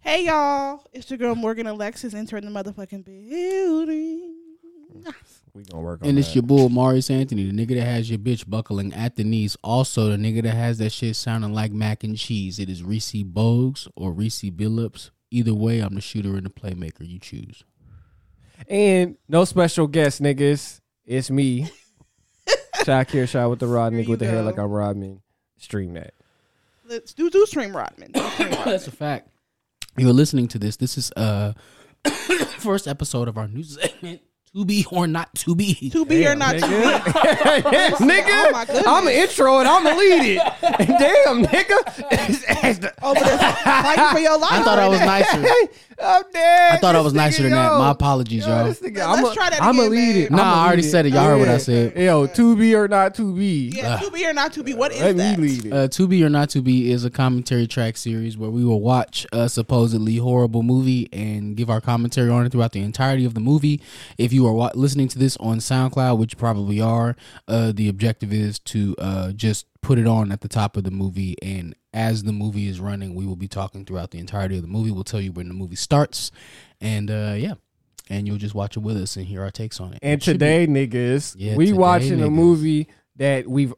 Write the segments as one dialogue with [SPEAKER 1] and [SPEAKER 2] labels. [SPEAKER 1] Hey y'all, it's your girl Morgan Alexis entering the motherfucking building.
[SPEAKER 2] Mm.
[SPEAKER 3] We gonna work on
[SPEAKER 4] And
[SPEAKER 3] that.
[SPEAKER 4] it's your bull Maurice Anthony, the nigga that has your bitch buckling at the knees. Also, the nigga that has that shit sounding like mac and cheese. It is Reese Bogues or Reese Billups. Either way, I'm the shooter and the playmaker. You choose.
[SPEAKER 2] And no special guest, niggas. It's me. Shakir Shot with the Rod
[SPEAKER 1] Here
[SPEAKER 2] nigga with the
[SPEAKER 1] you
[SPEAKER 2] hair
[SPEAKER 1] go.
[SPEAKER 2] like I'm Rodman. Stream that.
[SPEAKER 1] Let's do do stream Rodman. Do stream Rodman.
[SPEAKER 4] That's a fact. You're listening to this. This is uh first episode of our new segment, To Be or Not To Be.
[SPEAKER 1] to be or not to be.
[SPEAKER 2] Yes,
[SPEAKER 1] Oh, my
[SPEAKER 2] nigga.
[SPEAKER 1] goodness.
[SPEAKER 2] I'm an intro and I'm a lead it. Damn, nigga.
[SPEAKER 1] Over there fighting for your life.
[SPEAKER 4] I thought I was nicer.
[SPEAKER 2] I'm dead.
[SPEAKER 4] I thought I
[SPEAKER 2] Oh, This
[SPEAKER 4] was nicer than
[SPEAKER 2] nigga,
[SPEAKER 4] that.
[SPEAKER 2] yo.
[SPEAKER 4] My apologies,
[SPEAKER 2] Yo,
[SPEAKER 4] y'all.
[SPEAKER 2] this nigga,
[SPEAKER 1] Yeah,
[SPEAKER 2] I'm
[SPEAKER 1] let's
[SPEAKER 2] a-
[SPEAKER 1] try that
[SPEAKER 2] I'm a
[SPEAKER 1] again,
[SPEAKER 2] lead
[SPEAKER 1] babe.
[SPEAKER 2] it.
[SPEAKER 4] Nah,
[SPEAKER 2] I'm a
[SPEAKER 4] I already
[SPEAKER 2] lead it.
[SPEAKER 4] said it. Y'all heard what I
[SPEAKER 2] Yeah.
[SPEAKER 4] said.
[SPEAKER 2] Yo, to be or not to be.
[SPEAKER 1] Yeah, to be or not to be. What is
[SPEAKER 2] Let me
[SPEAKER 1] that?
[SPEAKER 2] lead it.
[SPEAKER 4] Uh, to be or not to be is a commentary track series where we will watch a supposedly horrible movie and give our commentary on it throughout the entirety of the movie. If you are wa- listening to this on SoundCloud, which you probably are, uh, the objective is to uh, just put it on at the top of the movie and as the movie is running, we will be talking throughout the entirety of the movie. We'll tell you when the movie starts, and uh, yeah, and you'll just watch it with us and hear our takes on it.
[SPEAKER 2] And
[SPEAKER 4] It should be-
[SPEAKER 2] today, niggas,
[SPEAKER 4] Yeah,
[SPEAKER 2] we
[SPEAKER 4] today,
[SPEAKER 2] watching a
[SPEAKER 4] niggas.
[SPEAKER 2] movie that we've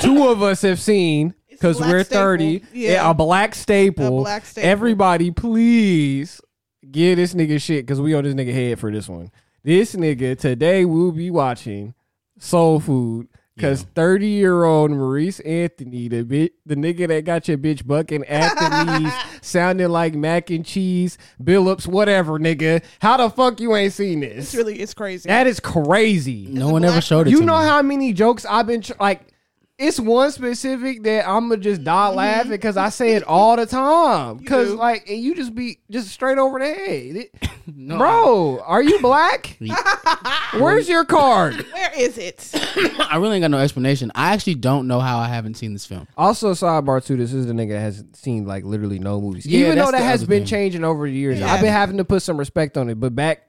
[SPEAKER 2] two of us have seen
[SPEAKER 1] It's a
[SPEAKER 2] because
[SPEAKER 1] black
[SPEAKER 2] we're
[SPEAKER 1] staple.
[SPEAKER 2] thirty.
[SPEAKER 1] Yeah.
[SPEAKER 2] Yeah. a black staple.
[SPEAKER 1] A black staple.
[SPEAKER 2] Everybody, please give this nigga shit because we on this nigga head for this one. This nigga today we'll be watching Soul Food. Cause thirty year old Maurice Anthony, the bit, the nigga that got your bitch bucking at the knees, sounding like mac and cheese, Billups, whatever, nigga. How the fuck you ain't seen this?
[SPEAKER 1] It's really it's crazy.
[SPEAKER 2] That is crazy.
[SPEAKER 4] no one ever showed it.
[SPEAKER 2] You
[SPEAKER 4] to
[SPEAKER 2] know
[SPEAKER 4] me.
[SPEAKER 2] how many jokes I've been tr- like. It's one specific that I'm gonna just die laughing because I say it all the time. Because
[SPEAKER 1] do.
[SPEAKER 2] like, and you just be just straight over the head, It-
[SPEAKER 4] No,
[SPEAKER 2] bro. Are you black? Where's your card?
[SPEAKER 1] Where is it?
[SPEAKER 4] I really ain't got no explanation. I actually don't know how I haven't seen this film.
[SPEAKER 2] Also, sidebar too. This is the nigga that has seen like literally no movies,
[SPEAKER 4] Yeah,
[SPEAKER 2] even
[SPEAKER 4] that's
[SPEAKER 2] though that
[SPEAKER 4] the
[SPEAKER 2] has
[SPEAKER 4] other
[SPEAKER 2] been
[SPEAKER 4] thing.
[SPEAKER 2] changing over the years.
[SPEAKER 1] Yeah.
[SPEAKER 2] I've been having to put some respect on it, but back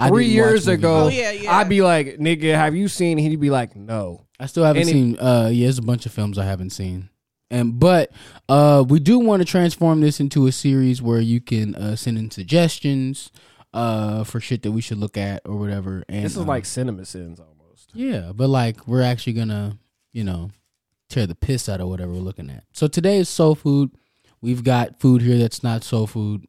[SPEAKER 4] I
[SPEAKER 2] three
[SPEAKER 4] didn't watch
[SPEAKER 2] years
[SPEAKER 4] movies.
[SPEAKER 2] ago,
[SPEAKER 1] Oh, yeah, yeah.
[SPEAKER 2] I'd be like, "Nigga, have you seen?" He'd be like, "No."
[SPEAKER 4] I still haven't
[SPEAKER 2] Any-
[SPEAKER 4] seen. Uh, yeah, there's a bunch of films I haven't seen, and but uh, we do want to transform this into a series where you can uh, send in suggestions uh for shit that we should look at or whatever. And
[SPEAKER 2] This is
[SPEAKER 4] um,
[SPEAKER 2] like cinema sins almost.
[SPEAKER 4] yeah, but like we're actually gonna you know tear the piss out of whatever we're looking at. So today is soul food. We've got food here that's not soul food.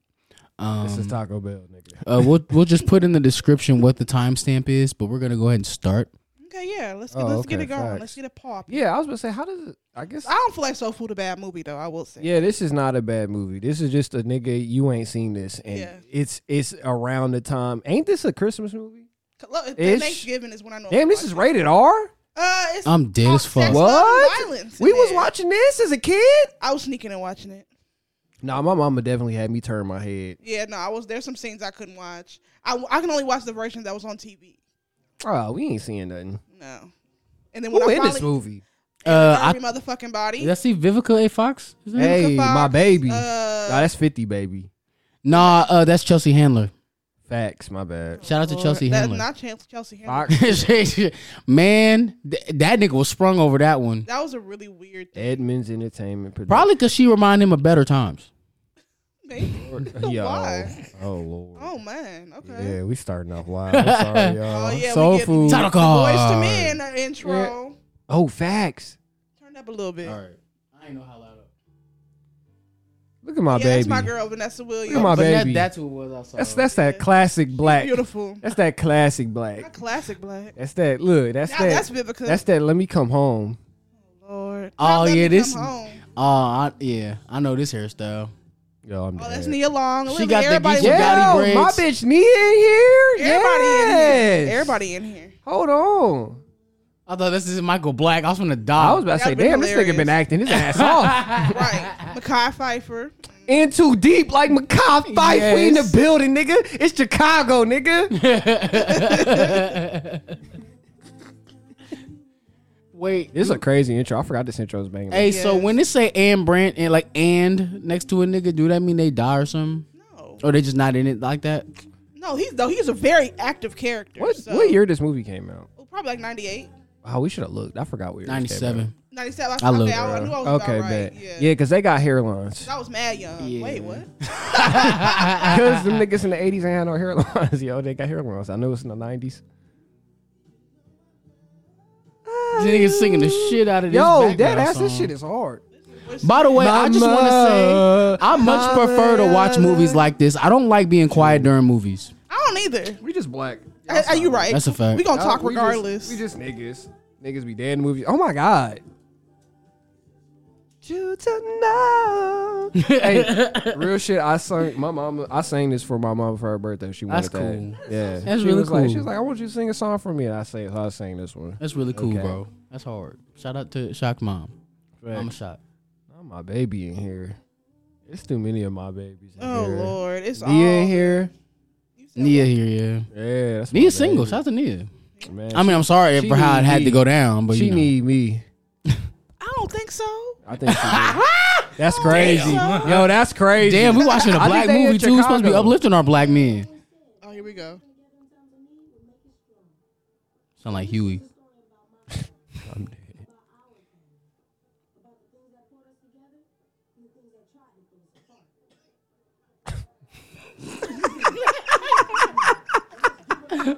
[SPEAKER 4] Um,
[SPEAKER 2] This is Taco Bell, nigga.
[SPEAKER 4] uh, we'll we'll just put in the description what the timestamp is, but we're gonna go ahead and start.
[SPEAKER 1] Okay, yeah. Let's get,
[SPEAKER 2] Oh,
[SPEAKER 1] let's get
[SPEAKER 2] okay,
[SPEAKER 1] it going.
[SPEAKER 2] facts.
[SPEAKER 1] Let's get it popped.
[SPEAKER 2] Yeah, I was gonna say, how does it? I guess.
[SPEAKER 1] I don't feel like Soul Food a bad movie though. I will say.
[SPEAKER 2] yeah, this is not a bad movie. This is just a nigga you ain't seen this, and
[SPEAKER 1] Yeah.
[SPEAKER 2] it's it's around the time. Ain't this a Christmas movie?
[SPEAKER 1] Look, if
[SPEAKER 2] Ish.
[SPEAKER 1] Thanksgiving is when I know.
[SPEAKER 2] Damn, this is Oh, rated R.
[SPEAKER 1] Uh, it's
[SPEAKER 4] I'm dead as
[SPEAKER 1] sex, love,
[SPEAKER 4] fuck.
[SPEAKER 1] and
[SPEAKER 2] What?
[SPEAKER 1] Violence in
[SPEAKER 2] We was
[SPEAKER 1] there.
[SPEAKER 2] watching this as a kid.
[SPEAKER 1] I was sneaking and watching it.
[SPEAKER 2] Nah, my mama definitely had me turn my head.
[SPEAKER 1] Yeah, no, I was. There's some scenes I couldn't watch. I, I can only watch the version that was on TV.
[SPEAKER 2] Oh, we ain't seeing nothing.
[SPEAKER 1] No. And then
[SPEAKER 2] Who
[SPEAKER 1] when I
[SPEAKER 2] in
[SPEAKER 1] finally
[SPEAKER 2] this movie?
[SPEAKER 4] Uh, I
[SPEAKER 1] every motherfucking body.
[SPEAKER 4] Did I see Vivica A. Fox? Is that her?
[SPEAKER 2] Hey,
[SPEAKER 1] Fox,
[SPEAKER 2] my baby.
[SPEAKER 1] uh,
[SPEAKER 2] nah, that's fifty, baby.
[SPEAKER 4] Nah, uh, that's Chelsea Handler.
[SPEAKER 2] Facts, my bad.
[SPEAKER 4] Shout out to
[SPEAKER 1] Lord,
[SPEAKER 4] Chelsea
[SPEAKER 1] that-
[SPEAKER 4] Handler.
[SPEAKER 1] Not Chelsea, Chelsea Handler.
[SPEAKER 2] Fox,
[SPEAKER 4] Man, th- that nigga was sprung over that one.
[SPEAKER 1] That was a really weird thing.
[SPEAKER 2] Edmonds Entertainment. Produ-
[SPEAKER 4] Probably because she reminded him of better times.
[SPEAKER 1] Maybe.
[SPEAKER 2] Yo.
[SPEAKER 1] Why?
[SPEAKER 2] Oh lord.
[SPEAKER 1] Oh man. Okay.
[SPEAKER 2] Yeah, we starting off wild. I'm sorry, y'all.
[SPEAKER 1] Oh yeah.
[SPEAKER 2] Soul
[SPEAKER 1] we getting
[SPEAKER 2] food.
[SPEAKER 1] the
[SPEAKER 4] Title
[SPEAKER 1] Boys
[SPEAKER 4] card.
[SPEAKER 1] to men uh, intro.
[SPEAKER 2] Oh, facts.
[SPEAKER 1] Turn up a little bit.
[SPEAKER 4] right. I ain't know how loud.
[SPEAKER 2] Look at my
[SPEAKER 1] yeah,
[SPEAKER 2] baby.
[SPEAKER 1] that's my girl Vanessa Williams.
[SPEAKER 2] Look at my
[SPEAKER 4] but
[SPEAKER 2] baby.
[SPEAKER 4] That, that's who it was. I saw.
[SPEAKER 2] that's that's that classic black.
[SPEAKER 1] Beautiful.
[SPEAKER 2] That's that classic
[SPEAKER 1] Not
[SPEAKER 2] black.
[SPEAKER 1] classic black.
[SPEAKER 2] That's that. Look, that's
[SPEAKER 1] Now,
[SPEAKER 2] that.
[SPEAKER 1] that's
[SPEAKER 2] That's,
[SPEAKER 1] Vivica.
[SPEAKER 2] that. Let me come home.
[SPEAKER 1] Lord.
[SPEAKER 4] Oh,
[SPEAKER 1] Now let
[SPEAKER 4] yeah,
[SPEAKER 1] me
[SPEAKER 4] this-
[SPEAKER 1] come home.
[SPEAKER 4] Oh, I, yeah. I know this hairstyle.
[SPEAKER 2] Yo, I'm
[SPEAKER 1] Oh, that's
[SPEAKER 2] dead.
[SPEAKER 1] Nia Long.
[SPEAKER 4] She
[SPEAKER 1] Look,
[SPEAKER 4] got the
[SPEAKER 1] everybody.
[SPEAKER 4] Gucci
[SPEAKER 1] yeah.
[SPEAKER 4] Gotti
[SPEAKER 2] Yo, my
[SPEAKER 4] braids.
[SPEAKER 2] bitch, me in here.
[SPEAKER 1] Everybody
[SPEAKER 2] yes.
[SPEAKER 1] in here. Everybody in here.
[SPEAKER 2] Hold on.
[SPEAKER 4] I thought this is Michael Black. I was gonna die.
[SPEAKER 2] I was about to say,
[SPEAKER 1] That'd been
[SPEAKER 2] damn, this nigga
[SPEAKER 1] Ah, hilarious.
[SPEAKER 2] been acting his ass off.
[SPEAKER 1] Right. Makai Pfeiffer.
[SPEAKER 2] In too deep, like Makai Fife. We in the
[SPEAKER 4] Yes.
[SPEAKER 2] building, nigga. It's Chicago, nigga.
[SPEAKER 4] Wait.
[SPEAKER 2] this is a crazy intro. I forgot this intro was banging.
[SPEAKER 4] Hey, so
[SPEAKER 1] Yes.
[SPEAKER 4] when they say and Brandt and like and next to a nigga, do that mean they die or something?
[SPEAKER 1] No.
[SPEAKER 4] Or they just not in it like that?
[SPEAKER 1] No, he's though he's a very active character.
[SPEAKER 2] what
[SPEAKER 1] so-
[SPEAKER 2] what year this movie came out?
[SPEAKER 1] Well, probably like ninety eight.
[SPEAKER 2] Oh, we should have looked. I forgot what year. this came out.
[SPEAKER 4] Ninety seven.
[SPEAKER 1] 97. I,
[SPEAKER 4] I love
[SPEAKER 1] okay,
[SPEAKER 4] her.
[SPEAKER 1] I, I knew I was
[SPEAKER 2] Okay,
[SPEAKER 1] all right.
[SPEAKER 2] bet.
[SPEAKER 1] Yeah.
[SPEAKER 2] Yeah, because they got hairlines.
[SPEAKER 1] I was mad young.
[SPEAKER 4] Yeah.
[SPEAKER 1] Wait, what?
[SPEAKER 4] Ah,
[SPEAKER 2] Because them niggas in the 80s ain't had no hairlines, yo. They got hairlines. I know it's in the 90s.
[SPEAKER 4] This nigga singing the shit out of this.
[SPEAKER 2] Yo,
[SPEAKER 4] background
[SPEAKER 2] that ass,
[SPEAKER 4] song.
[SPEAKER 2] this shit is hard.
[SPEAKER 4] By the way, I just want to say I much prefer to watch movies like this. I don't like being quiet during movies.
[SPEAKER 1] I don't either.
[SPEAKER 2] We just black.
[SPEAKER 1] Are, are you right?
[SPEAKER 4] That's a fact.
[SPEAKER 1] We gonna
[SPEAKER 2] Y'all-
[SPEAKER 1] talk
[SPEAKER 2] we just-
[SPEAKER 1] regardless.
[SPEAKER 2] We just, niggas. Niggas be dead in movies. Oh my god. You to know. hey, real shit. I sang my mama. I sang this for my mama for her birthday. She wanted
[SPEAKER 4] That's cool.
[SPEAKER 2] that. Yeah,
[SPEAKER 4] That's
[SPEAKER 2] she
[SPEAKER 4] really
[SPEAKER 2] was Like, she
[SPEAKER 4] cool.
[SPEAKER 2] was like, "I want you to sing a song for me," and I say, so "I sang this one."
[SPEAKER 4] That's really cool,
[SPEAKER 2] Okay.
[SPEAKER 4] bro. That's hard. Shout out to Shock Mom. I'm a
[SPEAKER 2] Facts.
[SPEAKER 4] shock.
[SPEAKER 2] Not my baby in here. It's too many of my babies. In
[SPEAKER 1] oh
[SPEAKER 2] here.
[SPEAKER 1] Lord, it's all.
[SPEAKER 2] Nia in here.
[SPEAKER 1] You said
[SPEAKER 4] Nia here, yeah.
[SPEAKER 2] Yeah, that's my
[SPEAKER 4] Nia's single.
[SPEAKER 2] baby.
[SPEAKER 4] Shout out to Nia.
[SPEAKER 2] Man,
[SPEAKER 4] I mean, I'm sorry
[SPEAKER 2] she
[SPEAKER 4] for how
[SPEAKER 2] need
[SPEAKER 4] it had
[SPEAKER 2] me.
[SPEAKER 4] to go down, but
[SPEAKER 2] she
[SPEAKER 4] you know.
[SPEAKER 2] need me.
[SPEAKER 1] what? I don't think so. Oh,
[SPEAKER 2] I think she did. That's crazy.
[SPEAKER 1] Damn.
[SPEAKER 2] Yo, that's crazy.
[SPEAKER 4] Damn, we watching a
[SPEAKER 2] I
[SPEAKER 4] black
[SPEAKER 2] think they in
[SPEAKER 4] movie too. We're supposed to be
[SPEAKER 2] Chicago.
[SPEAKER 4] uplifting our black men.
[SPEAKER 1] Oh, here we go.
[SPEAKER 4] Sound like Huey.
[SPEAKER 2] I'm dead. I'm dead.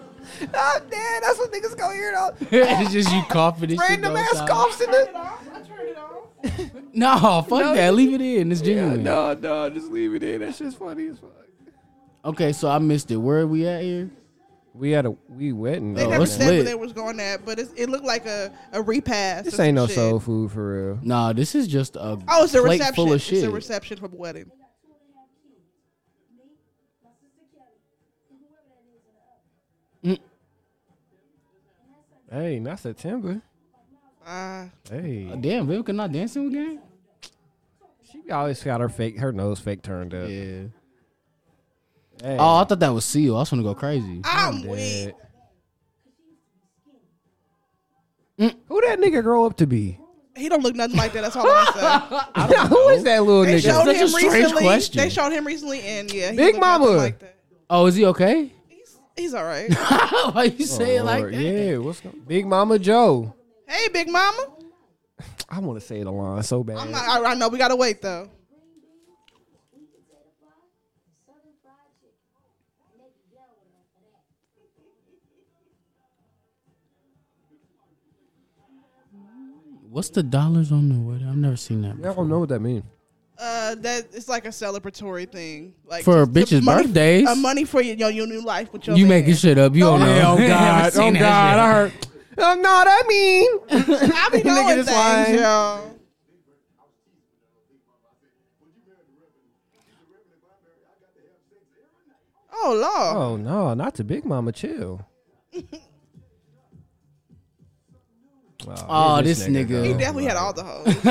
[SPEAKER 2] Oh, That's what niggas gonna hear though.
[SPEAKER 4] it's just you coughing and
[SPEAKER 2] Random
[SPEAKER 4] shit.
[SPEAKER 2] ass coughs in the.
[SPEAKER 4] No, fuck that. Leave it in. It's genuine.
[SPEAKER 2] No, no, just leave it in. That's just funny as fuck.
[SPEAKER 4] Okay, so I missed it. Where are we at here?
[SPEAKER 2] We had a we wedding.
[SPEAKER 1] They
[SPEAKER 4] Oh,
[SPEAKER 1] never
[SPEAKER 4] it's
[SPEAKER 1] said where
[SPEAKER 4] lit.
[SPEAKER 1] they was going at, but it's, it looked like a, a repass. or
[SPEAKER 2] This
[SPEAKER 1] some
[SPEAKER 2] ain't no
[SPEAKER 1] shit.
[SPEAKER 2] soul food for real.
[SPEAKER 4] Nah, this is just a
[SPEAKER 1] Oh, it's a
[SPEAKER 4] plate
[SPEAKER 1] reception.
[SPEAKER 4] full of
[SPEAKER 1] it's
[SPEAKER 4] shit.
[SPEAKER 1] a reception from a wedding.
[SPEAKER 2] Hey, not September.
[SPEAKER 1] Uh,
[SPEAKER 2] Hey,
[SPEAKER 4] Damn, Vivica not dancing again?
[SPEAKER 2] she always got her fake, her nose fake turned up.
[SPEAKER 4] Yeah.
[SPEAKER 2] Hey,
[SPEAKER 4] Oh, I thought that was Seal. I was gonna go crazy.
[SPEAKER 1] I'm
[SPEAKER 2] dead.
[SPEAKER 1] weak.
[SPEAKER 2] Mm. Who that nigga grow up to be?
[SPEAKER 1] He don't look nothing like that. That's all I'm saying.
[SPEAKER 2] Who is that little
[SPEAKER 1] They
[SPEAKER 2] nigga?
[SPEAKER 1] showed
[SPEAKER 4] That's a
[SPEAKER 1] him
[SPEAKER 4] strange
[SPEAKER 1] recently.
[SPEAKER 4] question.
[SPEAKER 1] They showed him recently, and yeah, he
[SPEAKER 2] Big
[SPEAKER 1] look nothing
[SPEAKER 2] Mama.
[SPEAKER 1] Like that.
[SPEAKER 4] Oh, is he okay?
[SPEAKER 1] He's, he's all right.
[SPEAKER 4] Why you say it like
[SPEAKER 2] Or-
[SPEAKER 4] that?
[SPEAKER 2] Yeah, what's going Big Mama Joe.
[SPEAKER 1] hey, Big Mama.
[SPEAKER 2] I want to say the line so bad.
[SPEAKER 1] I'm not. I, I know we gotta wait though.
[SPEAKER 4] What's the dollars on the wood? I've never seen that.
[SPEAKER 2] I
[SPEAKER 4] Before.
[SPEAKER 2] don't know what that means.
[SPEAKER 1] Uh, that it's like a celebratory thing, like
[SPEAKER 4] For
[SPEAKER 1] just-
[SPEAKER 4] bitches'
[SPEAKER 1] money-
[SPEAKER 4] birthdays?
[SPEAKER 1] uh, money for your, your, your new life with your
[SPEAKER 4] You
[SPEAKER 1] man.
[SPEAKER 4] making shit up. You don't know.
[SPEAKER 2] Oh
[SPEAKER 4] I
[SPEAKER 2] God!
[SPEAKER 4] haven't
[SPEAKER 2] Oh
[SPEAKER 4] seen that
[SPEAKER 2] God!
[SPEAKER 4] shit.
[SPEAKER 2] I heard. Oh
[SPEAKER 1] Uh,
[SPEAKER 2] no, that mean.
[SPEAKER 1] I be
[SPEAKER 2] Nigga
[SPEAKER 1] knowing things,
[SPEAKER 2] just lying.
[SPEAKER 1] y'all. Oh lord!
[SPEAKER 2] Oh no, not to Big Mama. Chill.
[SPEAKER 4] Oh,
[SPEAKER 2] here
[SPEAKER 4] this nigga.
[SPEAKER 1] he
[SPEAKER 2] go.
[SPEAKER 1] definitely had all the hoes.
[SPEAKER 2] Hey,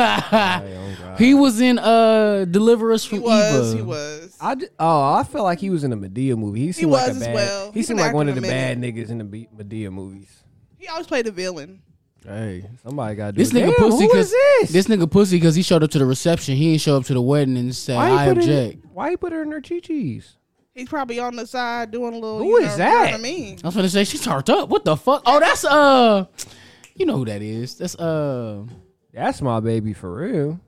[SPEAKER 2] oh, God.
[SPEAKER 4] He was in uh Deliver Us
[SPEAKER 1] He
[SPEAKER 4] from
[SPEAKER 1] was.
[SPEAKER 4] Eva.
[SPEAKER 1] He was.
[SPEAKER 2] I d- oh, I feel like he was in a Medea movie. He seemed like
[SPEAKER 1] was as
[SPEAKER 2] a bad.
[SPEAKER 1] well.
[SPEAKER 2] He
[SPEAKER 1] He's
[SPEAKER 2] seemed
[SPEAKER 1] an
[SPEAKER 2] like one of the
[SPEAKER 1] actor in a
[SPEAKER 2] bad niggas in the B- Medea movies.
[SPEAKER 1] He always played the villain.
[SPEAKER 2] Hey, somebody got
[SPEAKER 4] This nigga
[SPEAKER 2] Damn,
[SPEAKER 4] pussy
[SPEAKER 2] Who is
[SPEAKER 4] cause
[SPEAKER 2] this?
[SPEAKER 4] this nigga pussy cause he showed up to the reception. He didn't show up to the wedding and said
[SPEAKER 2] why
[SPEAKER 4] I
[SPEAKER 2] he put her in-
[SPEAKER 4] object.
[SPEAKER 2] Why he put her in her chi chis?
[SPEAKER 1] He's probably on the side doing a little.
[SPEAKER 2] Who
[SPEAKER 1] you
[SPEAKER 2] is
[SPEAKER 1] know, you
[SPEAKER 2] that?
[SPEAKER 1] know what I mean,
[SPEAKER 4] I was gonna say she turned up. What the fuck? Oh, that's uh, you know who that is? That's uh,
[SPEAKER 2] That's my baby for real.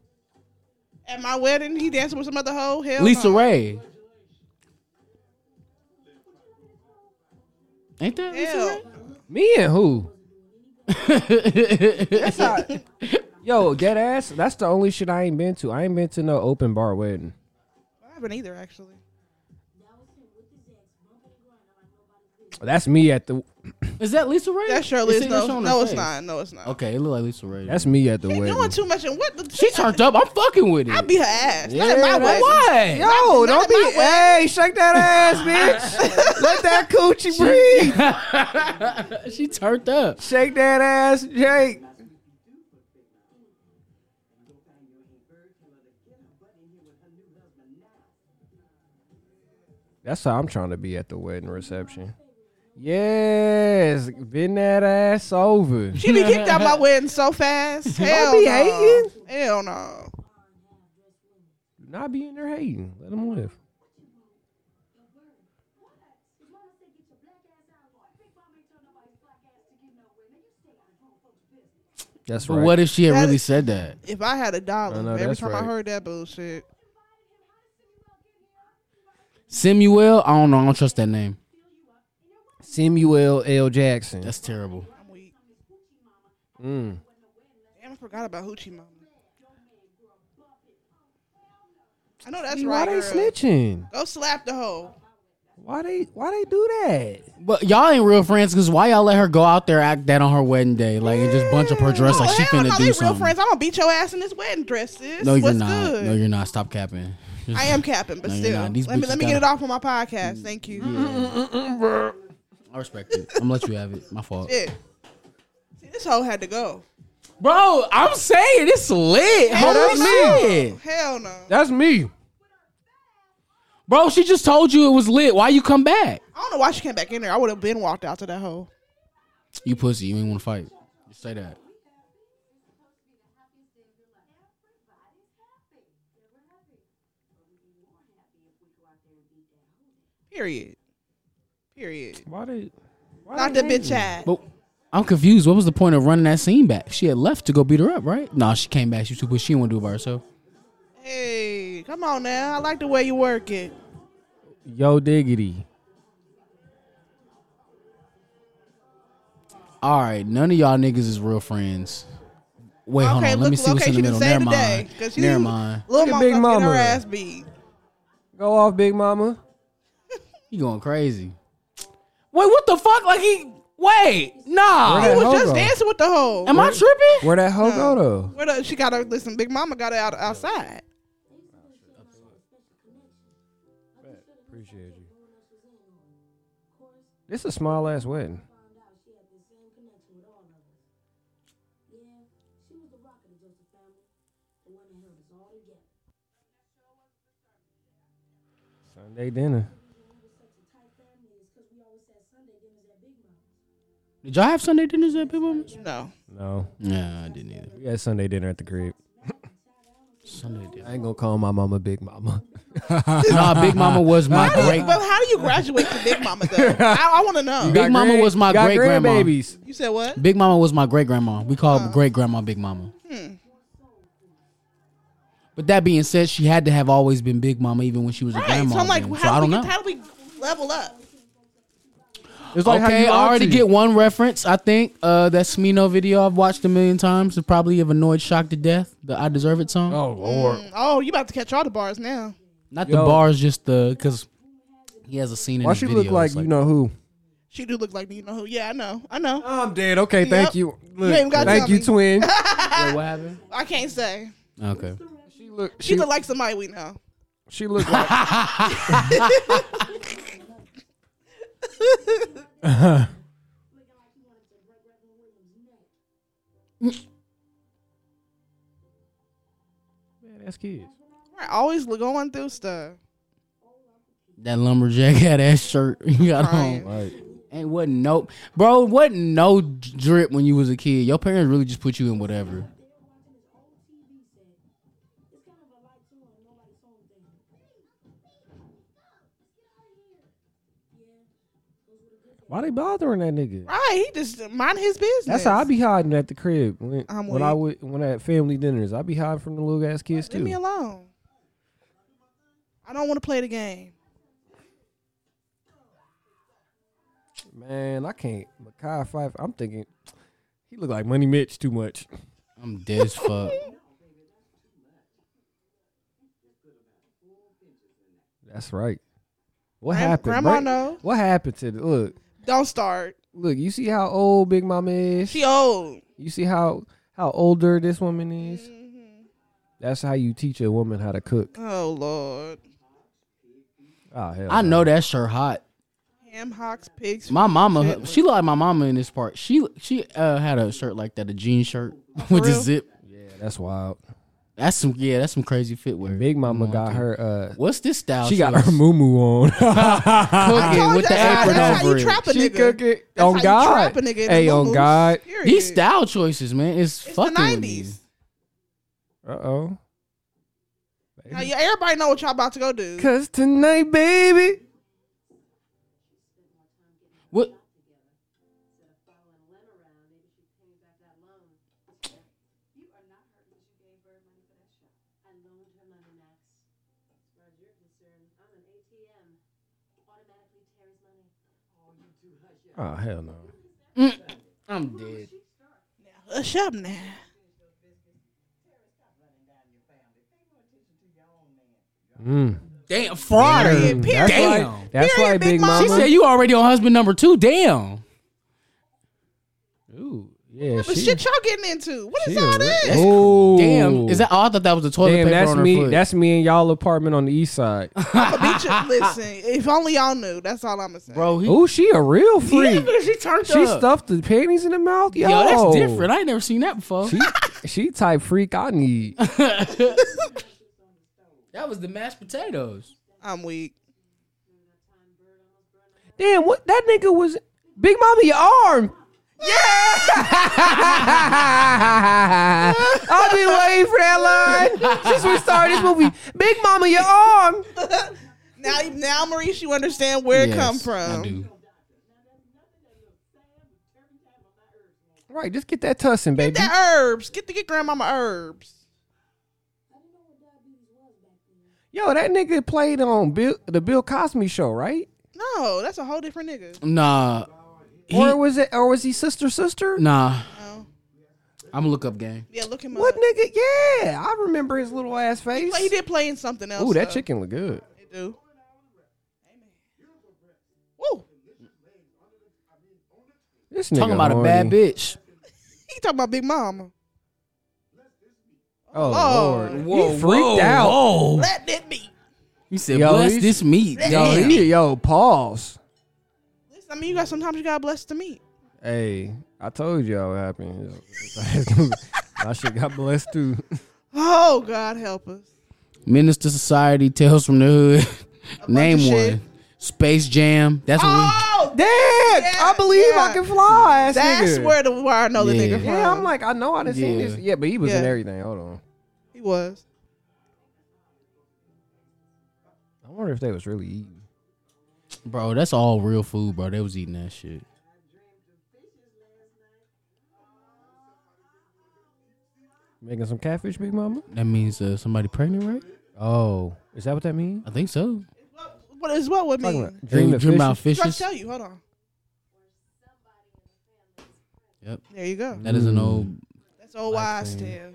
[SPEAKER 1] at my wedding, he dancing with some other hoe. Hell,
[SPEAKER 4] Lisa
[SPEAKER 1] no.
[SPEAKER 4] Ray. Ain't that
[SPEAKER 1] Hell,
[SPEAKER 2] Me and who?
[SPEAKER 4] Lisa Ray?
[SPEAKER 2] That's not, yo, dead ass. That's the only shit I ain't been to. I ain't been to no open bar wedding.
[SPEAKER 1] I haven't either actually.
[SPEAKER 2] That's me at the.
[SPEAKER 4] is that Lisa Ray?
[SPEAKER 1] That surely
[SPEAKER 4] It's
[SPEAKER 1] is
[SPEAKER 4] in there
[SPEAKER 1] no.
[SPEAKER 4] showing
[SPEAKER 1] No,
[SPEAKER 4] her
[SPEAKER 1] it's
[SPEAKER 4] face.
[SPEAKER 1] not. No, it's not.
[SPEAKER 4] Okay, it look like Lisa Ray.
[SPEAKER 2] That's me at the
[SPEAKER 1] He
[SPEAKER 2] wedding.
[SPEAKER 1] doing too much and what the
[SPEAKER 4] she turned up. I'm fucking with it.
[SPEAKER 1] I'd be her ass. Not
[SPEAKER 2] Yeah,
[SPEAKER 1] at my
[SPEAKER 2] that's-
[SPEAKER 1] wedding.
[SPEAKER 4] Why?
[SPEAKER 2] Yo,
[SPEAKER 1] Not- not
[SPEAKER 2] don't
[SPEAKER 1] at my
[SPEAKER 2] be. Hey, shake that ass, bitch. Let that coochie breathe.
[SPEAKER 4] she turned up.
[SPEAKER 2] Shake that ass, Jake. That's how I'm trying to be at the wedding reception. Yes, bend that ass over.
[SPEAKER 1] She be kicked out my wedding so fast. Hell
[SPEAKER 2] be
[SPEAKER 1] no.
[SPEAKER 2] hating.
[SPEAKER 1] Hell no.
[SPEAKER 2] Not be in there hating. Let them live.
[SPEAKER 3] That's
[SPEAKER 4] But what if she had
[SPEAKER 1] That-
[SPEAKER 4] really said that?
[SPEAKER 1] If I had a dollar,
[SPEAKER 2] I know,
[SPEAKER 1] every
[SPEAKER 2] that's
[SPEAKER 1] time I
[SPEAKER 2] right.
[SPEAKER 1] heard that bullshit,
[SPEAKER 4] Samuel, I don't know. I don't trust that name.
[SPEAKER 2] Samuel L. Jackson.
[SPEAKER 4] That's terrible.
[SPEAKER 1] I'm weak.
[SPEAKER 2] Mm.
[SPEAKER 1] Damn, I forgot about Hoochie Mama. I know that's
[SPEAKER 2] That's why
[SPEAKER 1] right.
[SPEAKER 2] they
[SPEAKER 1] girl.
[SPEAKER 2] snitching?
[SPEAKER 1] Go slap the hoe.
[SPEAKER 2] Why they why they do that?
[SPEAKER 4] But y'all ain't real friends because why y'all let her go out there act that on her wedding day? Like, and just bunch up her dress like
[SPEAKER 1] oh,
[SPEAKER 4] she
[SPEAKER 1] hell
[SPEAKER 4] finna
[SPEAKER 1] no,
[SPEAKER 4] do
[SPEAKER 1] they real
[SPEAKER 4] something.
[SPEAKER 1] friends. I'm gonna beat your ass in this wedding dress, sis.
[SPEAKER 4] no, you're
[SPEAKER 1] What's
[SPEAKER 4] not.
[SPEAKER 1] good?
[SPEAKER 4] No, you're not. Stop capping.
[SPEAKER 1] I am capping, but
[SPEAKER 4] No, you're
[SPEAKER 1] still.
[SPEAKER 4] not. These
[SPEAKER 1] Let me
[SPEAKER 4] bitches
[SPEAKER 1] let me
[SPEAKER 4] gotta- Mm-hmm.
[SPEAKER 1] get it off on my podcast. Thank you.
[SPEAKER 4] I respect it. I'm gonna let you have it. My fault.
[SPEAKER 1] Shit. See, this hoe had to go.
[SPEAKER 4] Bro, I'm saying it's lit.
[SPEAKER 1] Hell
[SPEAKER 2] that's
[SPEAKER 1] no.
[SPEAKER 2] me.
[SPEAKER 1] Hell no.
[SPEAKER 2] That's me.
[SPEAKER 4] Bro, she just told you it was lit. Why you come back?
[SPEAKER 1] I don't know why she came back in there. I would have been walked out to that hoe.
[SPEAKER 4] You pussy. You ain't want to fight. Just say that.
[SPEAKER 1] Period. Period.
[SPEAKER 2] Why they why
[SPEAKER 1] Not the bitch ass.
[SPEAKER 4] But I'm confused. What was the point of running that scene back? She had left to go beat her up, right? Nah, she came back. She was too pussy. She didn't want to do it by herself.
[SPEAKER 1] Hey, come on now. I like the way you work it.
[SPEAKER 2] Yo diggity.
[SPEAKER 4] All right, none of y'all niggas is real friends. Wait, hold on. Let me see what's in the middle. Never mind. Never mind.
[SPEAKER 1] Little
[SPEAKER 2] Look at Big
[SPEAKER 1] mama, mama. her
[SPEAKER 2] Mama.
[SPEAKER 1] ass beat.
[SPEAKER 2] Go off, Big Mama.
[SPEAKER 4] You going crazy? Wait, what the fuck? Like he? Wait, nah.
[SPEAKER 1] He
[SPEAKER 2] Where
[SPEAKER 1] was
[SPEAKER 2] that hoe
[SPEAKER 1] just
[SPEAKER 2] go?
[SPEAKER 1] dancing with the hoe.
[SPEAKER 4] Am I tripping?
[SPEAKER 2] Where that hoe go though?
[SPEAKER 1] Where the, she got her? Listen, Big Mama got her out outside.
[SPEAKER 2] Appreciate you. This a small ass wedding. Sunday dinner.
[SPEAKER 4] Did y'all have Sunday dinners at Big Mama's?
[SPEAKER 1] No,
[SPEAKER 2] No,
[SPEAKER 4] Nah, I didn't either.
[SPEAKER 2] we had Sunday dinner at the crib.
[SPEAKER 4] Sunday dinner.
[SPEAKER 2] I ain't gonna call my mama Big Mama.
[SPEAKER 4] nah, Big Mama was my great.
[SPEAKER 1] but how do you graduate to Big Mama though? I, I want to know.
[SPEAKER 4] Big Mama was my
[SPEAKER 2] got
[SPEAKER 4] great grandma.
[SPEAKER 2] grandbabies.
[SPEAKER 1] You said what?
[SPEAKER 4] Big Mama was my great grandma. We call
[SPEAKER 1] Oh.
[SPEAKER 4] great grandma Big Mama.
[SPEAKER 1] Hmm.
[SPEAKER 4] But that being said, she had to have always been Big Mama, even when she was a
[SPEAKER 1] Right.
[SPEAKER 4] grandma.
[SPEAKER 1] So I'm like,
[SPEAKER 4] then.
[SPEAKER 1] how,
[SPEAKER 4] So I
[SPEAKER 1] do
[SPEAKER 4] don't
[SPEAKER 1] we
[SPEAKER 4] know.
[SPEAKER 1] get- how do we level up?
[SPEAKER 2] It's
[SPEAKER 4] okay, I already get one reference. I think uh, that Smino video I've watched a million times. It probably have annoyed shock to death. The "I Deserve It" song.
[SPEAKER 2] Oh lord.
[SPEAKER 1] Oh, you about to catch all the bars now?
[SPEAKER 4] Not the
[SPEAKER 2] Yo.
[SPEAKER 4] bars, just the because he has a scene in
[SPEAKER 2] Why
[SPEAKER 4] his
[SPEAKER 2] she
[SPEAKER 4] video.
[SPEAKER 2] look like
[SPEAKER 4] It's
[SPEAKER 2] you know who?
[SPEAKER 1] She do look like me, you know who? Yeah, I know. I know.
[SPEAKER 2] I'm dead. Okay, thank
[SPEAKER 1] Yep.
[SPEAKER 2] you.
[SPEAKER 1] You ain't gotta
[SPEAKER 2] thank
[SPEAKER 1] tell
[SPEAKER 2] you,
[SPEAKER 1] me.
[SPEAKER 2] twin.
[SPEAKER 1] Ah.
[SPEAKER 4] Wait, what happened?
[SPEAKER 1] I can't say.
[SPEAKER 4] Okay.
[SPEAKER 2] she look.
[SPEAKER 1] She
[SPEAKER 2] She,
[SPEAKER 1] look like somebody we know.
[SPEAKER 2] she look like. Man, that's kids.
[SPEAKER 1] Right, always look- going through stuff.
[SPEAKER 4] That lumberjack had ass shirt you got
[SPEAKER 1] Crying.
[SPEAKER 4] on.
[SPEAKER 2] Right.
[SPEAKER 4] Ain't wasn't no bro. Wasn't no drip when you was a kid. Your parents really just put you in whatever.
[SPEAKER 2] Why they bothering that nigga?
[SPEAKER 1] Right, he just mind his business.
[SPEAKER 2] That's how I be hiding at the crib when,
[SPEAKER 1] I'm
[SPEAKER 2] when I
[SPEAKER 1] weak.
[SPEAKER 2] would when at family dinners. I be hiding from the little ass kids
[SPEAKER 1] Leave me
[SPEAKER 2] too.
[SPEAKER 1] alone. I don't want to play the game.
[SPEAKER 2] Man, I can't. Makai Five. I'm thinking he look like Money Mitch too much.
[SPEAKER 4] I'm dead as fuck.
[SPEAKER 2] That's right. What
[SPEAKER 1] Gran-
[SPEAKER 2] happened?
[SPEAKER 1] Grandma
[SPEAKER 2] Break-
[SPEAKER 1] know.
[SPEAKER 2] What happened to the look?
[SPEAKER 1] Don't start.
[SPEAKER 2] Look, you see how old Big Mama is.
[SPEAKER 1] She old.
[SPEAKER 2] You see how how older this woman is.
[SPEAKER 1] Mm-hmm.
[SPEAKER 2] That's how you teach a woman how to cook.
[SPEAKER 1] Oh Lord.
[SPEAKER 2] Oh hell,
[SPEAKER 4] I know that shirt hot.
[SPEAKER 1] Ham hocks, pigs.
[SPEAKER 4] My mama,
[SPEAKER 1] Shit.
[SPEAKER 4] she looked like my mama in this part. She she uh, had a shirt like that, a jean shirt with the
[SPEAKER 1] real?
[SPEAKER 4] zip.
[SPEAKER 2] Yeah, that's wild.
[SPEAKER 4] That's some yeah, that's some crazy footwear.
[SPEAKER 2] Big Mama
[SPEAKER 4] Come on,
[SPEAKER 2] got
[SPEAKER 4] dude.
[SPEAKER 2] her. uh
[SPEAKER 4] What's this style?
[SPEAKER 2] She got
[SPEAKER 4] was
[SPEAKER 2] her moo moo on.
[SPEAKER 1] I
[SPEAKER 4] cooking
[SPEAKER 1] told
[SPEAKER 4] with
[SPEAKER 1] you,
[SPEAKER 4] the
[SPEAKER 1] that's
[SPEAKER 4] apron
[SPEAKER 1] how- that's how you
[SPEAKER 4] over it.
[SPEAKER 1] trap a
[SPEAKER 2] she
[SPEAKER 1] nigga.
[SPEAKER 2] cook it
[SPEAKER 1] That's
[SPEAKER 2] on
[SPEAKER 1] how you
[SPEAKER 2] God.
[SPEAKER 1] trap a nigga in the
[SPEAKER 2] hey, on
[SPEAKER 1] moves.
[SPEAKER 2] God.
[SPEAKER 1] Period.
[SPEAKER 4] These style choices, man, is
[SPEAKER 1] It's the
[SPEAKER 4] fucking with me.
[SPEAKER 1] nineties.
[SPEAKER 2] Uh oh.
[SPEAKER 1] Now yeah, everybody know what y'all about to go do.
[SPEAKER 2] Cause tonight, baby.
[SPEAKER 4] What?
[SPEAKER 3] Oh hell no.
[SPEAKER 4] I'm dead.
[SPEAKER 1] Now, hush up now.
[SPEAKER 4] Damn, fraud.
[SPEAKER 1] Period, period.
[SPEAKER 2] That's
[SPEAKER 4] Damn.
[SPEAKER 2] why, Mm. that's why
[SPEAKER 1] Period, Big
[SPEAKER 2] Big
[SPEAKER 1] Mama.
[SPEAKER 2] Mama.
[SPEAKER 4] She said you already on husband number two. Damn.
[SPEAKER 3] Ooh, yeah.
[SPEAKER 1] But
[SPEAKER 3] She,
[SPEAKER 1] shit y'all getting into? What is
[SPEAKER 3] she
[SPEAKER 1] all
[SPEAKER 3] a-
[SPEAKER 1] that?
[SPEAKER 2] Oh,
[SPEAKER 4] Damn. Is that? Oh, I thought that was a toilet
[SPEAKER 2] Damn,
[SPEAKER 4] paper
[SPEAKER 2] that's
[SPEAKER 4] on her
[SPEAKER 2] me.
[SPEAKER 4] foot.
[SPEAKER 2] That's me and y'all apartment on the east side.
[SPEAKER 1] I'ma beat you- Listen, if only y'all knew. That's all I'm going to say.
[SPEAKER 4] bro. He,
[SPEAKER 2] oh, she a real freak.
[SPEAKER 4] Yeah, she turned
[SPEAKER 2] she
[SPEAKER 4] up.
[SPEAKER 2] stuffed the panties in the mouth. Yo,
[SPEAKER 4] Yo, that's different. I ain't never seen that before.
[SPEAKER 2] She, she type freak I need.
[SPEAKER 4] that was the mashed potatoes.
[SPEAKER 1] I'm weak.
[SPEAKER 2] Damn, what that nigga was. Big Mama, your arm. Yeah! I've been waiting for that line since we started this movie. Big Mama, your arm.
[SPEAKER 1] Now, now, Maurice, you understand where it come from.
[SPEAKER 4] I do.
[SPEAKER 2] Right, just get that tussin, baby.
[SPEAKER 1] Get the herbs. Get to get grandmama herbs.
[SPEAKER 2] Yo, that nigga played on Bill, the Bill Cosby show, right?
[SPEAKER 1] No, that's a whole different nigga.
[SPEAKER 4] Nah,
[SPEAKER 2] or
[SPEAKER 4] He-
[SPEAKER 2] was it? Or was he sister sister?
[SPEAKER 4] nah.
[SPEAKER 1] No.
[SPEAKER 4] I'm gonna look up game.
[SPEAKER 1] Yeah, look him
[SPEAKER 2] What
[SPEAKER 1] up.
[SPEAKER 2] nigga? Yeah, I remember his little ass face.
[SPEAKER 1] Well, he did play in something else.
[SPEAKER 2] Ooh, that
[SPEAKER 1] though.
[SPEAKER 2] chicken look good.
[SPEAKER 1] He do. Woo.
[SPEAKER 2] This nigga
[SPEAKER 4] Talking about a
[SPEAKER 2] horny.
[SPEAKER 4] bad bitch.
[SPEAKER 1] He talking about Big Mama.
[SPEAKER 2] Oh
[SPEAKER 1] Lord.
[SPEAKER 2] lord, he freaked out.
[SPEAKER 4] Whoa.
[SPEAKER 1] Let that be.
[SPEAKER 4] You said
[SPEAKER 2] Yo,
[SPEAKER 4] bless
[SPEAKER 2] he's-
[SPEAKER 4] this meat.
[SPEAKER 2] Yo,
[SPEAKER 4] Damn.
[SPEAKER 2] he, yo, pause.
[SPEAKER 1] Listen, I mean, you got sometimes you got blessed to meet.
[SPEAKER 2] Hey, I told y'all what happened. Yo, I should got blessed too.
[SPEAKER 1] Oh God, help us.
[SPEAKER 4] Menace to Society, Tales from the Hood. Name
[SPEAKER 1] of
[SPEAKER 4] one.
[SPEAKER 1] shit.
[SPEAKER 4] Space Jam. That's what
[SPEAKER 2] Ah!
[SPEAKER 1] Oh,
[SPEAKER 2] Damn, I believe I
[SPEAKER 1] yeah.
[SPEAKER 2] can fly. ass
[SPEAKER 1] that's
[SPEAKER 2] nigga.
[SPEAKER 1] where the where I know the
[SPEAKER 4] Yeah.
[SPEAKER 1] nigga from.
[SPEAKER 2] Yeah, I'm like, I know I done seen
[SPEAKER 4] Yeah.
[SPEAKER 2] this. Yeah, but he was in
[SPEAKER 1] Yeah.
[SPEAKER 2] everything. Hold on.
[SPEAKER 1] he was.
[SPEAKER 2] I wonder if they was really eating.
[SPEAKER 4] we. Bro, that's all real food, bro. They was eating that shit.
[SPEAKER 2] Making some catfish, Big Mama?
[SPEAKER 4] That means uh, somebody pregnant, right?
[SPEAKER 2] Oh. Is that what that means?
[SPEAKER 4] I think so.
[SPEAKER 1] What is what would
[SPEAKER 2] Talking
[SPEAKER 1] mean?
[SPEAKER 2] about
[SPEAKER 4] They
[SPEAKER 2] dream
[SPEAKER 4] would
[SPEAKER 2] of
[SPEAKER 4] dream
[SPEAKER 2] fish.
[SPEAKER 4] about
[SPEAKER 1] Trying
[SPEAKER 4] fishes.
[SPEAKER 1] to tell you. Hold on.
[SPEAKER 4] Yep.
[SPEAKER 1] There you go.
[SPEAKER 4] That is an old.
[SPEAKER 1] That's old wise tale.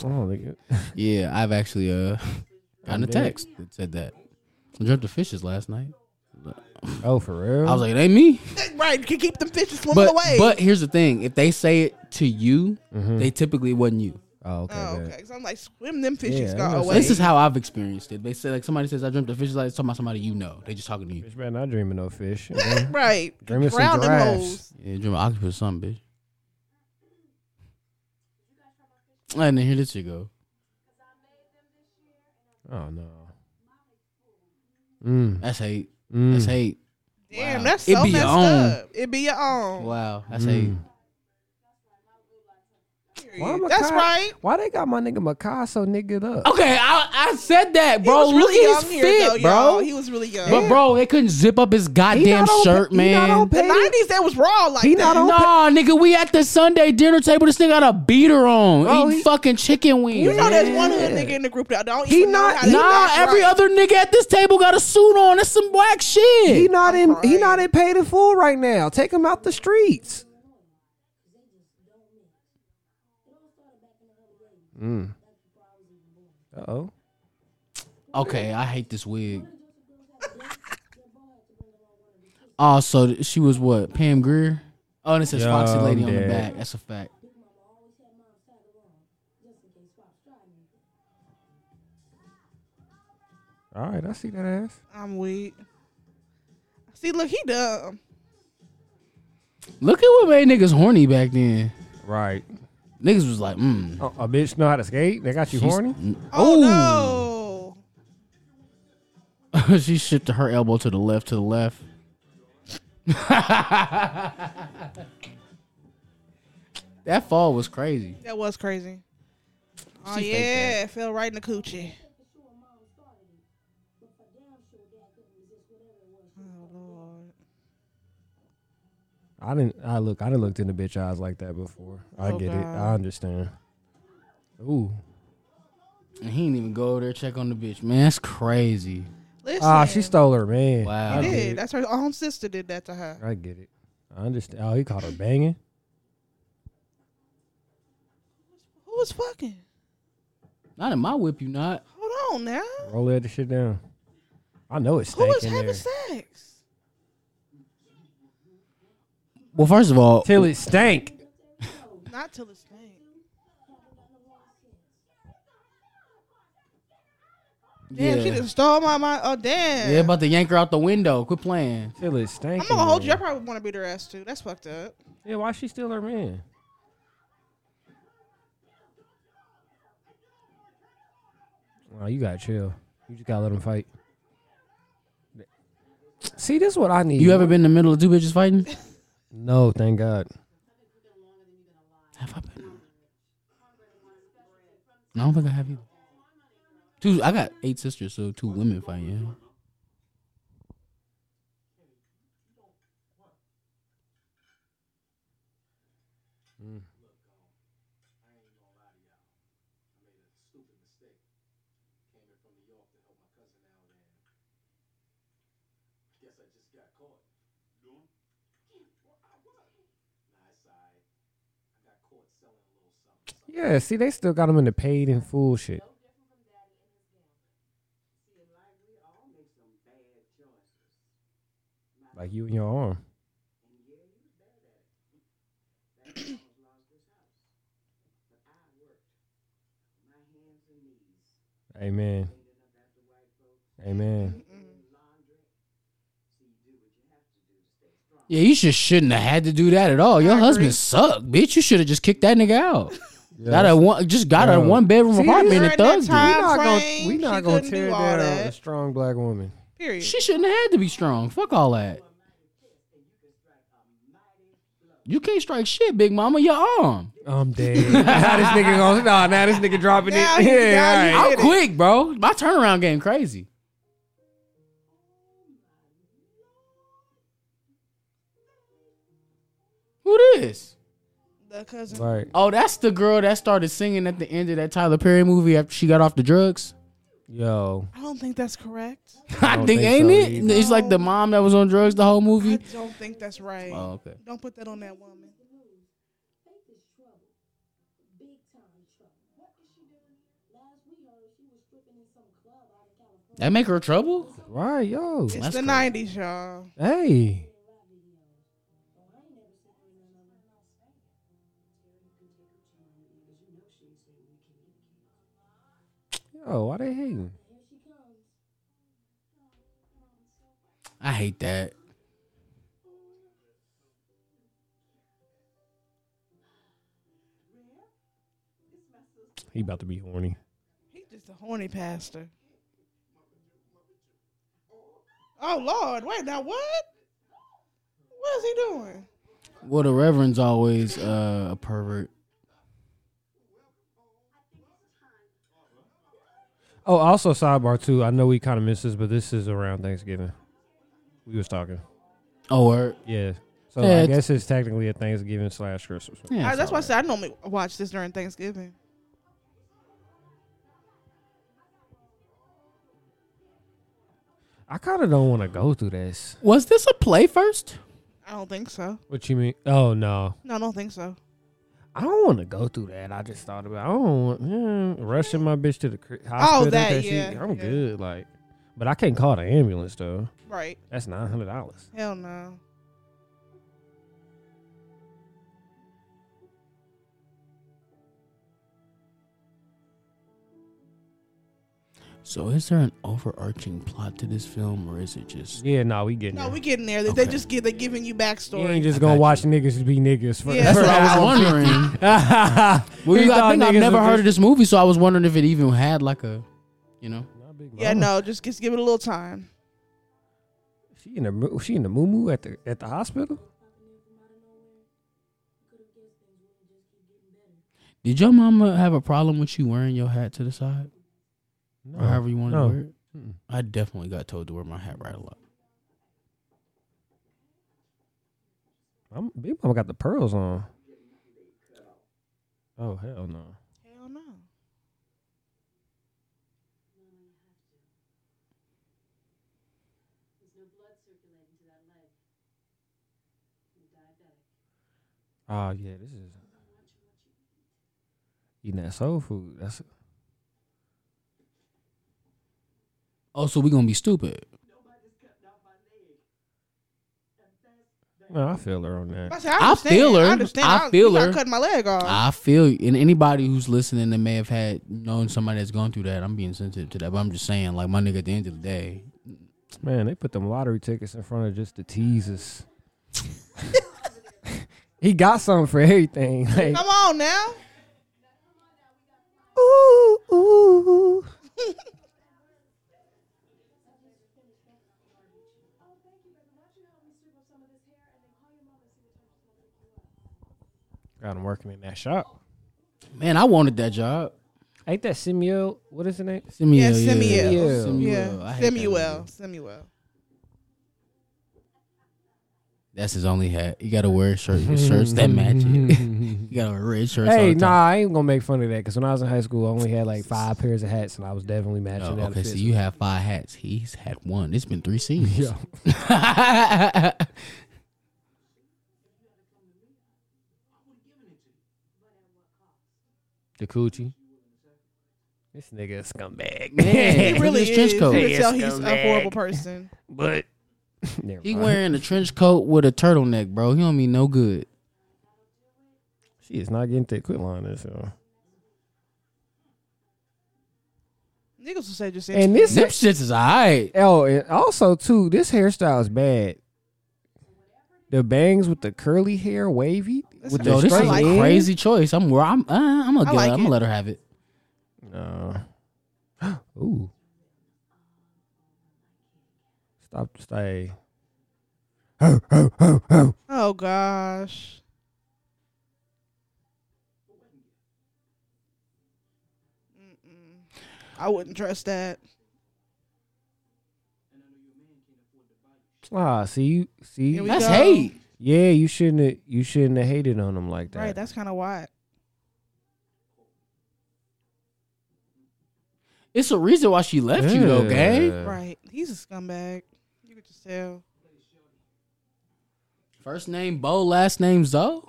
[SPEAKER 2] I don't think it.
[SPEAKER 4] Yeah, I've actually uh gotten a text that said that. I dreamt of fishes last night.
[SPEAKER 2] Oh, for real?
[SPEAKER 4] I was like, it ain't me.
[SPEAKER 1] Right, you can keep them fishes swimming
[SPEAKER 4] But
[SPEAKER 1] away.
[SPEAKER 4] but here's the thing: if they say it to you, they typically wasn't you.
[SPEAKER 2] Mm-hmm. oh, okay.
[SPEAKER 1] oh,
[SPEAKER 2] bet.
[SPEAKER 1] okay. Because I'm like, swim them fishes
[SPEAKER 2] Yeah,
[SPEAKER 1] go
[SPEAKER 2] I know.
[SPEAKER 1] away.
[SPEAKER 4] This is how I've experienced it. They say like somebody says, "I dreamt of fishes." Like it's talking about somebody you know. They just talking to you.
[SPEAKER 2] Bitch, man, not dreaming no fish. Oh,
[SPEAKER 1] right.
[SPEAKER 2] Dreaming some
[SPEAKER 1] Drown them
[SPEAKER 2] giraffes.
[SPEAKER 1] hoes.
[SPEAKER 4] Yeah, dream of octopus, or something, bitch. I didn't hear this shit go.
[SPEAKER 2] oh, no. Mm.
[SPEAKER 4] That's hate. That's
[SPEAKER 2] Mm.
[SPEAKER 4] hate.
[SPEAKER 1] Damn,
[SPEAKER 4] Wow.
[SPEAKER 1] that's
[SPEAKER 4] It
[SPEAKER 1] so
[SPEAKER 4] be your
[SPEAKER 1] messed
[SPEAKER 4] own.
[SPEAKER 1] up. It be your own.
[SPEAKER 4] Wow. That's
[SPEAKER 2] Mm.
[SPEAKER 4] hate.
[SPEAKER 1] period.
[SPEAKER 2] Why Makai-
[SPEAKER 1] That's right.
[SPEAKER 2] Why they got my nigga Makai so nigga up?
[SPEAKER 4] Okay, I, I said that, bro.
[SPEAKER 1] he was
[SPEAKER 4] Look
[SPEAKER 1] really
[SPEAKER 4] at
[SPEAKER 1] young
[SPEAKER 4] his
[SPEAKER 1] here,
[SPEAKER 4] fit,
[SPEAKER 1] though,
[SPEAKER 4] bro.
[SPEAKER 1] y'all. He was really young.
[SPEAKER 4] But bro, they couldn't zip up his goddamn
[SPEAKER 2] not on
[SPEAKER 4] shirt,
[SPEAKER 2] pa- he not
[SPEAKER 4] man.
[SPEAKER 2] on
[SPEAKER 1] the
[SPEAKER 2] pa-
[SPEAKER 1] nineties, that was raw like
[SPEAKER 2] He
[SPEAKER 1] that.
[SPEAKER 2] not on-
[SPEAKER 4] Nah, nigga, we at the Sunday dinner table. This nigga got a beater on.
[SPEAKER 2] Bro,
[SPEAKER 4] eating
[SPEAKER 2] he-
[SPEAKER 4] fucking chicken wings.
[SPEAKER 1] you know, there's one
[SPEAKER 2] Yeah.
[SPEAKER 1] hood nigga in the group that don't.
[SPEAKER 2] He
[SPEAKER 1] even
[SPEAKER 2] not-
[SPEAKER 1] Know how to
[SPEAKER 2] he
[SPEAKER 4] nah,
[SPEAKER 1] act
[SPEAKER 4] every
[SPEAKER 1] right.
[SPEAKER 4] other nigga at this table got a suit on. That's some black shit.
[SPEAKER 2] He not in. He
[SPEAKER 1] crying.
[SPEAKER 2] not in paid in full right now. Take him out the streets. Mm. Uh oh.
[SPEAKER 4] okay, I hate this wig. oh, so th- she was what? Pam Greer? Oh, and it says
[SPEAKER 2] Yo,
[SPEAKER 4] Foxy Lady
[SPEAKER 2] I'm
[SPEAKER 4] on the
[SPEAKER 2] dead.
[SPEAKER 4] back. That's a fact.
[SPEAKER 2] All right, I see that ass.
[SPEAKER 1] I'm weak. See, look, he dumb.
[SPEAKER 4] Look at what made niggas horny back then.
[SPEAKER 2] Right.
[SPEAKER 4] Niggas was like, mm.
[SPEAKER 2] Uh, A bitch know how to skate. They got you
[SPEAKER 4] she's-
[SPEAKER 2] horny.
[SPEAKER 1] Oh
[SPEAKER 4] Ooh.
[SPEAKER 1] no.
[SPEAKER 4] she shifted her elbow to the left, to the left. that fall was crazy.
[SPEAKER 1] That was crazy. Oh
[SPEAKER 4] She faked
[SPEAKER 1] yeah, it fell right in the coochie. Oh Lord.
[SPEAKER 2] I didn't. I look. I didn't looked in the bitch eyes like that before. I
[SPEAKER 1] Oh,
[SPEAKER 2] get it.
[SPEAKER 1] God.
[SPEAKER 2] I understand. Ooh.
[SPEAKER 4] And he didn't even go over there check on the bitch. Man, that's crazy.
[SPEAKER 1] Listen,
[SPEAKER 2] Ah, she stole her man.
[SPEAKER 4] Wow.
[SPEAKER 1] I
[SPEAKER 2] I
[SPEAKER 1] did.
[SPEAKER 2] get it.
[SPEAKER 1] That's her own sister did that to her.
[SPEAKER 2] I get it. I understand. Oh, he caught her banging.
[SPEAKER 1] Who was fucking?
[SPEAKER 4] Not in my whip, you not.
[SPEAKER 1] Hold on now.
[SPEAKER 2] Roll that shit down. I know it's
[SPEAKER 1] Who
[SPEAKER 2] stank
[SPEAKER 1] was
[SPEAKER 2] in
[SPEAKER 1] having
[SPEAKER 2] there.
[SPEAKER 1] sex?
[SPEAKER 4] Well, first of all,
[SPEAKER 2] Till it stank.
[SPEAKER 1] Not till it's name. Damn,
[SPEAKER 4] yeah,
[SPEAKER 1] she just stole my my. Oh damn.
[SPEAKER 4] yeah, about to yank her out the window. Quit playing.
[SPEAKER 2] Till it stank.
[SPEAKER 1] I'm not gonna hold you. I
[SPEAKER 2] your.
[SPEAKER 1] probably want to beat her ass too. That's fucked up.
[SPEAKER 2] Yeah, why she steal her man? Oh, you gotta chill. You just gotta let them fight. See, this is what I need.
[SPEAKER 4] You ever been in the middle of two bitches fighting?
[SPEAKER 2] No, thank God.
[SPEAKER 4] Have I been? I don't think I have either. Two, I got eight sisters, so two women fighting.
[SPEAKER 2] Yeah, see, they still got him in the paid and full shit. Like you and your arm. Amen. Amen.
[SPEAKER 4] Yeah, you just shouldn't have had to do that at all. Your
[SPEAKER 1] I agree.
[SPEAKER 4] husband sucked, bitch. You should have just kicked that nigga out. Got a one, just got a
[SPEAKER 2] Yo.
[SPEAKER 4] one bedroom
[SPEAKER 2] See,
[SPEAKER 4] apartment
[SPEAKER 1] during
[SPEAKER 4] and
[SPEAKER 1] that
[SPEAKER 4] thugged it.
[SPEAKER 1] time-
[SPEAKER 2] we not gonna,
[SPEAKER 1] frame,
[SPEAKER 2] we
[SPEAKER 1] she
[SPEAKER 2] not gonna
[SPEAKER 1] couldn't do
[SPEAKER 2] tear
[SPEAKER 1] all
[SPEAKER 2] down a
[SPEAKER 1] that.
[SPEAKER 2] strong black woman.
[SPEAKER 1] Period.
[SPEAKER 4] She shouldn't have had to be strong. Fuck all that. You can't strike shit, big mama. Your arm.
[SPEAKER 2] I'm dead. now this nigga gonna nah, now this nigga dropping
[SPEAKER 1] Now
[SPEAKER 2] it.
[SPEAKER 1] he- now
[SPEAKER 2] yeah,
[SPEAKER 1] he-
[SPEAKER 2] all right.
[SPEAKER 4] I'm quick, bro. My turnaround game crazy. Who this?
[SPEAKER 1] the cousin.
[SPEAKER 2] All right.
[SPEAKER 4] Oh, that's the girl that started singing at the end of that Tyler Perry movie after she got off the drugs.
[SPEAKER 2] Yo.
[SPEAKER 1] I don't think that's correct.
[SPEAKER 4] I,
[SPEAKER 2] don't
[SPEAKER 4] think,
[SPEAKER 2] think
[SPEAKER 4] ain't
[SPEAKER 2] so
[SPEAKER 4] it?
[SPEAKER 2] either.
[SPEAKER 4] It's like the mom that was on drugs the whole
[SPEAKER 1] I
[SPEAKER 4] movie.
[SPEAKER 1] don't think that's right.
[SPEAKER 4] Oh, okay.
[SPEAKER 1] Don't put that on that woman.
[SPEAKER 4] That make her trouble?
[SPEAKER 2] Right, yo.
[SPEAKER 1] It's
[SPEAKER 4] That's
[SPEAKER 1] the
[SPEAKER 4] correct.
[SPEAKER 1] '90s, y'all.
[SPEAKER 2] Hey. Yo, why they hating?
[SPEAKER 4] I hate that.
[SPEAKER 2] He about to be horny.
[SPEAKER 1] He's just a horny pastor. Oh Lord, wait now what? What is he doing?
[SPEAKER 4] Well, the reverend's always uh, a pervert.
[SPEAKER 2] Oh, also sidebar too. I know we kind of missed this, but this is around Thanksgiving. We was talking.
[SPEAKER 4] Oh, or
[SPEAKER 2] Yeah. So
[SPEAKER 4] Yeah,
[SPEAKER 2] I
[SPEAKER 4] it's-
[SPEAKER 2] guess it's technically a Thanksgiving slash Christmas.
[SPEAKER 4] yeah,
[SPEAKER 1] I,
[SPEAKER 4] it's
[SPEAKER 1] that's why I
[SPEAKER 4] alright.
[SPEAKER 1] said I normally watch this during Thanksgiving.
[SPEAKER 2] I kind of don't want to go through this.
[SPEAKER 4] Was this a play first?
[SPEAKER 1] I don't think so.
[SPEAKER 2] What you mean? Oh no,
[SPEAKER 1] No, I don't think so.
[SPEAKER 2] I don't want to go through that. I just thought about. I don't want mm, rushing my bitch to the cri- hospital.
[SPEAKER 1] Oh, that,
[SPEAKER 2] because she-
[SPEAKER 1] yeah,
[SPEAKER 2] I'm
[SPEAKER 1] yeah.
[SPEAKER 2] good. Like, but I can't call the ambulance though.
[SPEAKER 1] Right?
[SPEAKER 2] That's nine hundred dollars.
[SPEAKER 1] Hell no.
[SPEAKER 4] So is there an overarching plot to this film, or is it just
[SPEAKER 2] Yeah, no, we getting.
[SPEAKER 1] No,
[SPEAKER 2] there.
[SPEAKER 1] we getting there. They, they
[SPEAKER 4] Okay.
[SPEAKER 1] just give they giving you
[SPEAKER 2] You
[SPEAKER 1] backstory.
[SPEAKER 2] ain't just
[SPEAKER 4] I
[SPEAKER 2] gonna
[SPEAKER 4] got
[SPEAKER 2] watch niggas be niggas. For,
[SPEAKER 1] Yeah.
[SPEAKER 4] that's
[SPEAKER 1] That's
[SPEAKER 4] what
[SPEAKER 1] what
[SPEAKER 4] I was
[SPEAKER 1] I
[SPEAKER 4] wondering?
[SPEAKER 2] well,
[SPEAKER 4] Well, you I think I've never heard of this movie, so I was wondering if it even had like a, you know.
[SPEAKER 1] yeah, no, just just give it a little time.
[SPEAKER 2] She in the mo- she in the moo moo at the at the hospital.
[SPEAKER 4] Did your mama have a problem with you wearing your hat to the side
[SPEAKER 2] No.
[SPEAKER 4] or however you want
[SPEAKER 2] no.
[SPEAKER 4] to wear it?
[SPEAKER 2] Mm-mm.
[SPEAKER 4] I definitely got told to wear my hat right a lot.
[SPEAKER 2] I'm, Big Mama got the pearls on. Oh hell no!
[SPEAKER 1] Hell no.
[SPEAKER 5] no blood circulating to that leg.
[SPEAKER 3] Oh
[SPEAKER 5] I'm diabetic.
[SPEAKER 3] yeah, this is
[SPEAKER 5] Watch what you
[SPEAKER 3] eating that soul food. That's
[SPEAKER 4] Oh, so we gonna be stupid.
[SPEAKER 3] no, I feel her on that.
[SPEAKER 1] I, said, I,
[SPEAKER 4] I
[SPEAKER 1] understand,
[SPEAKER 4] feel her.
[SPEAKER 1] I understand.
[SPEAKER 4] I
[SPEAKER 1] you
[SPEAKER 4] feel
[SPEAKER 1] gotta
[SPEAKER 4] her.
[SPEAKER 1] Cut my leg off.
[SPEAKER 4] I feel you. And anybody who's listening that may have had known somebody that's gone through that, I'm being sensitive to that. But I'm just saying, like my nigga, at the end of the day,
[SPEAKER 3] Man, they put them lottery tickets in front of just to tease us.
[SPEAKER 2] He got something for everything. Like,
[SPEAKER 1] Come on now.
[SPEAKER 2] ooh, ooh.
[SPEAKER 3] Got them working in that shop.
[SPEAKER 4] man, I wanted that job.
[SPEAKER 2] Ain't that Simeon? What is the name?
[SPEAKER 4] Simeon,
[SPEAKER 1] Yeah,
[SPEAKER 4] yeah,
[SPEAKER 1] Simeon.
[SPEAKER 2] Yeah.
[SPEAKER 4] Simeon. I
[SPEAKER 1] Yeah.
[SPEAKER 4] hate that
[SPEAKER 1] Samuel.
[SPEAKER 4] nigga.
[SPEAKER 1] Samuel.
[SPEAKER 4] That's his only hat. You gotta wear shirt, shirts that match it. you gotta wear red shirts. all
[SPEAKER 2] Mm-hmm. Hey,
[SPEAKER 4] the time.
[SPEAKER 2] nah, I ain't gonna make fun of that because when I was in high school, I only had like five pairs of hats, and I was definitely
[SPEAKER 4] Oh,
[SPEAKER 2] matching that.
[SPEAKER 4] okay, so
[SPEAKER 2] fit.
[SPEAKER 4] you have five hats. He's had one. It's been three seasons.
[SPEAKER 2] Yeah.
[SPEAKER 3] The coochie.
[SPEAKER 2] this nigga a scumbag.
[SPEAKER 4] Man.
[SPEAKER 1] He really
[SPEAKER 4] his trench
[SPEAKER 1] is. You
[SPEAKER 4] coat.
[SPEAKER 1] can
[SPEAKER 2] Yes,
[SPEAKER 1] tell he's
[SPEAKER 2] go
[SPEAKER 1] a horrible
[SPEAKER 2] back.
[SPEAKER 1] person.
[SPEAKER 2] but Never
[SPEAKER 4] he
[SPEAKER 2] mind.
[SPEAKER 4] wearing a trench coat with a turtleneck, bro. He don't mean no good.
[SPEAKER 2] She is not getting thick. Quit lying, to us, y'all.
[SPEAKER 1] Niggas will say just
[SPEAKER 2] And this
[SPEAKER 4] Them shits is alright.
[SPEAKER 2] Oh, and also too, this hairstyle is bad. The bangs with the curly hair, wavy
[SPEAKER 1] That's
[SPEAKER 2] with
[SPEAKER 1] not-
[SPEAKER 4] Yo,
[SPEAKER 2] the
[SPEAKER 4] this is
[SPEAKER 2] straight
[SPEAKER 4] a
[SPEAKER 1] like
[SPEAKER 2] ends.
[SPEAKER 4] crazy choice. I'm wor- I'm uh, I'm gonna
[SPEAKER 1] I
[SPEAKER 4] get
[SPEAKER 1] like
[SPEAKER 4] I'm gonna
[SPEAKER 1] it.
[SPEAKER 4] let her have it.
[SPEAKER 2] No. Ooh. Stop. Stay. Oh, oh, oh, oh.
[SPEAKER 1] Oh gosh. Mm-mm. I wouldn't trust that.
[SPEAKER 2] Ah, see you. See.
[SPEAKER 1] Here we
[SPEAKER 4] That's
[SPEAKER 1] go.
[SPEAKER 4] hate.
[SPEAKER 2] Yeah, you shouldn't. Have, you shouldn't have hated on him like that.
[SPEAKER 1] Right, that's kind of why.
[SPEAKER 4] It's a reason why she left you though, gang.
[SPEAKER 2] Yeah.
[SPEAKER 1] Right, he's a scumbag. You could just tell.
[SPEAKER 4] First name Bo, last name Zoe.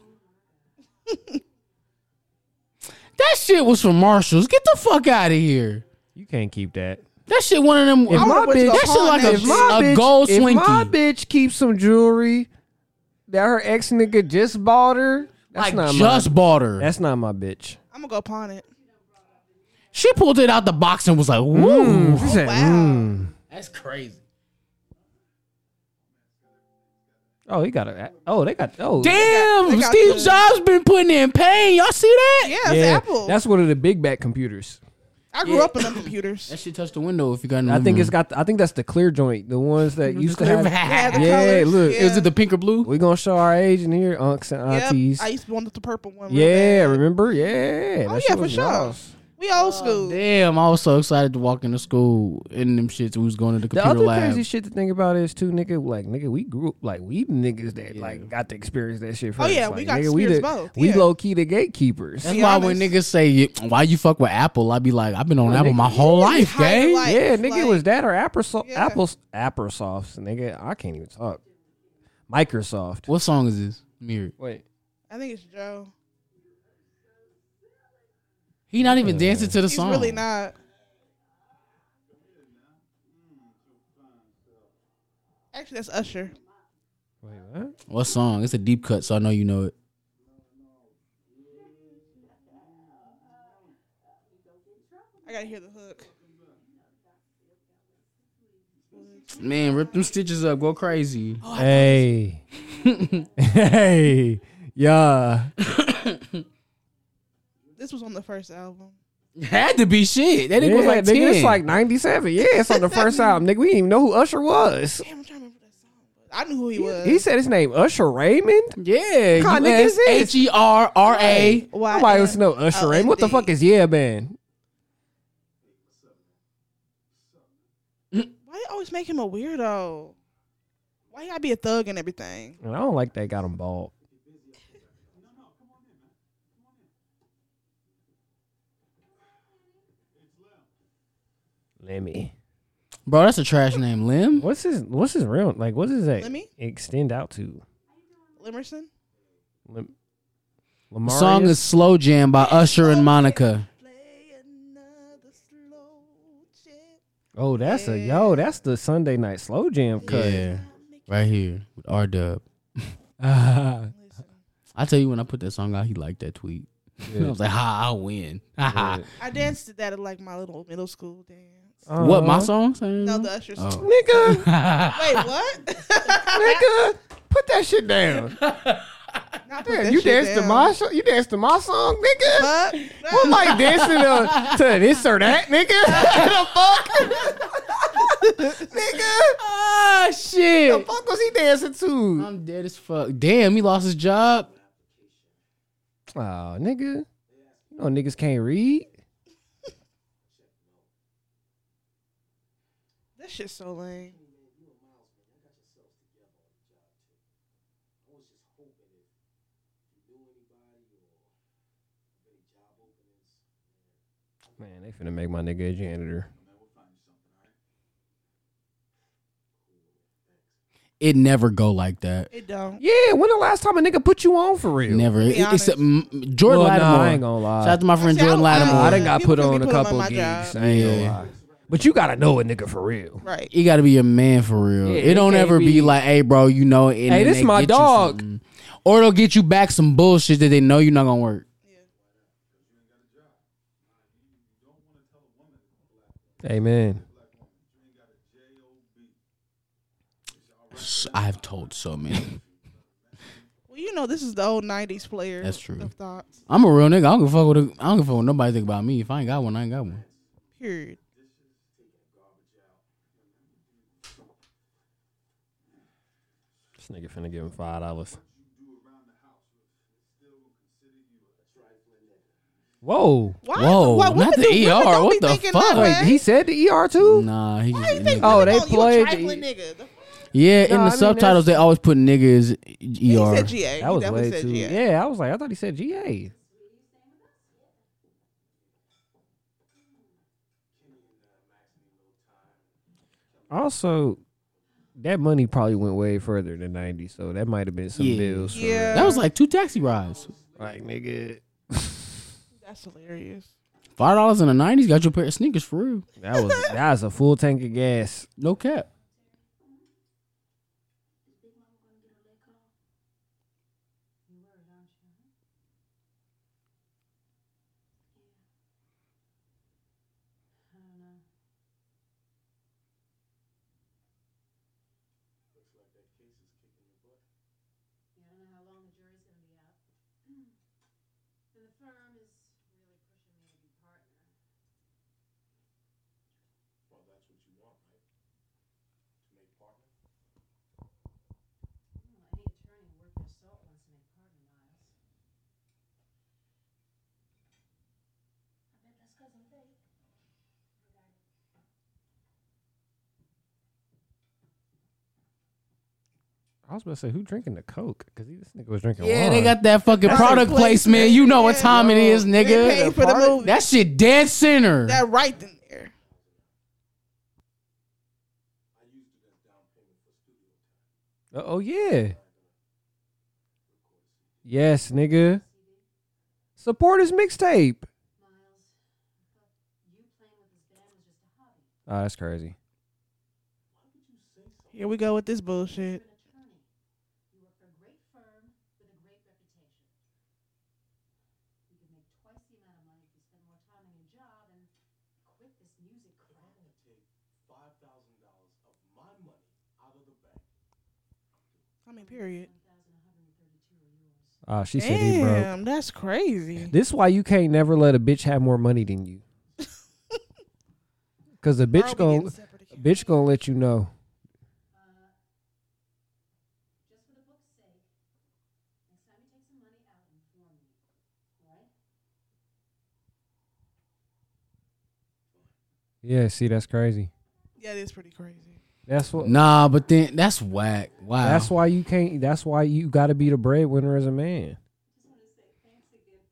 [SPEAKER 4] that shit was from Marshalls. Get the fuck out of here.
[SPEAKER 2] You can't keep that.
[SPEAKER 4] That shit one of them.
[SPEAKER 2] If
[SPEAKER 1] I
[SPEAKER 2] my
[SPEAKER 1] would've went to go
[SPEAKER 2] bitch-
[SPEAKER 4] that shit
[SPEAKER 1] pawn
[SPEAKER 4] like
[SPEAKER 1] that
[SPEAKER 4] a,
[SPEAKER 2] if my
[SPEAKER 4] a
[SPEAKER 2] bitch,
[SPEAKER 4] gold
[SPEAKER 2] if my
[SPEAKER 4] swinky.
[SPEAKER 2] bitch keeps some jewelry that her ex nigga just bought her, that's
[SPEAKER 4] Like
[SPEAKER 2] not
[SPEAKER 4] just
[SPEAKER 2] my.
[SPEAKER 4] bought her.
[SPEAKER 2] That's not my bitch.
[SPEAKER 1] I'm gonna go pawn it.
[SPEAKER 4] She pulled it out the box and was like, "Woo,
[SPEAKER 2] She said,
[SPEAKER 1] Oh, wow.
[SPEAKER 2] "Mm."
[SPEAKER 4] that's crazy."
[SPEAKER 2] Oh, he got a. Oh, they got. Oh,
[SPEAKER 4] Damn,
[SPEAKER 1] they got
[SPEAKER 4] Steve
[SPEAKER 1] the-
[SPEAKER 4] Jobs been putting in pain. Y'all see that?
[SPEAKER 1] Yeah, it's
[SPEAKER 2] yeah,
[SPEAKER 1] Apple.
[SPEAKER 2] That's one of the big back computers.
[SPEAKER 1] I grew
[SPEAKER 4] yeah.
[SPEAKER 1] up in them computers.
[SPEAKER 4] That shit touched the window. If you got, in the
[SPEAKER 2] I think
[SPEAKER 4] living
[SPEAKER 2] it's got. I think that's the clear joint, the ones that
[SPEAKER 4] room.
[SPEAKER 2] used to have.
[SPEAKER 1] Yeah, Mm-hmm. the
[SPEAKER 2] Yeah,
[SPEAKER 1] colors.
[SPEAKER 2] look,
[SPEAKER 1] yeah.
[SPEAKER 4] Is it the pink or blue?
[SPEAKER 2] We gonna show our age in here, unks and
[SPEAKER 1] Yep,
[SPEAKER 2] aunties.
[SPEAKER 1] I used to want the purple one. real
[SPEAKER 2] yeah,
[SPEAKER 1] bad.
[SPEAKER 2] remember? Yeah.
[SPEAKER 1] Oh,
[SPEAKER 2] that
[SPEAKER 1] yeah,
[SPEAKER 2] shit
[SPEAKER 1] for
[SPEAKER 2] was
[SPEAKER 1] sure.
[SPEAKER 2] nice.
[SPEAKER 1] we old school.
[SPEAKER 4] Damn, I was so excited to walk into school and them shits. We was going to the
[SPEAKER 2] The
[SPEAKER 4] computer
[SPEAKER 2] other
[SPEAKER 4] lab.
[SPEAKER 2] crazy shit to think about is too, nigga. Like, nigga, we grew up like we niggas that
[SPEAKER 4] Yeah.
[SPEAKER 2] like got to experience that shit.
[SPEAKER 1] Oh,
[SPEAKER 2] First.
[SPEAKER 1] yeah,
[SPEAKER 2] Like,
[SPEAKER 1] we got to
[SPEAKER 2] nigga, we
[SPEAKER 1] experience
[SPEAKER 2] the-
[SPEAKER 1] both,
[SPEAKER 2] We
[SPEAKER 1] yeah.
[SPEAKER 2] low key the gatekeepers.
[SPEAKER 4] That's
[SPEAKER 1] Be
[SPEAKER 4] why when
[SPEAKER 1] honest.
[SPEAKER 4] niggas say, "Why you fuck with Apple?" I be like, "I've been on Apple
[SPEAKER 2] nigga,
[SPEAKER 4] my whole life,
[SPEAKER 1] high
[SPEAKER 4] gang."
[SPEAKER 1] life.
[SPEAKER 2] yeah, nigga, it was
[SPEAKER 1] like-
[SPEAKER 2] that or Applesauce?
[SPEAKER 1] Yeah.
[SPEAKER 2] Apples, Applesauce, nigga. I can't even talk. Microsoft.
[SPEAKER 4] What song is this? Mirror.
[SPEAKER 2] Wait,
[SPEAKER 1] I think it's Joe.
[SPEAKER 4] He not even dancing to the
[SPEAKER 1] He's
[SPEAKER 4] song.
[SPEAKER 1] really not. Actually, that's Usher.
[SPEAKER 2] wait, what?
[SPEAKER 4] What song? It's a deep cut, so I know you know it.
[SPEAKER 1] I gotta hear the hook.
[SPEAKER 4] Man, rip them stitches up. Go crazy.
[SPEAKER 1] Oh,
[SPEAKER 2] Hey, hey, yeah.
[SPEAKER 1] This was on the first album.
[SPEAKER 4] Had to be shit. That nigga was
[SPEAKER 2] Yeah,
[SPEAKER 4] like
[SPEAKER 2] nigga,
[SPEAKER 4] 10.
[SPEAKER 2] it's like '97. Yeah, it's on the first album. Nigga, we didn't even know who Usher was.
[SPEAKER 1] Damn, I'm trying to remember that song. but I knew who he was.
[SPEAKER 2] He said his name, Usher Raymond.
[SPEAKER 4] Yeah,
[SPEAKER 2] What kind of nigga is this?
[SPEAKER 4] H E R R A.
[SPEAKER 1] Why?
[SPEAKER 2] Nobody wants to know Usher
[SPEAKER 1] Oh,
[SPEAKER 2] Raymond. What the
[SPEAKER 1] indeed.
[SPEAKER 2] fuck is Yeah Man?
[SPEAKER 1] Why they always make him a weirdo? Why you gotta be a thug and everything?
[SPEAKER 2] And I don't like they got him bald. Lemmy.
[SPEAKER 4] Bro, that's a trash name. Lim?
[SPEAKER 2] What's his What's his real like? What does that
[SPEAKER 1] Lemmy?
[SPEAKER 2] extend out to?
[SPEAKER 1] Limerson?
[SPEAKER 2] Lim-
[SPEAKER 4] The song is Slow Jam by Usher and Monica.
[SPEAKER 1] Oh, Play another slow jam.
[SPEAKER 2] Oh, that's a yo. That's the Sunday night slow jam cut.
[SPEAKER 4] Yeah. Right here with R Dub.
[SPEAKER 1] Listen,
[SPEAKER 4] I tell you when I put that song out, he liked that tweet. I was like, ha, I win. Ha ha.
[SPEAKER 1] I danced to that at like my little middle school dance.
[SPEAKER 2] Uh-huh.
[SPEAKER 4] What, my song? Same.
[SPEAKER 1] No, the Usher song.
[SPEAKER 4] Oh.
[SPEAKER 6] nigga,
[SPEAKER 1] Wait, what?
[SPEAKER 6] nigga, put that shit down.
[SPEAKER 1] Not put
[SPEAKER 6] Damn,
[SPEAKER 1] that
[SPEAKER 6] you
[SPEAKER 1] shit
[SPEAKER 6] danced to
[SPEAKER 1] down.
[SPEAKER 6] my song. You danced to my song, nigga.
[SPEAKER 1] Fuck.
[SPEAKER 6] What am I dancing to, to this or that, nigga? the fuck, nigga?
[SPEAKER 4] Ah,
[SPEAKER 6] The
[SPEAKER 4] shit.
[SPEAKER 6] fuck was he dancing to?
[SPEAKER 4] I'm dead as fuck. Damn, he lost his job.
[SPEAKER 2] Oh, nigga.
[SPEAKER 6] You know niggas can't read.
[SPEAKER 1] That shit's so lame.
[SPEAKER 2] Man, they finna make my nigga a janitor.
[SPEAKER 4] It never go like that.
[SPEAKER 1] It don't.
[SPEAKER 6] Yeah, when the last time a nigga put you on for real?
[SPEAKER 4] Never.
[SPEAKER 1] Be
[SPEAKER 4] It-
[SPEAKER 1] honest.
[SPEAKER 4] except mm, Jordan
[SPEAKER 2] well, nah,
[SPEAKER 4] Lattimore.
[SPEAKER 2] I ain't gonna lie.
[SPEAKER 4] Shout out to my friend
[SPEAKER 1] See, I
[SPEAKER 4] Jordan
[SPEAKER 1] don't- I don't-
[SPEAKER 4] Lattimore.
[SPEAKER 6] I done got
[SPEAKER 1] People
[SPEAKER 6] put
[SPEAKER 1] really
[SPEAKER 6] on a
[SPEAKER 1] put 'em on
[SPEAKER 6] couple
[SPEAKER 1] my
[SPEAKER 6] gigs.
[SPEAKER 1] job.
[SPEAKER 6] I ain't gonna
[SPEAKER 4] Yeah.
[SPEAKER 6] lie. But you gotta know a nigga for real.
[SPEAKER 1] Right.
[SPEAKER 4] You got to be a man for real.
[SPEAKER 6] Yeah,
[SPEAKER 4] it
[SPEAKER 6] it
[SPEAKER 4] don't
[SPEAKER 6] can't
[SPEAKER 4] ever be
[SPEAKER 6] be-
[SPEAKER 4] like, hey, bro, you know. And then
[SPEAKER 6] this
[SPEAKER 4] they
[SPEAKER 6] my
[SPEAKER 4] get you
[SPEAKER 6] dog.
[SPEAKER 4] something. Or they'll get you back some bullshit that they know you're not gonna work.
[SPEAKER 2] Hey man,
[SPEAKER 4] S- I've told so many.
[SPEAKER 1] Well, you know, this is the old 90s player.
[SPEAKER 4] That's true.
[SPEAKER 1] Of thoughts.
[SPEAKER 4] I'm a real nigga. I don't give a fuck what I don't give a fuck what nobody think about me. If I ain't got one, I ain't got one.
[SPEAKER 1] Period.
[SPEAKER 2] this nigga finna give him five dollars. Whoa!
[SPEAKER 1] Why?
[SPEAKER 4] Whoa,
[SPEAKER 1] why, women
[SPEAKER 4] not the
[SPEAKER 1] do- women
[SPEAKER 4] ER,
[SPEAKER 1] don't
[SPEAKER 4] what
[SPEAKER 1] be
[SPEAKER 4] the
[SPEAKER 1] thinking
[SPEAKER 4] fuck?
[SPEAKER 1] That
[SPEAKER 4] Wait,
[SPEAKER 1] way.
[SPEAKER 6] He said the ER too.
[SPEAKER 4] Nah, he.
[SPEAKER 1] Why you think
[SPEAKER 6] Oh,
[SPEAKER 1] women
[SPEAKER 6] they
[SPEAKER 1] don't-
[SPEAKER 6] played
[SPEAKER 1] You a
[SPEAKER 6] the-
[SPEAKER 1] trifling nigga. The fuck?
[SPEAKER 4] yeah, in
[SPEAKER 6] Nah,
[SPEAKER 4] the
[SPEAKER 6] I mean,
[SPEAKER 4] subtitles they always put niggas
[SPEAKER 1] He
[SPEAKER 4] er.
[SPEAKER 1] said GA.
[SPEAKER 2] That
[SPEAKER 1] he
[SPEAKER 2] was
[SPEAKER 1] definitely
[SPEAKER 2] way
[SPEAKER 1] said
[SPEAKER 2] too.
[SPEAKER 1] GA.
[SPEAKER 2] Yeah, I was like, I thought he said GA. Also, that money probably went way further than ninety, so that might have been some
[SPEAKER 4] Yeah.
[SPEAKER 2] bills. for-
[SPEAKER 1] Yeah.
[SPEAKER 4] that was like two taxi rides.
[SPEAKER 2] like nigga,
[SPEAKER 1] That's hilarious.
[SPEAKER 4] Five dollars in the nineties got you a pair of sneakers for real.
[SPEAKER 2] that was that was a full tank of gas.
[SPEAKER 4] No cap.
[SPEAKER 2] I was about to say, who drinking the coke? Because this nigga was drinking.
[SPEAKER 4] Yeah,
[SPEAKER 2] wine.
[SPEAKER 4] they got that fucking
[SPEAKER 1] That's
[SPEAKER 4] product
[SPEAKER 1] a placement.
[SPEAKER 4] placement. You know what
[SPEAKER 1] Yeah,
[SPEAKER 4] time it
[SPEAKER 1] bro.
[SPEAKER 4] is,
[SPEAKER 1] They
[SPEAKER 4] nigga.
[SPEAKER 1] paid for the movie.
[SPEAKER 4] That shit dead center.
[SPEAKER 1] That right then there.
[SPEAKER 2] Uh, oh yeah. Yes, nigga. Support his mixtape. Oh, that's crazy.
[SPEAKER 1] Here we go with this bullshit. I mean, period.
[SPEAKER 2] Ah, she said he broke.
[SPEAKER 1] Damn, that's crazy.
[SPEAKER 2] This why you can't never let a bitch have more money than you. Cause a bitch
[SPEAKER 1] Why are we
[SPEAKER 2] gon'
[SPEAKER 1] getting separate
[SPEAKER 2] a
[SPEAKER 1] accounts?
[SPEAKER 2] bitch gonna let you know. Uh, Yeah, see, that's crazy.
[SPEAKER 1] Yeah, it is pretty crazy.
[SPEAKER 2] That's what.
[SPEAKER 4] Nah, but then that's whack. Wow.
[SPEAKER 2] That's why you can't. That's why you got to be the breadwinner as a man.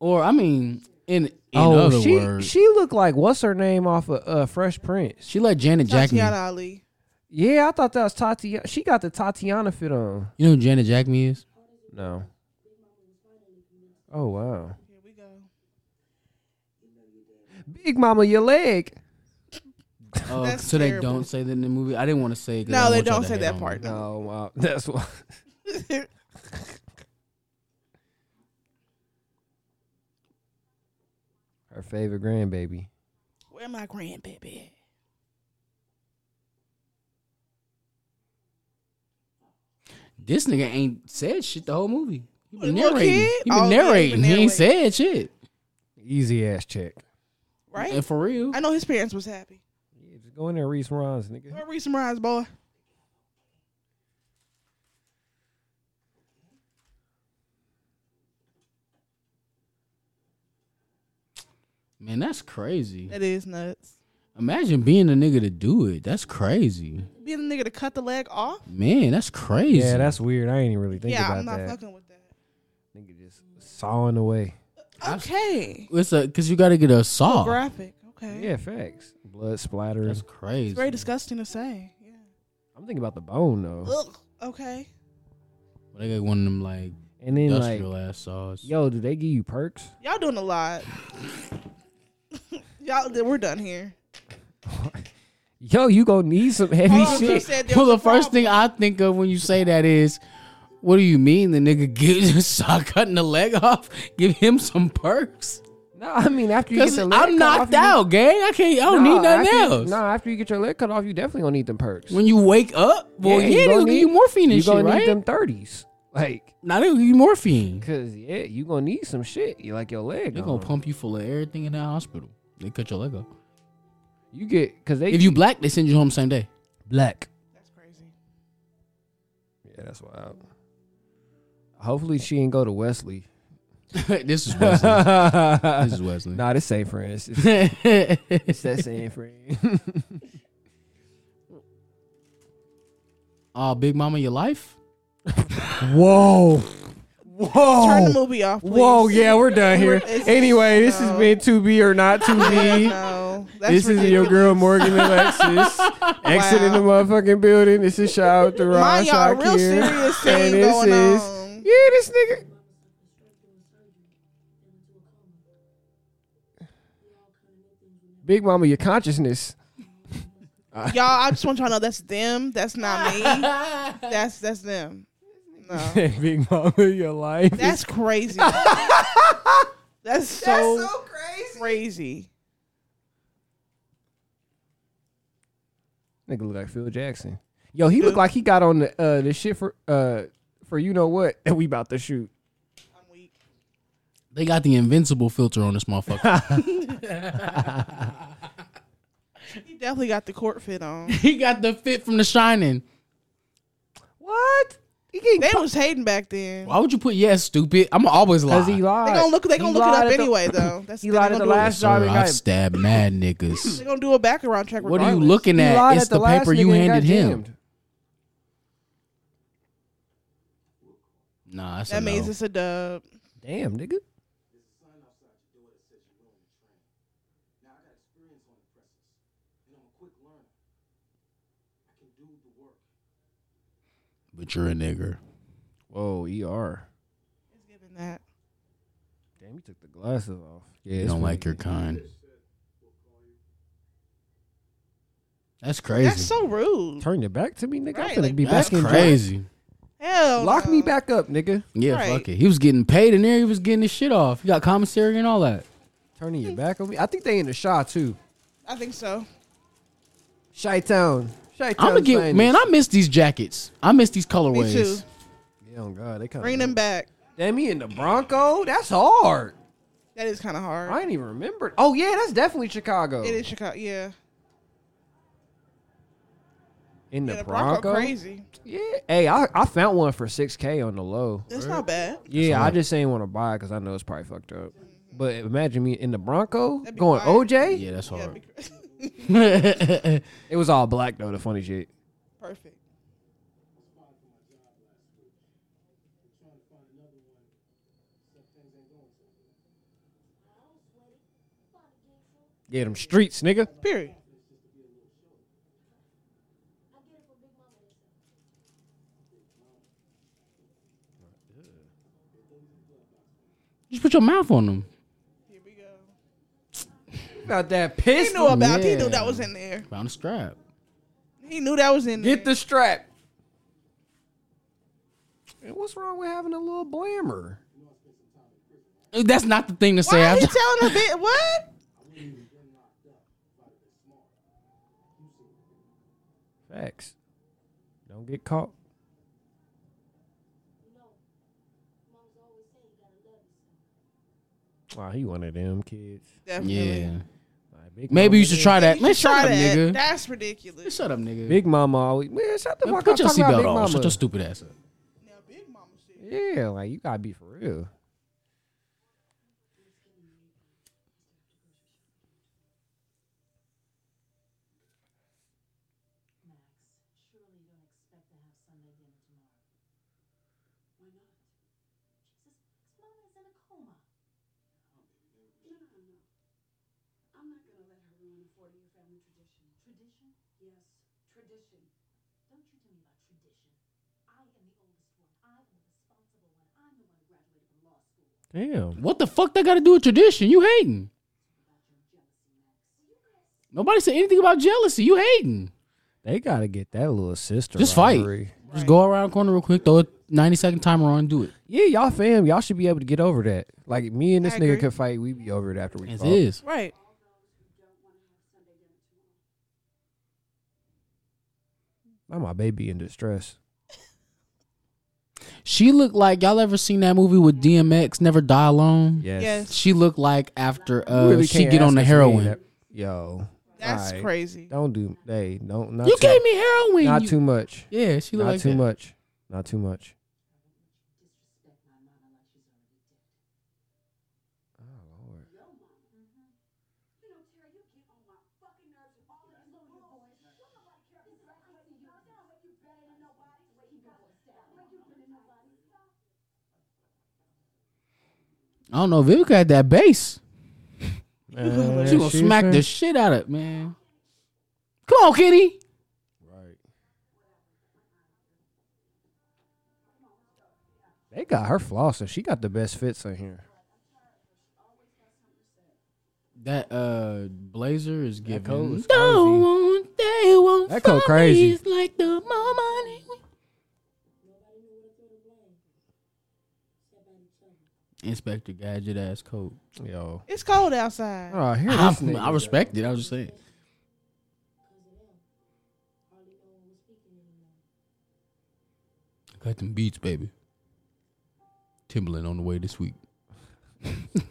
[SPEAKER 4] or I mean, In in
[SPEAKER 2] oh,
[SPEAKER 4] other
[SPEAKER 2] she
[SPEAKER 4] words, she,
[SPEAKER 2] she looked like what's her name off of uh, Fresh Prince.
[SPEAKER 4] let Janet Jackman.
[SPEAKER 1] Tatiana Ali.
[SPEAKER 2] Yeah, I thought that was Tatiana. She got the Tatiana fit on.
[SPEAKER 4] You know who Janet Jackman is?
[SPEAKER 2] No. Oh wow,
[SPEAKER 1] Here we go.
[SPEAKER 2] Big Mama, your leg.
[SPEAKER 4] Oh,
[SPEAKER 1] That's
[SPEAKER 4] so they
[SPEAKER 1] terrible.
[SPEAKER 4] don't say that in the movie. I didn't want to say. it 'cause I
[SPEAKER 1] No, they
[SPEAKER 4] want y'all
[SPEAKER 1] don't
[SPEAKER 4] to
[SPEAKER 1] say
[SPEAKER 4] hate
[SPEAKER 1] that
[SPEAKER 4] on
[SPEAKER 1] part.
[SPEAKER 4] me.
[SPEAKER 2] No, wow, that's why. Her favorite grandbaby.
[SPEAKER 1] Where my grandbaby?
[SPEAKER 4] This nigga ain't said shit the whole movie. He been
[SPEAKER 1] Little
[SPEAKER 4] narrating.
[SPEAKER 1] kid?
[SPEAKER 4] He
[SPEAKER 1] Oh,
[SPEAKER 4] been
[SPEAKER 1] yeah, he been
[SPEAKER 4] narrating. He ain't
[SPEAKER 1] narrating.
[SPEAKER 4] said shit.
[SPEAKER 2] Easy ass check.
[SPEAKER 1] Right?
[SPEAKER 4] And for real,
[SPEAKER 1] I know his parents was happy.
[SPEAKER 2] Yeah, just go in there and read some rhymes, nigga.
[SPEAKER 1] Where Reese Rise, boy?
[SPEAKER 4] man, that's crazy.
[SPEAKER 1] That is nuts.
[SPEAKER 4] Imagine being a nigga to do it. That's crazy,
[SPEAKER 1] Being the nigga to cut the leg off?
[SPEAKER 4] man. That's crazy.
[SPEAKER 2] Yeah, that's weird. I ain't even really think
[SPEAKER 1] yeah,
[SPEAKER 2] about
[SPEAKER 1] I'm not
[SPEAKER 2] that.
[SPEAKER 1] fucking with that.
[SPEAKER 2] Nigga just sawing away.
[SPEAKER 1] Okay.
[SPEAKER 4] it's a because you got to get a saw.
[SPEAKER 1] Graphic. Okay.
[SPEAKER 2] Oh. Yeah, facts. Blood splattering.
[SPEAKER 4] That's crazy.
[SPEAKER 1] It's very disgusting to say. Yeah.
[SPEAKER 2] I'm thinking about the bone though.
[SPEAKER 1] Ugh. Okay.
[SPEAKER 4] They got one of them like
[SPEAKER 2] And then like,
[SPEAKER 4] industrial ass saws.
[SPEAKER 2] yo, do they give you perks?
[SPEAKER 1] Y'all doing a lot. Y'all, th- we're done here.
[SPEAKER 2] Yo, you gonna need some heavy
[SPEAKER 1] Oh, she
[SPEAKER 2] shit.
[SPEAKER 1] said there
[SPEAKER 4] Well, the
[SPEAKER 1] was a
[SPEAKER 4] first
[SPEAKER 1] problem.
[SPEAKER 4] thing I think of when you say that is, what do you mean the nigga get saw cutting the leg off? Give him some perks.
[SPEAKER 2] No, I mean after you get
[SPEAKER 4] Cause
[SPEAKER 2] the leg
[SPEAKER 4] I'm
[SPEAKER 2] cut off,
[SPEAKER 4] knocked
[SPEAKER 2] you-
[SPEAKER 4] out, gang. I can't. I don't
[SPEAKER 2] Nah,
[SPEAKER 4] Oh, need nothing
[SPEAKER 2] after you-
[SPEAKER 4] else.
[SPEAKER 2] nah, after you get your leg cut off, you definitely gonna need them perks.
[SPEAKER 4] When you wake up, well, yeah,
[SPEAKER 2] gonna
[SPEAKER 4] they'll give you morphine
[SPEAKER 2] you
[SPEAKER 4] and
[SPEAKER 2] gonna
[SPEAKER 4] shit,
[SPEAKER 2] need
[SPEAKER 4] right?
[SPEAKER 2] them thirties, like,
[SPEAKER 4] Now they'll give you morphine.
[SPEAKER 2] cause yeah, you gonna need some shit. You like your leg.
[SPEAKER 4] They're gonna
[SPEAKER 2] gone.
[SPEAKER 4] pump you full of everything in that hospital. They cut your leg off.
[SPEAKER 2] You get cause they
[SPEAKER 4] If you black, they send you home same day.
[SPEAKER 2] black.
[SPEAKER 1] That's crazy.
[SPEAKER 2] Yeah, that's wild. Hopefully she ain't go to Wesley.
[SPEAKER 4] this is Wesley. this
[SPEAKER 2] nah,
[SPEAKER 4] is Wesley.
[SPEAKER 2] this San Fran. It's, it's, it's that San Fran.
[SPEAKER 4] Oh, Big Mama, your life?
[SPEAKER 2] Whoa. Whoa.
[SPEAKER 1] Turn the movie off, please.
[SPEAKER 2] Oh. Whoa, yeah, we're done here.
[SPEAKER 1] It's-
[SPEAKER 7] Anyway, this has
[SPEAKER 1] no.
[SPEAKER 7] been to be or not to be.
[SPEAKER 1] No, that's
[SPEAKER 7] This is your
[SPEAKER 1] ridiculous.
[SPEAKER 7] girl Morgan Alexis exiting the motherfucking building. This is shout out to Ron
[SPEAKER 1] Mind y'all, a real
[SPEAKER 7] Shakir.
[SPEAKER 1] serious
[SPEAKER 7] And
[SPEAKER 1] thing
[SPEAKER 7] this
[SPEAKER 1] going
[SPEAKER 7] is
[SPEAKER 1] on.
[SPEAKER 7] yeah, this nigga. Big Mama, your consciousness.
[SPEAKER 1] Y'all, I just want y'all to know that's them. That's not me. that's that's them. No,
[SPEAKER 7] Big Mama, your life.
[SPEAKER 1] that's crazy. that's so, crazy. Crazy.
[SPEAKER 2] Nigga look like Phil Jackson. Yo, he looked like he got on the uh the shit for uh for you know what that we about to shoot.
[SPEAKER 1] I'm weak.
[SPEAKER 4] They got the invincible filter on this motherfucker.
[SPEAKER 1] He definitely got the court fit on.
[SPEAKER 4] he got the fit from The Shining.
[SPEAKER 2] What? He getting
[SPEAKER 1] They was hating back then.
[SPEAKER 4] Why would you put yes, stupid? I'm always lie.
[SPEAKER 2] because he lied.
[SPEAKER 1] They gonna look. They gonna
[SPEAKER 2] He
[SPEAKER 1] look it
[SPEAKER 2] lied
[SPEAKER 1] up
[SPEAKER 2] at the-
[SPEAKER 1] anyway, though. That's
[SPEAKER 2] he
[SPEAKER 1] they
[SPEAKER 2] lied at
[SPEAKER 1] gonna
[SPEAKER 2] the
[SPEAKER 1] do it.
[SPEAKER 2] last job
[SPEAKER 4] Sir,
[SPEAKER 2] and
[SPEAKER 4] I
[SPEAKER 2] got.
[SPEAKER 4] stabbed mad niggas.
[SPEAKER 1] They gonna do a background check.
[SPEAKER 4] What are you
[SPEAKER 1] regardless.
[SPEAKER 4] looking
[SPEAKER 2] he
[SPEAKER 4] at?
[SPEAKER 2] lied
[SPEAKER 4] It's
[SPEAKER 2] at
[SPEAKER 4] the,
[SPEAKER 2] last
[SPEAKER 4] paper
[SPEAKER 2] nigga
[SPEAKER 4] you
[SPEAKER 2] and got
[SPEAKER 4] handed him.
[SPEAKER 2] jammed.
[SPEAKER 4] Nah, that's
[SPEAKER 1] That
[SPEAKER 4] a
[SPEAKER 1] means
[SPEAKER 4] no.
[SPEAKER 1] it's a dub.
[SPEAKER 2] Damn, nigga.
[SPEAKER 4] but you're a nigger.
[SPEAKER 2] Whoa, er.
[SPEAKER 1] It's giving that.
[SPEAKER 2] Damn, he took the glasses off. Yeah,
[SPEAKER 4] You
[SPEAKER 2] it's
[SPEAKER 4] don't like your
[SPEAKER 2] pretty-
[SPEAKER 4] kind. That's crazy.
[SPEAKER 1] That's so rude.
[SPEAKER 2] Turn your back to me, nigga.
[SPEAKER 1] Right,
[SPEAKER 2] I'm gonna
[SPEAKER 1] like,
[SPEAKER 2] be
[SPEAKER 4] That's
[SPEAKER 2] back in jail.
[SPEAKER 4] crazy.
[SPEAKER 1] Hell,
[SPEAKER 2] Lock
[SPEAKER 1] no.
[SPEAKER 2] me back up, nigga.
[SPEAKER 4] Yeah,
[SPEAKER 1] Right.
[SPEAKER 4] fuck it. He was getting paid and there he was getting his shit off. He got commissary and all that.
[SPEAKER 2] Turning your back on me. I think they in the shot too.
[SPEAKER 1] I think so.
[SPEAKER 2] Chi Town. Chi Town.
[SPEAKER 4] I'm gonna get man, I miss these jackets. I miss these
[SPEAKER 1] Me too.
[SPEAKER 4] colorways.
[SPEAKER 2] Yeah, oh God, they kind
[SPEAKER 1] Bring them back.
[SPEAKER 2] Damn, he in the Bronco. That's hard.
[SPEAKER 1] That is kind of hard.
[SPEAKER 2] I ain't even remember. Oh yeah, that's definitely Chicago.
[SPEAKER 1] It is Chicago. Yeah.
[SPEAKER 2] In the
[SPEAKER 1] yeah, the Bronco,
[SPEAKER 2] Bronco.
[SPEAKER 1] crazy.
[SPEAKER 2] Yeah. Hey, I, I found one for six k on the low.
[SPEAKER 1] That's not bad.
[SPEAKER 2] Yeah, I
[SPEAKER 4] alright.
[SPEAKER 2] just ain't want to buy because I know it's probably fucked up. But imagine me in the Bronco
[SPEAKER 1] That'd be
[SPEAKER 2] going
[SPEAKER 1] fire.
[SPEAKER 2] OJ.
[SPEAKER 4] Yeah, that's
[SPEAKER 1] Yeah,
[SPEAKER 4] hard.
[SPEAKER 1] because-
[SPEAKER 2] It was all black though. The funny shit.
[SPEAKER 1] Perfect.
[SPEAKER 8] I
[SPEAKER 2] Get them streets, nigga.
[SPEAKER 1] Period.
[SPEAKER 4] Just put your mouth on them.
[SPEAKER 1] Here we go.
[SPEAKER 2] Not that
[SPEAKER 1] He
[SPEAKER 2] pissed.
[SPEAKER 1] knew about. He
[SPEAKER 4] Yeah.
[SPEAKER 1] knew that was in there.
[SPEAKER 4] Found a strap.
[SPEAKER 1] He knew that was in there.
[SPEAKER 2] Get the strap. And what's wrong with having a little blamer?
[SPEAKER 4] That's not the thing to say.
[SPEAKER 1] Why are
[SPEAKER 4] after.
[SPEAKER 1] you telling a bit? What?
[SPEAKER 2] Facts. Don't get caught. Wow, he one of them kids.
[SPEAKER 1] Definitely.
[SPEAKER 4] yeah.
[SPEAKER 2] Like, Big
[SPEAKER 4] Maybe
[SPEAKER 2] Mama-
[SPEAKER 4] you should try that. Man, shut
[SPEAKER 1] Try
[SPEAKER 4] up,
[SPEAKER 1] that.
[SPEAKER 4] nigga.
[SPEAKER 1] That's ridiculous.
[SPEAKER 4] Shut up, nigga.
[SPEAKER 2] Big Mama always. Man, shut the
[SPEAKER 4] Man,
[SPEAKER 2] fuck
[SPEAKER 4] put
[SPEAKER 2] up.
[SPEAKER 4] your
[SPEAKER 2] talking about
[SPEAKER 4] seatbelt
[SPEAKER 2] Big
[SPEAKER 4] on.
[SPEAKER 2] Mama.
[SPEAKER 4] Shut your stupid ass up.
[SPEAKER 1] Now, Big Mama said,
[SPEAKER 2] yeah, like you gotta be for real.
[SPEAKER 5] Surely you don't expect to have Sunday dinner tomorrow. Why not? Jesus, Mama is in a coma. No, no, no. I'm not going to let her ruin a 40 year family tradition. Tradition? Yes, tradition. Don't you tell me about tradition. I am the oldest one. I am the responsible one. I'm the one who graduated from law school.
[SPEAKER 2] Damn.
[SPEAKER 4] What the fuck that got to do with tradition? You hating. Nobody said anything about jealousy. You hating.
[SPEAKER 2] They gotta get that little sister.
[SPEAKER 4] Just fight.
[SPEAKER 2] rivalry.
[SPEAKER 4] Just go around the corner real quick, throw a 90 second timer on, do it.
[SPEAKER 2] Yeah, y'all fam, y'all should be able to get over that. Like me and this
[SPEAKER 1] I
[SPEAKER 2] nigga
[SPEAKER 1] agree.
[SPEAKER 2] could fight, we be over it after we
[SPEAKER 4] As
[SPEAKER 2] fought.
[SPEAKER 4] is.
[SPEAKER 1] Right.
[SPEAKER 2] Now my baby in distress.
[SPEAKER 4] She looked like y'all ever seen that movie with DMX, Never Die Alone?
[SPEAKER 2] Yes.
[SPEAKER 1] Yes.
[SPEAKER 4] She looked like after uh,
[SPEAKER 2] You really
[SPEAKER 4] she
[SPEAKER 2] can't
[SPEAKER 4] get
[SPEAKER 2] ask
[SPEAKER 4] on the
[SPEAKER 2] us to name
[SPEAKER 4] heroin.
[SPEAKER 2] that- Yo,
[SPEAKER 1] That's
[SPEAKER 2] Alright.
[SPEAKER 1] crazy.
[SPEAKER 2] don't do. Hey, don't. Not
[SPEAKER 4] You
[SPEAKER 2] too,
[SPEAKER 4] gave me heroin.
[SPEAKER 2] Not
[SPEAKER 4] you-
[SPEAKER 2] too much.
[SPEAKER 4] Yeah, she
[SPEAKER 2] Not
[SPEAKER 4] looked like
[SPEAKER 2] too
[SPEAKER 4] that.
[SPEAKER 2] much. Not too much.
[SPEAKER 4] I don't know. Vivica had that bass.
[SPEAKER 2] Man,
[SPEAKER 4] She gonna smack
[SPEAKER 2] fair.
[SPEAKER 4] the shit out of it, man. Come on, kitty.
[SPEAKER 2] They got her flossing. She got the best fits in here.
[SPEAKER 4] That uh blazer is giving.
[SPEAKER 2] coat is
[SPEAKER 4] Don't want- they won't
[SPEAKER 2] That coat
[SPEAKER 4] find
[SPEAKER 2] crazy.
[SPEAKER 4] me. It's like the more money we- Inspector gadget ass coat.
[SPEAKER 2] Yo.
[SPEAKER 1] It's cold outside.
[SPEAKER 2] Oh, here
[SPEAKER 4] I,
[SPEAKER 2] this nigga.
[SPEAKER 4] I respect it. I was just saying. I got them beats, baby. Timberland on the way this week.
[SPEAKER 1] You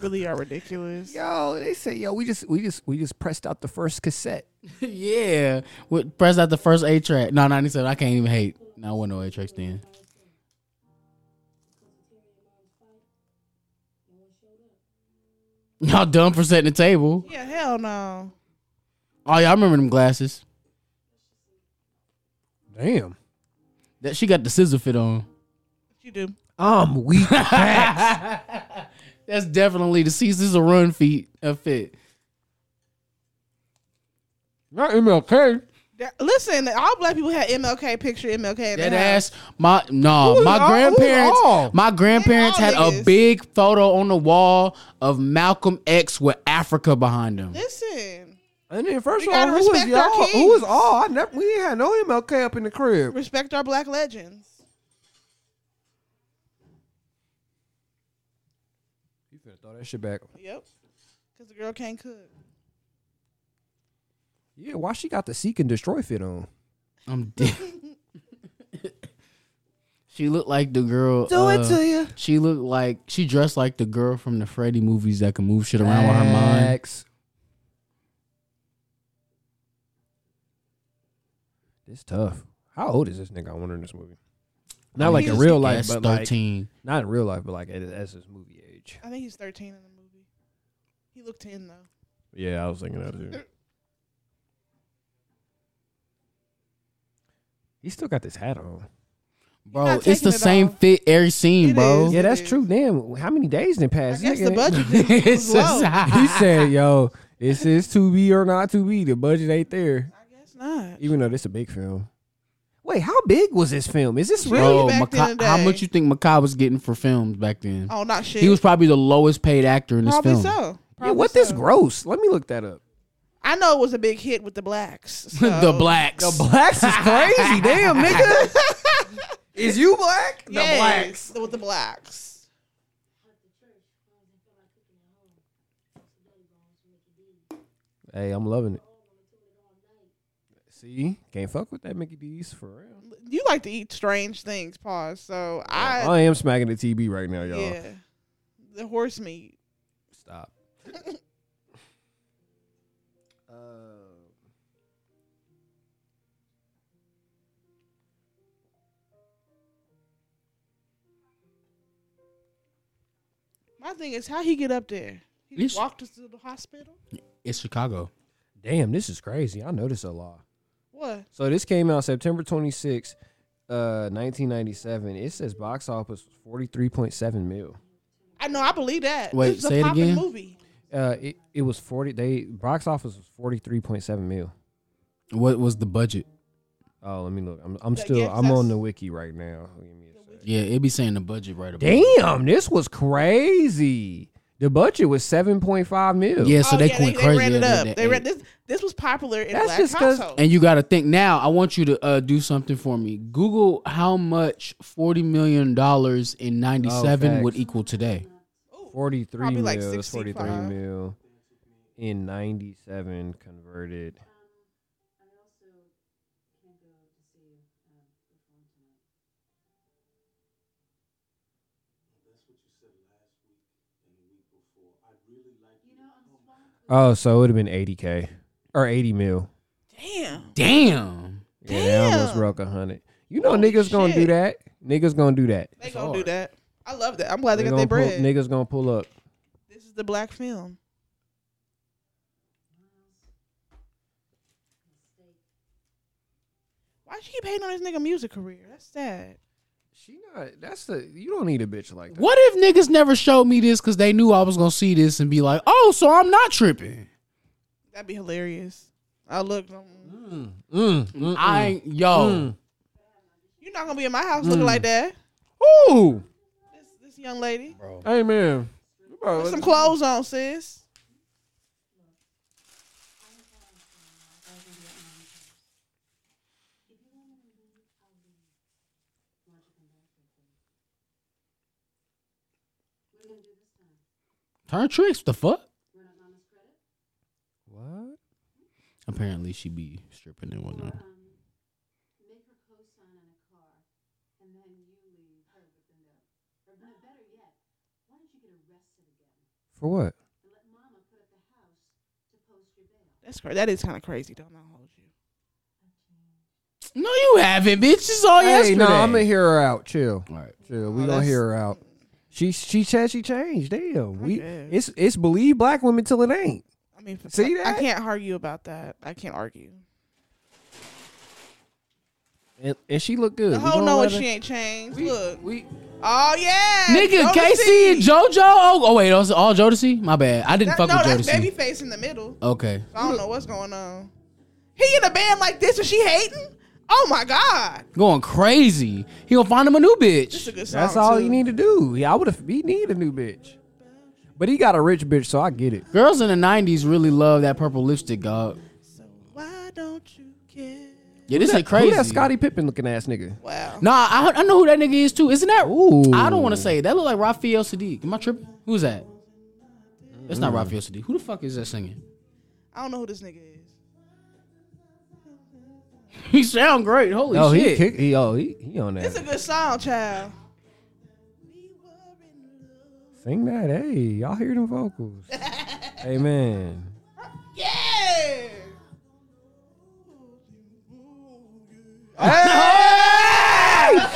[SPEAKER 1] really are ridiculous.
[SPEAKER 2] Yo, they say, yo, we just, we just, we just pressed out the first cassette.
[SPEAKER 4] yeah. With, press out the first A track. No, 97. I can't even hate. No, I wasn't no A tracks then. Y'all dumb for setting the table.
[SPEAKER 1] Yeah, hell no.
[SPEAKER 4] Oh, yeah, I remember them glasses.
[SPEAKER 2] Damn.
[SPEAKER 4] That She got the scissor fit on.
[SPEAKER 1] You do.
[SPEAKER 2] I'm weak.
[SPEAKER 4] That's definitely the scissors a run feet a fit.
[SPEAKER 2] Not MLK.
[SPEAKER 1] That- listen, all black people had MLK picture MLK. in
[SPEAKER 4] That
[SPEAKER 1] their house.
[SPEAKER 4] ass, my no,
[SPEAKER 2] Who is all-
[SPEAKER 4] my
[SPEAKER 2] who is all?
[SPEAKER 4] grandparents, my grandparents
[SPEAKER 1] They all
[SPEAKER 4] had a
[SPEAKER 1] niggas.
[SPEAKER 4] big photo on the wall of Malcolm X with Africa behind him.
[SPEAKER 1] Listen,
[SPEAKER 2] And then first
[SPEAKER 1] We
[SPEAKER 2] of all,
[SPEAKER 1] gotta
[SPEAKER 2] who was
[SPEAKER 1] respect our
[SPEAKER 2] y'all? Who
[SPEAKER 1] kings.
[SPEAKER 2] was all? I never, we ain't had no MLK up in the crib.
[SPEAKER 1] respect our black legends.
[SPEAKER 2] You finna throw that shit back.
[SPEAKER 1] Yep. Because the girl can't cook.
[SPEAKER 2] Yeah, why she got the seek and destroy fit on?
[SPEAKER 4] I'm dead. she looked like the girl. uh,
[SPEAKER 2] you.
[SPEAKER 4] She looked like she dressed like the girl from the Freddy movies that can move shit around with her mind.
[SPEAKER 2] This tough. How old is this nigga? I wonder in this movie. Not like
[SPEAKER 1] he's
[SPEAKER 2] in real
[SPEAKER 4] Big
[SPEAKER 2] life,
[SPEAKER 4] ass
[SPEAKER 2] but like
[SPEAKER 4] thirteen.
[SPEAKER 2] not in real life, but like as his movie age.
[SPEAKER 1] I think he's 13 in the movie. He looked 10, though.
[SPEAKER 2] Yeah, I was thinking that too. He still got this hat on.
[SPEAKER 1] not
[SPEAKER 4] Bro, it's
[SPEAKER 1] taking
[SPEAKER 4] the
[SPEAKER 1] it
[SPEAKER 4] same
[SPEAKER 1] off.
[SPEAKER 4] fit every scene,
[SPEAKER 1] It
[SPEAKER 4] bro.
[SPEAKER 1] is.
[SPEAKER 2] Yeah, that's true. Damn, how many days did
[SPEAKER 1] I
[SPEAKER 2] pass?
[SPEAKER 1] guess
[SPEAKER 2] Nigga,
[SPEAKER 1] the budget
[SPEAKER 4] It's
[SPEAKER 1] is low.
[SPEAKER 4] just-
[SPEAKER 1] I
[SPEAKER 2] he said, "Yo, this is to be or not to be. The budget ain't there,
[SPEAKER 1] guess not.
[SPEAKER 2] even though this a big film." Wait, how big was this film? Is this real?
[SPEAKER 4] Bro,
[SPEAKER 1] back
[SPEAKER 4] Maca-
[SPEAKER 1] in the
[SPEAKER 4] how
[SPEAKER 1] day.
[SPEAKER 4] much you think Makai was getting for films back then?
[SPEAKER 1] Oh, not shit.
[SPEAKER 4] he was probably the lowest paid actor in this
[SPEAKER 1] probably
[SPEAKER 4] film.
[SPEAKER 1] so.
[SPEAKER 2] Yeah,
[SPEAKER 1] Probably
[SPEAKER 2] what this
[SPEAKER 1] so.
[SPEAKER 2] gross? Let me look that up.
[SPEAKER 1] I know it was a big hit with the blacks.
[SPEAKER 4] the
[SPEAKER 1] so-
[SPEAKER 4] blacks.
[SPEAKER 2] Blacks is crazy, damn nigga. Is you black?
[SPEAKER 1] Yes, with the blacks.
[SPEAKER 2] Hey, I'm loving it. See, can't fuck with that Mickey D's for real.
[SPEAKER 1] You like to eat strange things, pause. So
[SPEAKER 2] I,
[SPEAKER 1] I,
[SPEAKER 2] am smacking the TB right now, y'all.
[SPEAKER 1] yeah, the horse meat.
[SPEAKER 2] Stop. uh,
[SPEAKER 1] My thing is how he get up there. He just
[SPEAKER 4] Yes.
[SPEAKER 1] walked us to the hospital.
[SPEAKER 4] It's Chicago.
[SPEAKER 2] damn, this is crazy. I know this a lot.
[SPEAKER 1] What?
[SPEAKER 2] So this came out September 26, uh, 1997. It says box office 43.7 mil.
[SPEAKER 1] I know. I believe that.
[SPEAKER 4] Wait,
[SPEAKER 1] this is
[SPEAKER 4] say
[SPEAKER 1] a
[SPEAKER 4] it
[SPEAKER 1] poppin'
[SPEAKER 4] again?
[SPEAKER 1] Movie.
[SPEAKER 2] Uh, it, it was 40. They box office was 43.7 mil.
[SPEAKER 4] What was the budget?
[SPEAKER 2] Oh, let me look. I'm, I'm
[SPEAKER 1] That
[SPEAKER 2] still.
[SPEAKER 1] gives
[SPEAKER 2] I'm
[SPEAKER 1] us-
[SPEAKER 2] on the wiki right now. Give me a second.
[SPEAKER 4] Yeah, it be saying the budget right about.
[SPEAKER 2] Damn, this was crazy. The budget was 7.5 mil.
[SPEAKER 4] Yeah, so
[SPEAKER 1] oh,
[SPEAKER 4] they
[SPEAKER 1] yeah,
[SPEAKER 4] went
[SPEAKER 1] they,
[SPEAKER 4] crazy.
[SPEAKER 1] They ran it
[SPEAKER 4] at
[SPEAKER 1] up.
[SPEAKER 4] that
[SPEAKER 1] they ran
[SPEAKER 4] eight.
[SPEAKER 1] this. This was popular in
[SPEAKER 2] That's
[SPEAKER 1] black
[SPEAKER 2] just 'cause-
[SPEAKER 1] households.
[SPEAKER 4] And you got to think now. I want you to uh, do something for me. Google how much forty million dollars in '97
[SPEAKER 2] facts.
[SPEAKER 4] would equal today.
[SPEAKER 1] Ooh,
[SPEAKER 2] 43
[SPEAKER 1] Probably
[SPEAKER 2] mil.
[SPEAKER 1] like
[SPEAKER 2] it's 43
[SPEAKER 1] 65.
[SPEAKER 2] mil in 97 converted.
[SPEAKER 5] Um, I also can't go to see um, perform tonight. You know, I'm swamped with
[SPEAKER 2] Oh, so it would have been 80K or 80 mil.
[SPEAKER 1] damn.
[SPEAKER 4] Damn.
[SPEAKER 2] Yeah, they almost
[SPEAKER 1] Damn.
[SPEAKER 2] broke 100. You know,
[SPEAKER 1] Holy
[SPEAKER 2] niggas gonna do
[SPEAKER 1] shit.
[SPEAKER 2] that. Niggas gonna do that.
[SPEAKER 1] They gonna do that. I love that. I'm glad they,
[SPEAKER 2] They
[SPEAKER 1] got their
[SPEAKER 2] gonna pull,
[SPEAKER 1] bread.
[SPEAKER 2] niggas gonna pull up.
[SPEAKER 1] This is the black film. Why she keep hating on this nigga music career? That's sad.
[SPEAKER 2] She not. That's the. You don't need a bitch like that.
[SPEAKER 4] What if niggas never showed me this because they knew I was gonna see this and be like, "Oh, so I'm not tripping."
[SPEAKER 1] That'd be hilarious. I look. um,
[SPEAKER 2] Mm,
[SPEAKER 4] I ain't yo.
[SPEAKER 1] You're not gonna be in my house looking like that.
[SPEAKER 2] Ooh.
[SPEAKER 1] This, this young lady.
[SPEAKER 2] Mm. Oh. Hey man.
[SPEAKER 1] Put some clothes on, sis.
[SPEAKER 4] Turn tricks. The fuck.
[SPEAKER 2] What?
[SPEAKER 4] Apparently, she be stripping and whatnot.
[SPEAKER 5] make her co-sign on a car, and then you leave her with the note. Or no, better yet, why don't you get arrested again
[SPEAKER 2] For what?
[SPEAKER 5] and let Mama put up the house to post your bail?
[SPEAKER 1] That's cra- that is kind of crazy. Don't I hold you?
[SPEAKER 4] No, you haven't, bitch. It's all
[SPEAKER 2] Hey,
[SPEAKER 4] Oh, yesterday.
[SPEAKER 2] no, I'm gonna hear her out. Chill.
[SPEAKER 4] All right.
[SPEAKER 2] Chill.
[SPEAKER 1] Oh,
[SPEAKER 2] We gonna
[SPEAKER 1] that's-
[SPEAKER 2] hear her out. She she said she changed. Damn. We
[SPEAKER 1] guess.
[SPEAKER 2] it's it's believe black women till it ain't.
[SPEAKER 1] I mean, f-
[SPEAKER 2] See
[SPEAKER 1] I
[SPEAKER 2] that?
[SPEAKER 1] can't argue about that. I can't argue.
[SPEAKER 2] And, and she look good.
[SPEAKER 1] The
[SPEAKER 2] We
[SPEAKER 1] whole
[SPEAKER 2] gonna
[SPEAKER 1] knowing
[SPEAKER 2] let her-
[SPEAKER 1] she ain't changed. look.
[SPEAKER 2] We
[SPEAKER 1] Oh yeah,
[SPEAKER 4] Nigga,
[SPEAKER 1] Jodeci.
[SPEAKER 4] KC and JoJo. Oh, oh wait, those are all Jodeci. My bad. I didn't
[SPEAKER 1] That,
[SPEAKER 4] fuck
[SPEAKER 1] no,
[SPEAKER 4] with
[SPEAKER 1] that's
[SPEAKER 4] Jodeci.
[SPEAKER 1] babyface in the middle.
[SPEAKER 4] Okay.
[SPEAKER 1] I don't know what's going on. He in a band like this and she hating? Oh my god,
[SPEAKER 4] Going crazy. He gonna find him a new
[SPEAKER 1] this is
[SPEAKER 4] bitch.
[SPEAKER 1] a good song.
[SPEAKER 2] that's all
[SPEAKER 1] too.
[SPEAKER 2] you need to do. Yeah, I would have. He need a new bitch, but he got a rich bitch, so I get it.
[SPEAKER 4] Girls in the '90s really love that purple lipstick, dog.
[SPEAKER 1] So why don't you care?
[SPEAKER 4] Yeah, this ain't
[SPEAKER 2] Who
[SPEAKER 4] crazy.
[SPEAKER 2] that Scottie Pippen looking ass nigga?
[SPEAKER 1] Wow.
[SPEAKER 4] Nah, I, I know who that nigga is too. Isn't that?
[SPEAKER 2] Ooh.
[SPEAKER 4] I don't want to say it. that. Look like Raphael Sadiq. Am I tripping? Who's that? It's
[SPEAKER 2] Mm.
[SPEAKER 4] not Raphael Sadiq. Who the fuck is that singing?
[SPEAKER 1] I don't know who this nigga is.
[SPEAKER 4] He sound great. Holy
[SPEAKER 2] Oh, he
[SPEAKER 4] shit.
[SPEAKER 2] kick. He oh he he on
[SPEAKER 1] It's a
[SPEAKER 2] that.
[SPEAKER 1] good song, child. We were in love.
[SPEAKER 2] Sing that. Hey, y'all hear them vocals? hey man.
[SPEAKER 1] Yeah.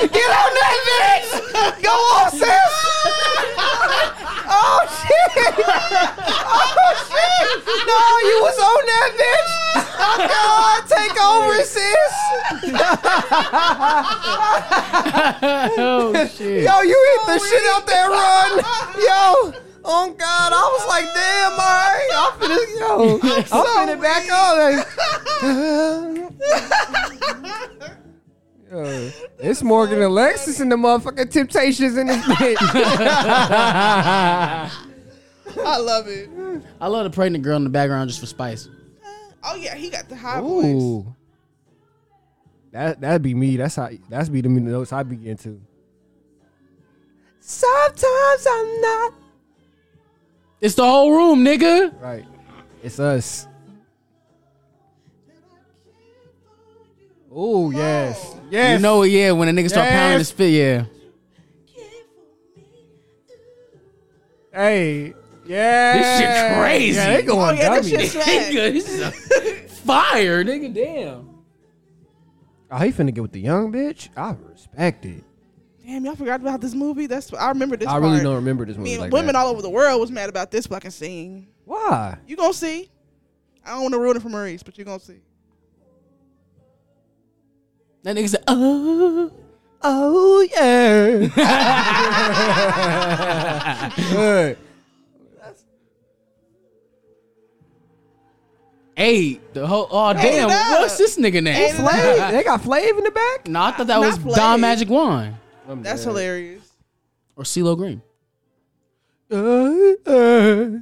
[SPEAKER 2] Get on that bitch! Go on, sis! oh shit! Oh shit! No, you was on that bitch! Oh god, take over, sis!
[SPEAKER 4] oh shit!
[SPEAKER 2] Yo, you hit the shit out that run. Yo. Oh God, I was like, damn, all right. I'm finna, yo, I'm finna back up. Like, yo, it's Morgan and Alexis and the motherfucking Temptations in this bitch.
[SPEAKER 1] I love it.
[SPEAKER 4] I love the pregnant girl in the background just for spice.
[SPEAKER 1] Oh yeah, he got the high voice.
[SPEAKER 2] Ooh, that that'd be me. That's how. That's be the notes I be into. Sometimes I'm not
[SPEAKER 4] It's the whole room, nigga.
[SPEAKER 2] Right. It's us. Oh yes. Yes.
[SPEAKER 4] You know, it, yeah. When a nigga start pounding
[SPEAKER 2] Yes.
[SPEAKER 4] his fit, yeah.
[SPEAKER 2] Hey. Yeah.
[SPEAKER 4] This shit crazy.
[SPEAKER 2] Yeah, they going
[SPEAKER 1] Oh yeah, that
[SPEAKER 2] dummy.
[SPEAKER 1] shit's swag.
[SPEAKER 4] this is a fire, nigga. Damn.
[SPEAKER 2] oh, he finna get with the young bitch. I respect it.
[SPEAKER 1] Damn, y'all forgot about this movie. That's I remember this.
[SPEAKER 2] I really
[SPEAKER 1] part.
[SPEAKER 2] don't remember this
[SPEAKER 1] I
[SPEAKER 2] movie.
[SPEAKER 1] mean,
[SPEAKER 2] like
[SPEAKER 1] women
[SPEAKER 2] that.
[SPEAKER 1] all over the world was mad about this fucking scene.
[SPEAKER 2] Why?
[SPEAKER 1] You gonna see? I don't want to ruin it for Maurice, but you gonna see.
[SPEAKER 4] That nigga said, "Oh."
[SPEAKER 2] Oh yeah. Good.
[SPEAKER 4] Hey, the whole oh damn,
[SPEAKER 1] no.
[SPEAKER 4] what's this nigga name?
[SPEAKER 1] Ain't no-
[SPEAKER 2] Flav, they got Flav in the back.
[SPEAKER 4] No, I thought that
[SPEAKER 1] Not
[SPEAKER 4] was
[SPEAKER 1] Blade.
[SPEAKER 4] Don Magic Wand
[SPEAKER 2] I'm
[SPEAKER 1] That's
[SPEAKER 2] dead.
[SPEAKER 1] hilarious.
[SPEAKER 4] or CeeLo Green.
[SPEAKER 2] Uh, uh.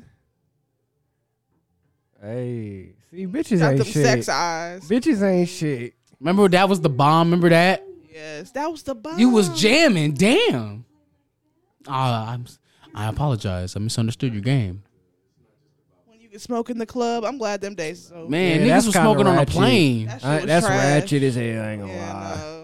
[SPEAKER 2] Hey, see, bitches
[SPEAKER 1] Got
[SPEAKER 2] ain't
[SPEAKER 1] them
[SPEAKER 2] shit.
[SPEAKER 1] sex eyes.
[SPEAKER 2] Bitches ain't shit.
[SPEAKER 4] Remember that was the bomb. Remember that
[SPEAKER 1] Yes, that was the bomb.
[SPEAKER 4] you was jamming. Damn. Ah, I'm. I apologize. I misunderstood your game.
[SPEAKER 1] when you could smoke in the club. I'm glad them days. So
[SPEAKER 4] Man,
[SPEAKER 2] Yeah,
[SPEAKER 4] niggas
[SPEAKER 2] that's
[SPEAKER 4] was
[SPEAKER 2] kinda
[SPEAKER 4] smoking on a
[SPEAKER 2] ratchet.
[SPEAKER 4] plane.
[SPEAKER 1] that shit
[SPEAKER 2] Uh,
[SPEAKER 1] was
[SPEAKER 2] that's
[SPEAKER 1] trash.
[SPEAKER 2] ratchet as hell. I ain't gonna
[SPEAKER 1] Yeah,
[SPEAKER 2] lie.
[SPEAKER 1] no.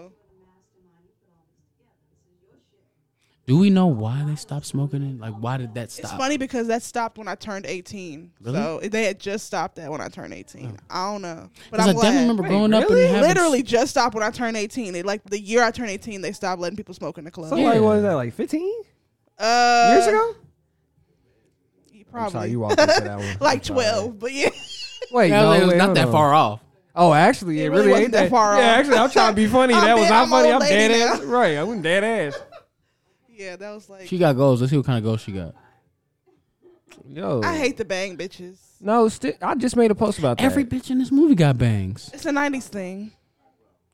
[SPEAKER 4] Do we know why they stopped smoking it? Like, why did that
[SPEAKER 1] It's
[SPEAKER 4] stop?
[SPEAKER 1] funny because that stopped when I turned 18. So they had just stopped that when I turned 18. I don't know, but
[SPEAKER 4] 'Cause
[SPEAKER 1] I'm
[SPEAKER 4] Oh. I
[SPEAKER 1] glad.
[SPEAKER 4] definitely remember growing up and having
[SPEAKER 1] Literally just stopped when I turned 18. They like the year I turned 18, they stopped letting people smoke in the club.
[SPEAKER 2] So like, what
[SPEAKER 4] Yeah.
[SPEAKER 2] was that like? Fifteen
[SPEAKER 1] uh,
[SPEAKER 2] years ago?
[SPEAKER 1] probably
[SPEAKER 2] I'm sorry, you walked into that one.
[SPEAKER 1] like
[SPEAKER 2] I'm sorry.
[SPEAKER 1] 12, but yeah.
[SPEAKER 2] Wait,
[SPEAKER 4] Yeah,
[SPEAKER 2] no,
[SPEAKER 4] it was
[SPEAKER 2] wait,
[SPEAKER 4] not
[SPEAKER 2] hold
[SPEAKER 4] that
[SPEAKER 2] on.
[SPEAKER 4] far off.
[SPEAKER 2] Oh, actually, it,
[SPEAKER 1] It really
[SPEAKER 2] really,
[SPEAKER 1] wasn't
[SPEAKER 2] ain't
[SPEAKER 1] that far
[SPEAKER 2] Yeah,
[SPEAKER 1] off.
[SPEAKER 2] actually, I'm trying to be funny.
[SPEAKER 1] I'm
[SPEAKER 2] that was
[SPEAKER 1] dead-
[SPEAKER 2] not
[SPEAKER 1] I'm
[SPEAKER 2] funny.
[SPEAKER 1] old
[SPEAKER 2] I'm dead
[SPEAKER 1] lady
[SPEAKER 2] ass.
[SPEAKER 1] now.
[SPEAKER 2] Right, I'm dead ass.
[SPEAKER 1] Yeah, that was like
[SPEAKER 4] She got goals. Let's see what kind of goals she got.
[SPEAKER 2] Yo,
[SPEAKER 1] I hate the bang bitches.
[SPEAKER 2] no. Sti- I just made a post about that.
[SPEAKER 4] Every bitch in this movie got bangs.
[SPEAKER 1] It's a 90s thing.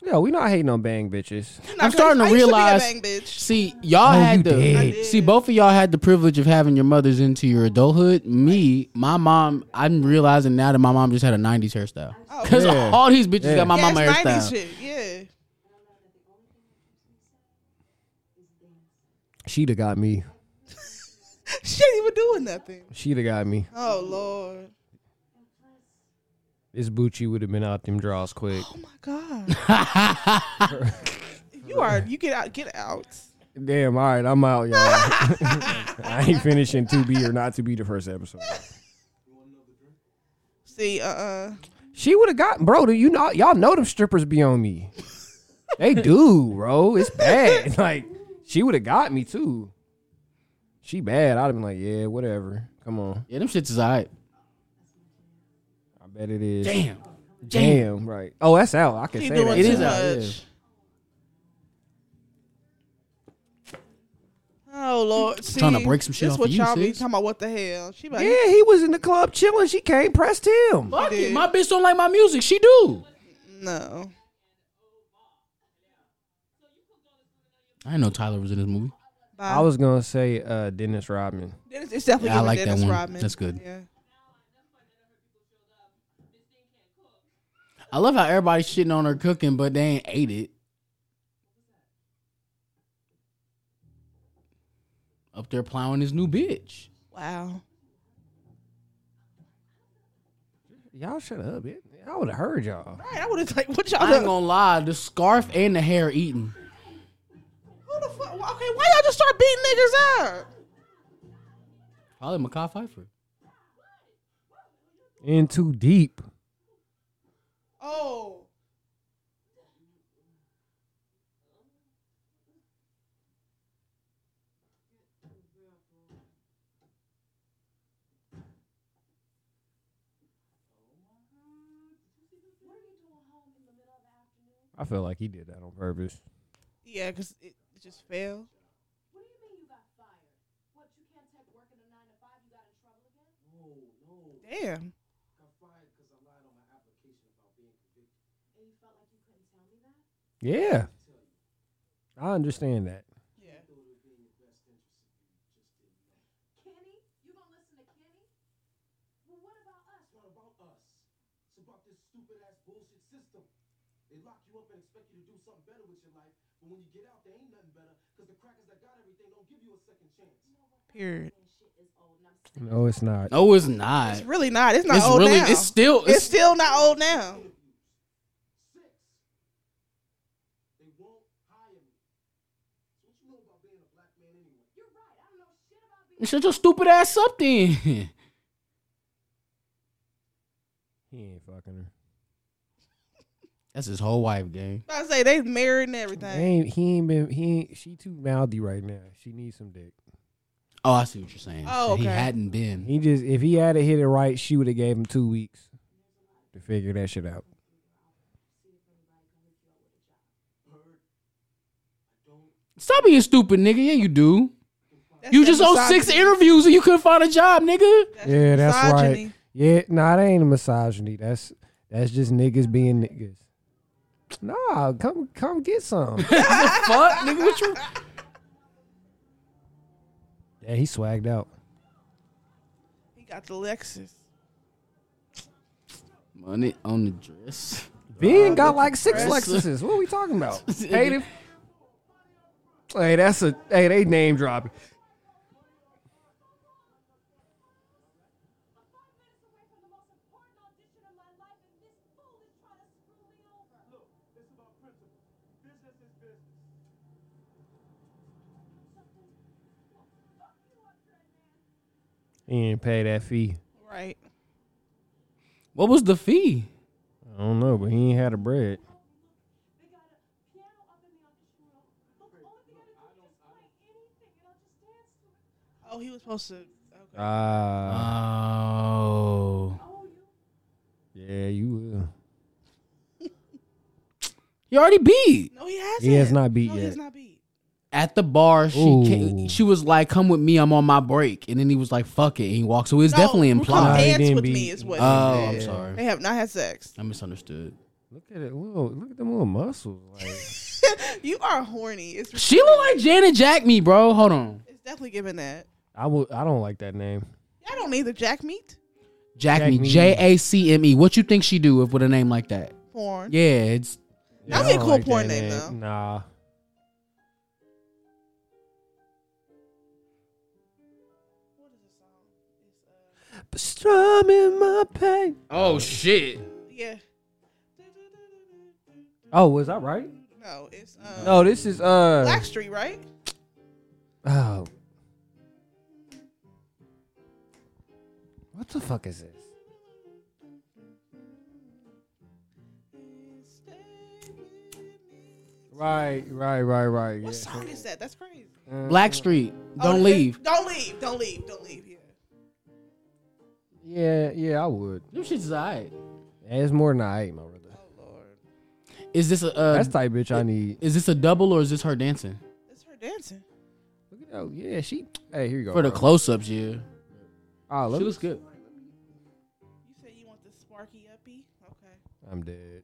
[SPEAKER 2] Yo, we not hating on bang bitches.
[SPEAKER 1] Not
[SPEAKER 4] starting
[SPEAKER 1] gonna-
[SPEAKER 4] to
[SPEAKER 1] I used
[SPEAKER 4] realize-
[SPEAKER 1] be a bang bitch.
[SPEAKER 4] See, y'all had the
[SPEAKER 1] I did.
[SPEAKER 4] see both of y'all had the privilege of having your mothers into your adulthood. Me, my mom, I'm realizing now that my mom just had a '90s hairstyle
[SPEAKER 1] Oh.
[SPEAKER 4] because
[SPEAKER 2] Yeah.
[SPEAKER 4] all these bitches got my
[SPEAKER 1] yeah,
[SPEAKER 4] mama
[SPEAKER 1] it's 90s
[SPEAKER 4] hairstyle.
[SPEAKER 1] shit. Yeah.
[SPEAKER 2] She'd have got me.
[SPEAKER 1] She ain't even doing nothing.
[SPEAKER 2] She'd have got me.
[SPEAKER 1] Oh Lord.
[SPEAKER 2] This Bucci would have been out them draws quick.
[SPEAKER 1] Oh my God. you are you get out get out.
[SPEAKER 2] Damn, all right, I'm out, y'all. I ain't finishing to be or not to be the first episode.
[SPEAKER 1] See, uh uh
[SPEAKER 2] She would have got bro. Do you know y'all know them strippers be on me? they do, bro. It's bad. Like she would have got me too. She bad. I'd have been like, yeah, whatever. Come on.
[SPEAKER 4] Yeah, them shits is alright.
[SPEAKER 2] I bet it is.
[SPEAKER 4] Damn,
[SPEAKER 2] Damn. Right. Oh, that's out. I can
[SPEAKER 1] he
[SPEAKER 2] say
[SPEAKER 1] doing
[SPEAKER 2] that.
[SPEAKER 1] too
[SPEAKER 4] It is
[SPEAKER 1] much.
[SPEAKER 4] out, yeah.
[SPEAKER 1] Oh Lord. See,
[SPEAKER 4] trying to break some shit
[SPEAKER 1] this
[SPEAKER 4] off
[SPEAKER 1] what
[SPEAKER 4] of you,
[SPEAKER 1] y'all be
[SPEAKER 4] sis.
[SPEAKER 1] talking about what the hell. She like
[SPEAKER 2] Yeah, he was in the club chilling. She came, pressed him.
[SPEAKER 4] fuck
[SPEAKER 1] did.
[SPEAKER 4] it. My bitch don't like my music. She do.
[SPEAKER 1] no.
[SPEAKER 4] I didn't know Tyler was in this movie.
[SPEAKER 1] Bye.
[SPEAKER 2] I was gonna say uh, Dennis Rodman.
[SPEAKER 1] Dennis, it's definitely
[SPEAKER 4] Yeah, I
[SPEAKER 1] giving
[SPEAKER 4] like that
[SPEAKER 1] Dennis
[SPEAKER 4] one.
[SPEAKER 1] Rodman.
[SPEAKER 4] That's good.
[SPEAKER 1] Yeah.
[SPEAKER 4] I love how everybody's shitting on her cooking, but they ain't ate it. Up there plowing his new bitch.
[SPEAKER 1] Wow.
[SPEAKER 2] Y'all shut up. It, I would have heard y'all.
[SPEAKER 1] All right, I would have like what
[SPEAKER 4] I
[SPEAKER 1] y'all
[SPEAKER 4] ain't
[SPEAKER 1] do?
[SPEAKER 4] gonna lie, the scarf and the hair eating.
[SPEAKER 1] Who the fuck? Okay, why y'all just start beating niggas up?
[SPEAKER 4] Probably Makai Pfeiffer.
[SPEAKER 2] In too deep.
[SPEAKER 1] Oh.
[SPEAKER 2] I feel like he did that on purpose.
[SPEAKER 1] Yeah, because it just fell.
[SPEAKER 5] What do you mean you got fired? What, you can't take working a nine to five? You got in trouble again?
[SPEAKER 1] Damn.
[SPEAKER 5] And you felt like you couldn't tell me that?
[SPEAKER 2] Yeah, I understand that.
[SPEAKER 1] Yeah.
[SPEAKER 5] Kenny? You gonna listen to Kenny? Well, what about us?
[SPEAKER 9] It's not about us. It's about this stupid ass bullshit system. They lock you up and expect you to do something better with your life, but when you get out, there ain't nothing better because the crackers that got everything don't give you a second chance.
[SPEAKER 1] Period.
[SPEAKER 5] And shit is old, and I'm sick
[SPEAKER 2] No, it's not.
[SPEAKER 4] No, it's
[SPEAKER 1] It's
[SPEAKER 4] not. It's,
[SPEAKER 1] really not. It's not old
[SPEAKER 4] really.
[SPEAKER 1] now.
[SPEAKER 4] It's still. It's,
[SPEAKER 1] It's still not old now.
[SPEAKER 9] Six. They won't hire me. So what you know about being a black man anyway?
[SPEAKER 5] You're right. I don't know shit about being.
[SPEAKER 4] shut your stupid ass up then.
[SPEAKER 2] He ain't fucking her.
[SPEAKER 4] That's his whole wife game.
[SPEAKER 1] I say they married and
[SPEAKER 2] He
[SPEAKER 1] everything.
[SPEAKER 2] ain't, he ain't been. He ain't, she too mouthy right now. She needs some dick.
[SPEAKER 4] Oh, I see what you're saying.
[SPEAKER 1] Oh,
[SPEAKER 4] He
[SPEAKER 1] okay.
[SPEAKER 4] hadn't been.
[SPEAKER 2] He just if he had it hit it right, she would have gave him two weeks to figure that shit out.
[SPEAKER 4] Stop being stupid, nigga. Yeah, you do.
[SPEAKER 1] That's
[SPEAKER 4] You
[SPEAKER 1] that
[SPEAKER 4] just owe six
[SPEAKER 1] misogyny.
[SPEAKER 4] interviews and you couldn't find a job, nigga.
[SPEAKER 1] That's
[SPEAKER 2] Yeah, that's right.
[SPEAKER 1] misogyny.
[SPEAKER 2] Yeah, no, nah, that ain't a misogyny. That's that's just niggas being niggas. Nah, come come get some.
[SPEAKER 4] Fuck, nigga. What you?
[SPEAKER 2] yeah, he swagged out.
[SPEAKER 1] He got the Lexus.
[SPEAKER 4] Money on the dress.
[SPEAKER 2] Ben got like six
[SPEAKER 4] Chris.
[SPEAKER 2] Lexuses. What are we talking about? hey, the- hey, that's a hey. They name dropping.
[SPEAKER 5] Five minutes away from the most important audition of my life, and this fool is trying to screw me over.
[SPEAKER 9] Look, it's about principle. Business is business.
[SPEAKER 2] He didn't pay that fee.
[SPEAKER 1] Right.
[SPEAKER 4] What was the fee?
[SPEAKER 2] I don't know, but he ain't had a bread.
[SPEAKER 5] They got a piano up in the audition room. Look, the only thing I can do is play anything, and I'll just dance to it.
[SPEAKER 1] Oh, he was supposed to. Okay.
[SPEAKER 2] Ah,
[SPEAKER 4] Oh.
[SPEAKER 5] Oh, you?
[SPEAKER 2] yeah, you will.
[SPEAKER 4] You already beat.
[SPEAKER 1] No, he hasn't.
[SPEAKER 2] He has not beat
[SPEAKER 1] no, He
[SPEAKER 2] yet.
[SPEAKER 1] has not beat.
[SPEAKER 4] At the bar, she
[SPEAKER 2] Ooh.
[SPEAKER 4] came, she was like, "Come with me, I'm on my break," and then he was like, "Fuck it," and he walked. So it's
[SPEAKER 1] No,
[SPEAKER 4] definitely
[SPEAKER 1] who come
[SPEAKER 2] Nah, he
[SPEAKER 4] implied.
[SPEAKER 1] dance
[SPEAKER 2] didn't
[SPEAKER 1] with
[SPEAKER 2] beat-
[SPEAKER 1] me is what.
[SPEAKER 4] Oh,
[SPEAKER 1] he
[SPEAKER 4] I'm
[SPEAKER 1] said. They
[SPEAKER 4] sorry.
[SPEAKER 1] have not had sex.
[SPEAKER 4] I misunderstood.
[SPEAKER 2] Look at it. Little, look at them little muscles. Like,
[SPEAKER 1] you are horny. It's
[SPEAKER 4] She look like Janet Jack me, bro. Hold on,
[SPEAKER 1] It's definitely giving that.
[SPEAKER 2] I will. I don't like that name.
[SPEAKER 1] I don't need the jack meat
[SPEAKER 4] Jack,
[SPEAKER 2] Jack
[SPEAKER 4] me,
[SPEAKER 2] me.
[SPEAKER 4] J A C M E. What you think she do if with a name like that?
[SPEAKER 1] porn.
[SPEAKER 4] Yeah, it's
[SPEAKER 1] That'd be
[SPEAKER 2] I
[SPEAKER 1] a
[SPEAKER 2] don't
[SPEAKER 1] cool
[SPEAKER 2] like
[SPEAKER 1] porn
[SPEAKER 2] that
[SPEAKER 1] name, though.
[SPEAKER 2] Nah.
[SPEAKER 1] What is the song? It's, uh,
[SPEAKER 2] Strumming my pain.
[SPEAKER 4] oh shit.
[SPEAKER 1] Yeah.
[SPEAKER 2] Oh, was I right?
[SPEAKER 1] No, it's um,
[SPEAKER 2] No, this is uh.
[SPEAKER 1] Blackstreet, right?
[SPEAKER 2] Oh. What the fuck is this? Right, right, right, right.
[SPEAKER 1] What
[SPEAKER 2] yeah. Uh,
[SPEAKER 1] song is that? That's crazy.
[SPEAKER 4] Blackstreet,
[SPEAKER 1] Oh,
[SPEAKER 4] don't leave.
[SPEAKER 1] Don't leave. Don't leave. Don't leave. Yeah.
[SPEAKER 2] Yeah, yeah, I would.
[SPEAKER 4] Them shit's alright.
[SPEAKER 2] It's more than I ate, my brother.
[SPEAKER 1] Oh Lord,
[SPEAKER 4] Is this a uh,
[SPEAKER 2] That's the type of bitch I need.
[SPEAKER 4] is this a double or is this her dancing
[SPEAKER 1] it's her dancing.
[SPEAKER 2] Look at oh yeah, she. Hey, here you go.
[SPEAKER 4] for the
[SPEAKER 2] bro.
[SPEAKER 4] close ups? Yeah,
[SPEAKER 2] Oh, let
[SPEAKER 4] she
[SPEAKER 2] me-
[SPEAKER 4] looks good.
[SPEAKER 1] You said you want the sparky uppy. Okay.
[SPEAKER 2] I'm dead.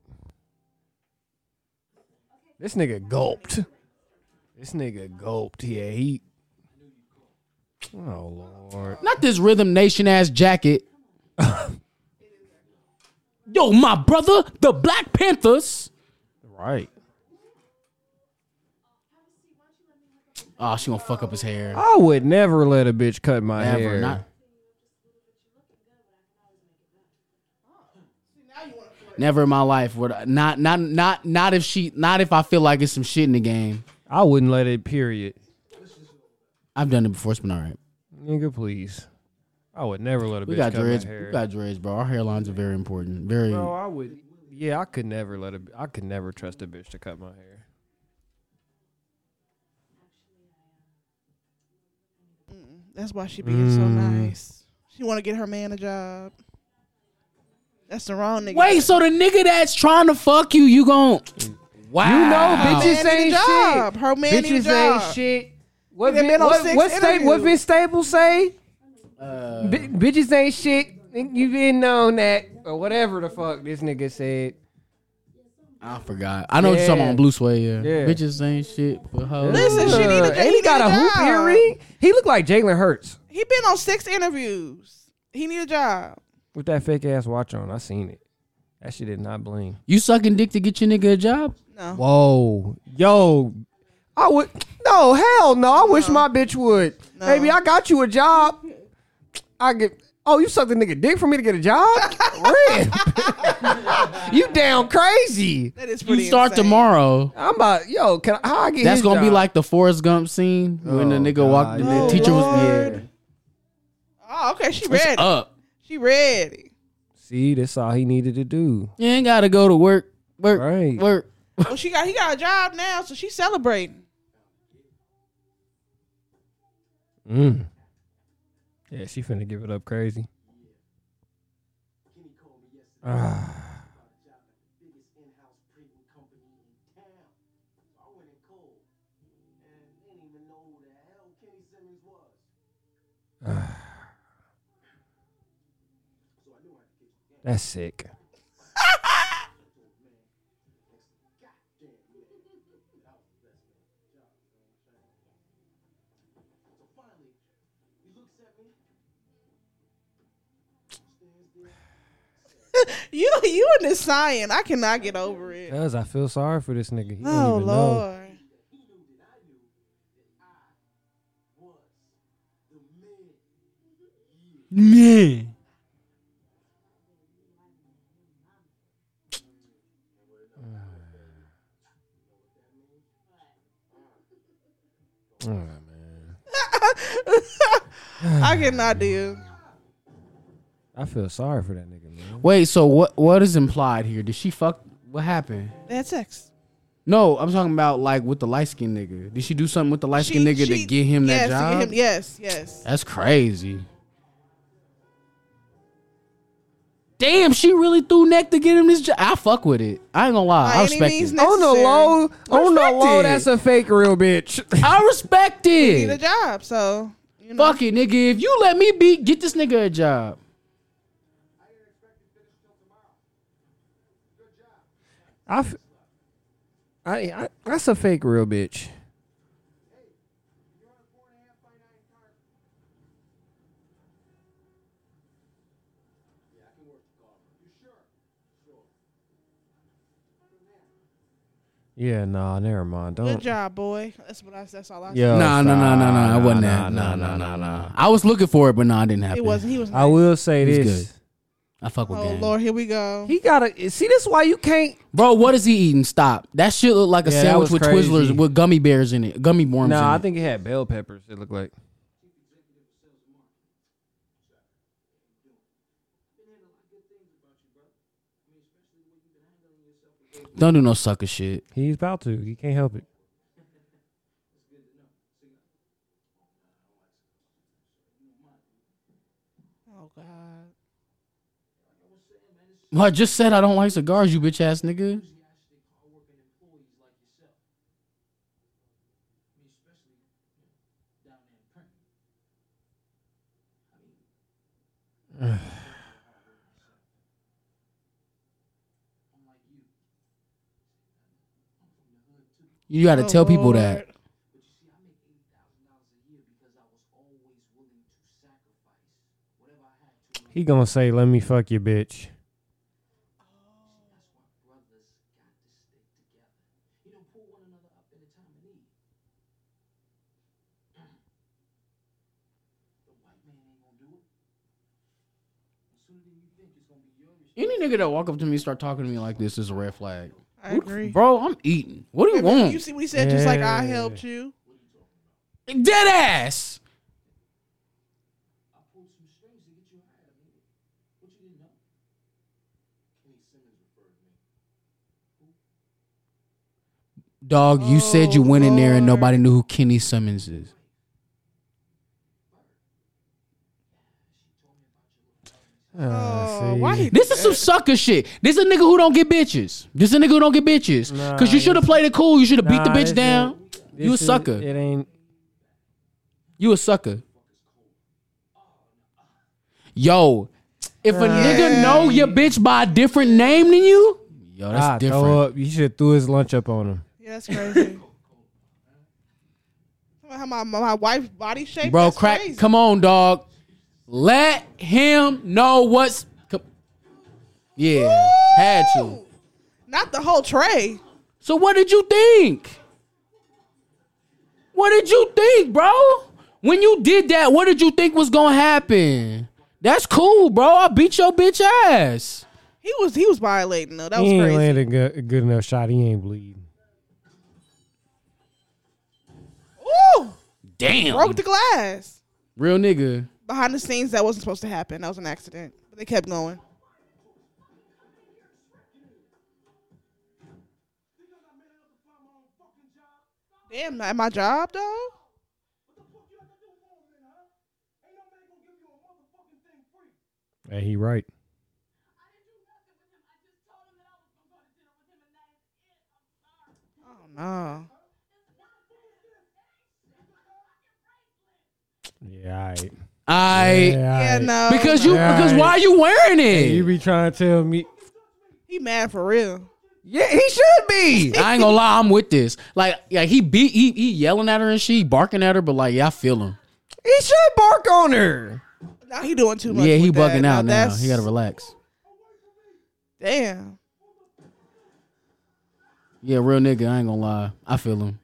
[SPEAKER 2] This nigga gulped. This nigga gulped. Yeah, he. Oh lord.
[SPEAKER 4] Not this Rhythm Nation ass jacket. Yo, my brother, the Black Panthers.
[SPEAKER 2] Right.
[SPEAKER 4] Oh, she gonna fuck up his hair.
[SPEAKER 2] I would never let a bitch cut my
[SPEAKER 4] Never.
[SPEAKER 2] hair.
[SPEAKER 4] Not,
[SPEAKER 1] Now you want to flirt.
[SPEAKER 4] never in my life would I, not not not not if she not if I feel like it's some shit in the game.
[SPEAKER 2] I wouldn't let it. Period.
[SPEAKER 4] I've done it before. It's been all right.
[SPEAKER 2] Nigga, please. I would never let a
[SPEAKER 4] We
[SPEAKER 2] bitch
[SPEAKER 4] got
[SPEAKER 2] cut
[SPEAKER 4] dreads.
[SPEAKER 2] my hair.
[SPEAKER 4] We got dreads, bro. Our hairlines are very important. Very.
[SPEAKER 2] Bro, I would. Yeah, I could never let a. I could never trust a bitch to cut my hair.
[SPEAKER 1] That's why she being so nice. She want to get her man a job. That's the wrong nigga.
[SPEAKER 4] Wait, so the nigga that's trying to fuck you, you gon' Wow.
[SPEAKER 2] You know,
[SPEAKER 1] man
[SPEAKER 2] bitches
[SPEAKER 1] need a
[SPEAKER 2] ain't
[SPEAKER 1] job.
[SPEAKER 2] shit.
[SPEAKER 1] Her man need a
[SPEAKER 2] Bitches
[SPEAKER 1] job.
[SPEAKER 2] ain't shit. What,
[SPEAKER 1] Nigga
[SPEAKER 2] Vin-
[SPEAKER 1] been on
[SPEAKER 2] what,
[SPEAKER 1] six
[SPEAKER 2] what, sta- what
[SPEAKER 1] interviews.
[SPEAKER 2] Vince Staples say?
[SPEAKER 4] Uh,
[SPEAKER 2] Bi- bitches ain't shit. You been known that or whatever the fuck this nigga said.
[SPEAKER 4] I forgot. I know what you're talking
[SPEAKER 2] Yeah.
[SPEAKER 4] about Blue Sway. Yeah.
[SPEAKER 2] Yeah.
[SPEAKER 4] Bitches ain't shit, but hoes.
[SPEAKER 1] Listen, she need a-
[SPEAKER 2] and
[SPEAKER 1] he
[SPEAKER 2] he got
[SPEAKER 1] need
[SPEAKER 2] a
[SPEAKER 1] a
[SPEAKER 2] hoop
[SPEAKER 1] job.
[SPEAKER 2] earring. He looked like Jalen Hurts
[SPEAKER 1] He been on six interviews. He need a job.
[SPEAKER 2] with that fake ass watch on. I seen it. That shit did not bling.
[SPEAKER 4] You sucking dick to get your nigga a job?
[SPEAKER 1] No.
[SPEAKER 2] Whoa, yo, I would no hell no. I wish my bitch would.
[SPEAKER 1] No.
[SPEAKER 2] Baby, I got you a job. I get. Oh, you sucked a nigga dick for me to get a job? Rip. you damn crazy.
[SPEAKER 1] That is
[SPEAKER 4] You
[SPEAKER 1] pretty
[SPEAKER 4] start
[SPEAKER 1] insane.
[SPEAKER 4] tomorrow.
[SPEAKER 2] I'm about yo. Can I, how I get?
[SPEAKER 4] That's
[SPEAKER 2] his
[SPEAKER 4] gonna be
[SPEAKER 2] job?
[SPEAKER 4] like the Forrest Gump scene when the
[SPEAKER 2] Oh,
[SPEAKER 4] nigga
[SPEAKER 2] God,
[SPEAKER 4] walked. The
[SPEAKER 1] yeah.
[SPEAKER 4] teacher was
[SPEAKER 1] Lord.
[SPEAKER 2] yeah.
[SPEAKER 1] Oh, okay. She
[SPEAKER 4] It's
[SPEAKER 1] ready.
[SPEAKER 4] up.
[SPEAKER 1] She ready.
[SPEAKER 2] See, that's all he needed to do.
[SPEAKER 4] You ain't gotta go to work. Work.
[SPEAKER 2] Right.
[SPEAKER 4] Work.
[SPEAKER 1] Well, Oh, she got he got a job now, so she's celebrating.
[SPEAKER 2] Mm. Yeah, she finna give it up crazy.
[SPEAKER 9] Kenny called me yesterday
[SPEAKER 2] Ah.
[SPEAKER 9] about a job at the biggest in-house printing company in town. So I went and called, and they didn't even know who the hell Kenny Simmons was. so I knew I had to get you down.
[SPEAKER 2] That's sick.
[SPEAKER 9] Goddamn, man. That was the best man. Job, you know what I'm saying? So finally, he looks at me, stands there.
[SPEAKER 1] You you and this sign, I cannot get over it.
[SPEAKER 2] Cuz I feel sorry for this nigga. He don't
[SPEAKER 1] Oh
[SPEAKER 2] even know.
[SPEAKER 1] Lord.
[SPEAKER 9] he knew that I knew that I was the man.
[SPEAKER 4] Man.
[SPEAKER 2] All right, man.
[SPEAKER 1] I cannot do.
[SPEAKER 2] I feel sorry for that nigga, man.
[SPEAKER 4] Wait. So what? What is implied here? Did she fuck? What happened?
[SPEAKER 1] That's sex.
[SPEAKER 4] No, I'm talking about like with the light skinned nigga. Did she do something with the light skinned nigga to get him
[SPEAKER 1] yes,
[SPEAKER 4] that
[SPEAKER 1] to
[SPEAKER 4] job?
[SPEAKER 1] get him- yes, yes.
[SPEAKER 4] That's crazy. Damn, she really threw neck to get him this job. I fuck with it. I ain't gonna lie.
[SPEAKER 1] By
[SPEAKER 4] I
[SPEAKER 1] any
[SPEAKER 4] respect
[SPEAKER 1] means
[SPEAKER 4] it.
[SPEAKER 1] necessary.
[SPEAKER 2] On the low, on the
[SPEAKER 4] Respect
[SPEAKER 2] low,
[SPEAKER 4] it.
[SPEAKER 2] that's a fake real bitch.
[SPEAKER 4] I respect
[SPEAKER 1] Need a
[SPEAKER 4] it.
[SPEAKER 1] job, so you know.
[SPEAKER 4] Fuck it, nigga. If you let me be, get this nigga a job.
[SPEAKER 2] I, f- I, I, that's a fake real bitch. Yeah, nah, never mind. Don't.
[SPEAKER 4] Oh.
[SPEAKER 1] Good job, boy. That's what I. That's all I.
[SPEAKER 2] Yo,
[SPEAKER 4] Nah, nah, nah, nah, nah. It wasn't
[SPEAKER 2] nah,
[SPEAKER 4] that.
[SPEAKER 2] nah,
[SPEAKER 4] Nah, nah,
[SPEAKER 2] nah,
[SPEAKER 4] nah, nah. I was looking for it, but nah, it didn't
[SPEAKER 1] said.
[SPEAKER 4] happen.
[SPEAKER 1] It wasn't. He was.
[SPEAKER 2] I will say
[SPEAKER 4] He's
[SPEAKER 2] this.
[SPEAKER 4] I fuck with
[SPEAKER 1] Oh
[SPEAKER 4] gang.
[SPEAKER 1] Lord, here we go.
[SPEAKER 2] He gotta see. This why you can't.
[SPEAKER 4] Bro, what is he eating? Stop. That shit look like a
[SPEAKER 2] Yeah, that was
[SPEAKER 4] sandwich with
[SPEAKER 2] crazy.
[SPEAKER 4] Twizzlers with gummy bears in it. Gummy worms in
[SPEAKER 2] Nah, I
[SPEAKER 4] it.
[SPEAKER 2] think it had bell peppers. It looked like.
[SPEAKER 4] Don't do no sucker shit.
[SPEAKER 2] He's about to. He can't help it.
[SPEAKER 1] Oh God.
[SPEAKER 4] Well, I just said I don't like cigars, you bitch ass nigga. You gotta
[SPEAKER 1] Oh,
[SPEAKER 4] tell people
[SPEAKER 1] Lord.
[SPEAKER 4] that.
[SPEAKER 9] But you see, I make eighty thousand dollars a year because I was always willing to sacrifice whatever I had to.
[SPEAKER 2] He gonna say, "Let me fuck your bitch."
[SPEAKER 9] That's why brothers got to stick together. You don't pull one another up in a time of need. the white man ain't gonna do it. And sooner than you think, it's gonna be your responsibility.
[SPEAKER 4] Any nigga that walk up to me and start talking to me like this is a red flag.
[SPEAKER 1] I agree.
[SPEAKER 4] Bro, I'm eating. What do you
[SPEAKER 1] You
[SPEAKER 4] want?
[SPEAKER 1] see what he said? Just like I
[SPEAKER 2] Yeah.
[SPEAKER 1] helped you.
[SPEAKER 4] Dead ass.
[SPEAKER 9] I pulled some strings to get you hired. I mean, what you didn't know? Kenny Simmons referred me.
[SPEAKER 4] Dog, you said you
[SPEAKER 1] Oh,
[SPEAKER 4] went in there and
[SPEAKER 1] Lord.
[SPEAKER 4] nobody knew who Kenny Simmons is.
[SPEAKER 1] Oh, why he
[SPEAKER 4] This is some sucker shit. This a nigga who don't get bitches. This a nigga who don't get bitches. Cause you should have played it cool. You should have beat the
[SPEAKER 2] Nah,
[SPEAKER 4] bitch
[SPEAKER 2] it's
[SPEAKER 4] down. You a
[SPEAKER 2] This is-
[SPEAKER 4] sucker.
[SPEAKER 2] It ain't.
[SPEAKER 4] You a sucker. Yo, if a nigga know your bitch by a different name than you, yo, that's
[SPEAKER 2] ah,
[SPEAKER 4] different.
[SPEAKER 2] Throw up. You should have threw his lunch up on him.
[SPEAKER 1] Yeah, that's crazy. How my, my my wife's body shape,
[SPEAKER 4] Bro,
[SPEAKER 1] that's
[SPEAKER 4] crack.
[SPEAKER 1] Crazy.
[SPEAKER 4] Come on, dog. Let him know what's. co- Yeah, had to.
[SPEAKER 1] Ooh, Not the whole tray.
[SPEAKER 4] So what did you think? What did you think, bro? When you did that, what did you think was gonna happen? That's cool, bro. I beat your bitch ass.
[SPEAKER 1] He was he was violating though. That
[SPEAKER 2] He
[SPEAKER 1] was
[SPEAKER 2] ain't
[SPEAKER 1] crazy.
[SPEAKER 2] land a good, a good enough shot. He ain't bleeding.
[SPEAKER 1] Ooh,
[SPEAKER 4] Damn.
[SPEAKER 1] broke the glass.
[SPEAKER 4] Real nigga.
[SPEAKER 1] Behind the scenes, that wasn't supposed to happen. That was an accident. But they kept going. Damn, not at my job though.
[SPEAKER 2] Hey, he right.
[SPEAKER 1] Oh no.
[SPEAKER 2] Yeah, all right.
[SPEAKER 4] I
[SPEAKER 1] Yeah, no.
[SPEAKER 4] because
[SPEAKER 1] no.
[SPEAKER 4] you because why you wearing
[SPEAKER 2] You
[SPEAKER 4] it?
[SPEAKER 2] be trying to tell me.
[SPEAKER 1] he mad for real.
[SPEAKER 3] Yeah, he should be.
[SPEAKER 4] I ain't gonna lie, I'm with this. Like, yeah, he beat he, he yelling at her and she barking at her, but like, yeah, I feel him.
[SPEAKER 3] He should bark on her.
[SPEAKER 1] Now he doing too much.
[SPEAKER 4] yeah, he
[SPEAKER 1] with that.
[SPEAKER 4] bugging out now.
[SPEAKER 1] that's-
[SPEAKER 4] He gotta relax.
[SPEAKER 1] Damn.
[SPEAKER 4] Yeah, real nigga. I ain't gonna lie. I feel him.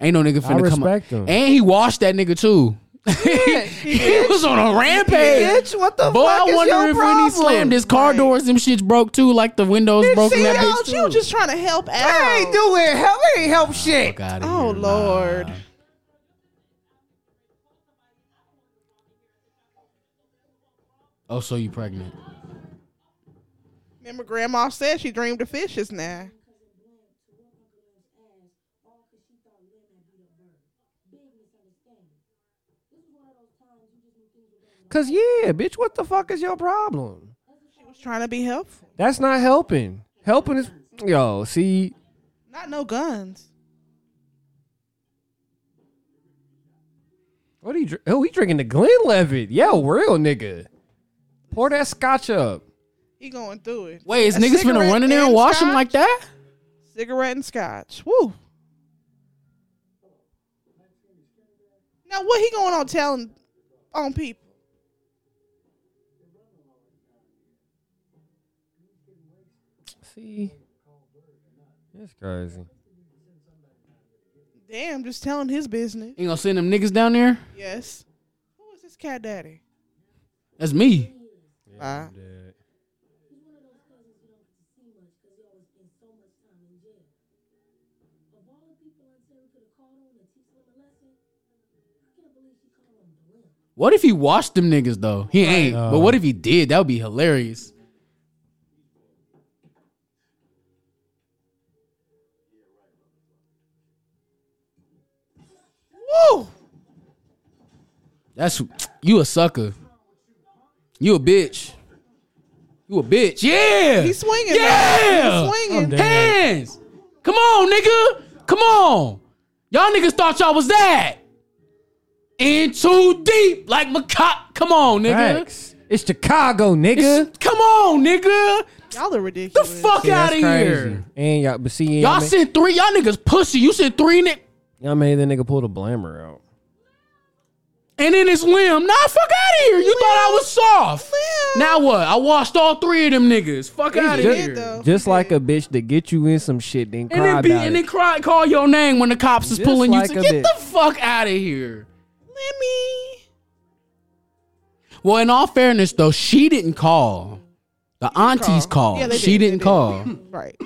[SPEAKER 4] Ain't no nigga finna come.
[SPEAKER 2] respect him.
[SPEAKER 4] And he washed that nigga too. he was on a rampage.
[SPEAKER 3] Bitch, what the
[SPEAKER 4] Boy,
[SPEAKER 3] fuck
[SPEAKER 4] I
[SPEAKER 3] is
[SPEAKER 4] wonder
[SPEAKER 3] your
[SPEAKER 4] if when
[SPEAKER 3] problem?
[SPEAKER 4] he slammed his car
[SPEAKER 1] Right.
[SPEAKER 4] doors, them shits broke too. Like the windows broke in
[SPEAKER 1] See,
[SPEAKER 4] that
[SPEAKER 1] y'all,
[SPEAKER 4] bitch
[SPEAKER 1] you
[SPEAKER 4] too.
[SPEAKER 1] Oh, just trying to help
[SPEAKER 3] I
[SPEAKER 1] out.
[SPEAKER 3] ain't doing help. I ain't help shit.
[SPEAKER 4] Outta
[SPEAKER 1] Oh
[SPEAKER 4] here,
[SPEAKER 1] Lord.
[SPEAKER 4] nah. Oh, so you pregnant?
[SPEAKER 1] Remember, Grandma said she dreamed of fishes. Now
[SPEAKER 5] all because she thought Lynn had beat up Bird. Big misunderstanding. This is one of those times you just knew things were going
[SPEAKER 2] Cause yeah, bitch, what the fuck is your problem?
[SPEAKER 1] she was trying to be helpful.
[SPEAKER 2] That's not helping. Helping is yo. See,
[SPEAKER 1] Not no guns.
[SPEAKER 2] what he? dr- Oh, he drinking the Glenlivet. Yo, real nigga. Pour that scotch up.
[SPEAKER 1] He going through it.
[SPEAKER 4] Wait, is
[SPEAKER 1] A
[SPEAKER 4] niggas finna
[SPEAKER 1] cigarette
[SPEAKER 4] run in there and wash him
[SPEAKER 1] scotch?
[SPEAKER 4] like that?
[SPEAKER 1] Cigarette and scotch. Woo. Now what he going on telling on people?
[SPEAKER 2] See, that's crazy.
[SPEAKER 1] Damn, just telling his business.
[SPEAKER 4] You gonna send them niggas down there?
[SPEAKER 1] Yes. Who is this cat daddy?
[SPEAKER 4] That's me.
[SPEAKER 1] Bye.
[SPEAKER 5] Of all the people on Terry could have called on to teach Lynn a lesson, I can't believe she called on Blimp.
[SPEAKER 4] What if he washed them niggas though? He ain't. But what if he did? That would be hilarious.
[SPEAKER 1] Woo.
[SPEAKER 4] That's you a sucker. You a bitch. You a bitch. Yeah.
[SPEAKER 1] He's swinging.
[SPEAKER 4] Yeah. Oh,
[SPEAKER 1] He's swinging.
[SPEAKER 4] Hands. Come on, nigga. Come on. Y'all niggas thought y'all was that. In too deep, like Macaw. Come on, nigga.
[SPEAKER 2] Facts. It's Chicago, nigga.
[SPEAKER 4] It's- come on, nigga.
[SPEAKER 1] Y'all are
[SPEAKER 4] The
[SPEAKER 1] ridiculous.
[SPEAKER 4] fuck out of here.
[SPEAKER 2] And y'all, but see, y'all,
[SPEAKER 4] Y'all
[SPEAKER 2] made,
[SPEAKER 4] sent three. Y'all niggas pussy. You sent three niggas.
[SPEAKER 2] y'all made the nigga pull the blamer out.
[SPEAKER 4] and then it's limb. Nah, fuck out of here. You thought I was soft.
[SPEAKER 1] Lim.
[SPEAKER 4] Now what? I washed all three of them niggas. Fuck out of
[SPEAKER 1] did,
[SPEAKER 4] here.
[SPEAKER 1] though.
[SPEAKER 2] Just like a bitch that get you in some shit, then
[SPEAKER 4] And
[SPEAKER 2] cry
[SPEAKER 4] then, be,
[SPEAKER 2] about
[SPEAKER 4] and
[SPEAKER 2] it.
[SPEAKER 4] then cry, call your name when the cops is
[SPEAKER 2] Just
[SPEAKER 4] pulling
[SPEAKER 2] like
[SPEAKER 4] you. To
[SPEAKER 2] a
[SPEAKER 4] get
[SPEAKER 2] bitch.
[SPEAKER 4] the fuck out of here.
[SPEAKER 1] Lemmy.
[SPEAKER 4] Well, in all fairness, though, she didn't call. The aunties called.
[SPEAKER 1] Yeah, they
[SPEAKER 4] she
[SPEAKER 1] did, they
[SPEAKER 4] didn't call.
[SPEAKER 1] Right.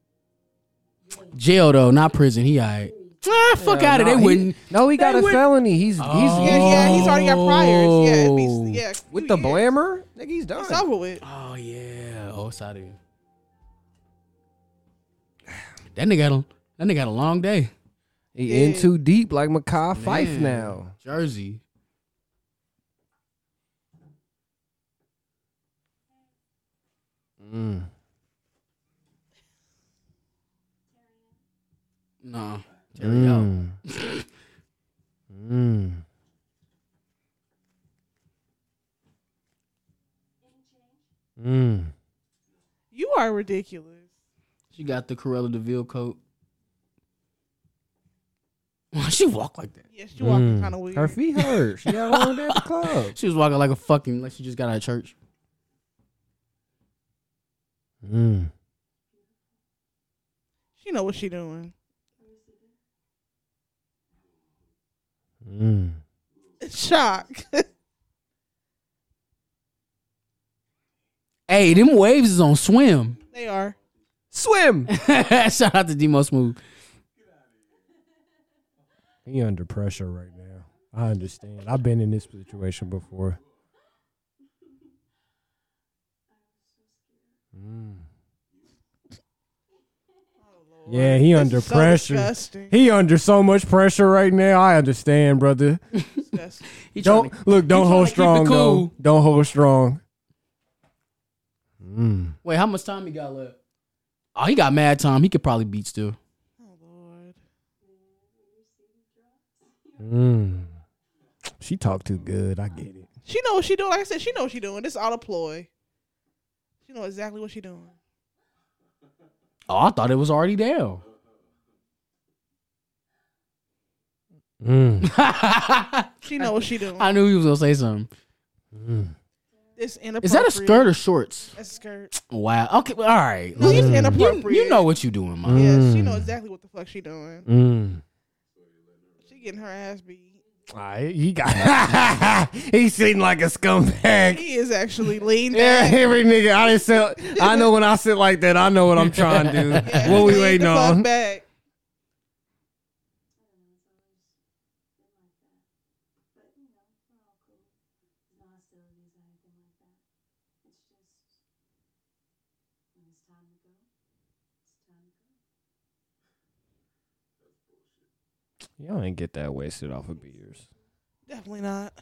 [SPEAKER 4] Jail though, not prison. He alright. Ah, fuck out of.
[SPEAKER 2] No,
[SPEAKER 4] They Oh.
[SPEAKER 2] he-
[SPEAKER 4] wouldn't.
[SPEAKER 2] No, he got a
[SPEAKER 4] would-
[SPEAKER 2] felony. He's he's
[SPEAKER 1] Yeah, yeah. He's already got priors. Yeah. It
[SPEAKER 4] Oh.
[SPEAKER 1] be, yeah.
[SPEAKER 2] with
[SPEAKER 1] two
[SPEAKER 2] the
[SPEAKER 1] years.
[SPEAKER 2] blamer. Nigga, he's
[SPEAKER 1] It's
[SPEAKER 2] done.
[SPEAKER 1] over with.
[SPEAKER 4] Oh yeah. Oh, it's out of here. That nigga had a that nigga had a long day.
[SPEAKER 2] He in too deep like Makai Fife
[SPEAKER 4] Man,
[SPEAKER 2] now.
[SPEAKER 4] Jersey.
[SPEAKER 2] Mm.
[SPEAKER 4] No.
[SPEAKER 2] Mm. mm. Mm.
[SPEAKER 1] You are ridiculous.
[SPEAKER 4] She got the Corella Deville coat. Why she walk like that?
[SPEAKER 1] Yes, you walking
[SPEAKER 2] Mm.
[SPEAKER 1] kind of weird.
[SPEAKER 2] Her feet hurt. She got on at the club.
[SPEAKER 4] She was walking like a fucking like she just got out of church.
[SPEAKER 2] Mm.
[SPEAKER 1] She know what she doing.
[SPEAKER 2] Mm.
[SPEAKER 1] Shock.
[SPEAKER 4] Hey, them waves is on swim.
[SPEAKER 1] they are.
[SPEAKER 2] Swim.
[SPEAKER 4] Shout out to Demo Smooth.
[SPEAKER 2] He under pressure right now. I understand. I've been in this situation before. Mm. Yeah, he
[SPEAKER 1] This
[SPEAKER 2] under
[SPEAKER 1] is so
[SPEAKER 2] pressure.
[SPEAKER 1] disgusting.
[SPEAKER 2] He under so much pressure right now. I understand, brother.
[SPEAKER 1] Disgusting.
[SPEAKER 4] He
[SPEAKER 2] Don't
[SPEAKER 4] tryna-
[SPEAKER 2] look. Don't
[SPEAKER 4] tryna
[SPEAKER 2] hold
[SPEAKER 4] keep it
[SPEAKER 2] strong
[SPEAKER 4] cool.
[SPEAKER 2] though. Don't hold strong. Mm.
[SPEAKER 4] Wait, how much time he got left? Oh, he got mad time. He could probably beat still.
[SPEAKER 1] Oh Lord.
[SPEAKER 2] Mm. She talked too good. I get it.
[SPEAKER 1] She know what she doing. Like I said, she know what she doing. This is all a ploy. She know exactly what she doing.
[SPEAKER 4] Oh, I thought it was already down.
[SPEAKER 2] Mm.
[SPEAKER 4] I
[SPEAKER 1] She know what she doing.
[SPEAKER 4] knew he was gonna say something.
[SPEAKER 2] Mm.
[SPEAKER 1] This inappropriate.
[SPEAKER 4] Is that a skirt or shorts?
[SPEAKER 1] That's a skirt.
[SPEAKER 4] Wow. Okay. All right.
[SPEAKER 1] No, it's
[SPEAKER 2] Mm.
[SPEAKER 4] You,
[SPEAKER 1] inappropriate.
[SPEAKER 4] you know what you doing, Mom.
[SPEAKER 1] Yeah, she
[SPEAKER 2] Mm.
[SPEAKER 1] know exactly what the fuck she doing.
[SPEAKER 2] Mm.
[SPEAKER 1] She getting her ass beat.
[SPEAKER 2] Ah, he he got. he seemed like a scumbag.
[SPEAKER 1] He is actually leaned
[SPEAKER 2] Yeah,
[SPEAKER 1] back.
[SPEAKER 2] every nigga. I just sell. I know when I sit like that. I know what I'm trying to do.
[SPEAKER 1] Yeah,
[SPEAKER 2] what we
[SPEAKER 1] lean
[SPEAKER 2] waiting
[SPEAKER 1] the fuck
[SPEAKER 2] on?
[SPEAKER 1] Back.
[SPEAKER 2] Y'all ain't get that wasted off of beers.
[SPEAKER 1] Definitely not.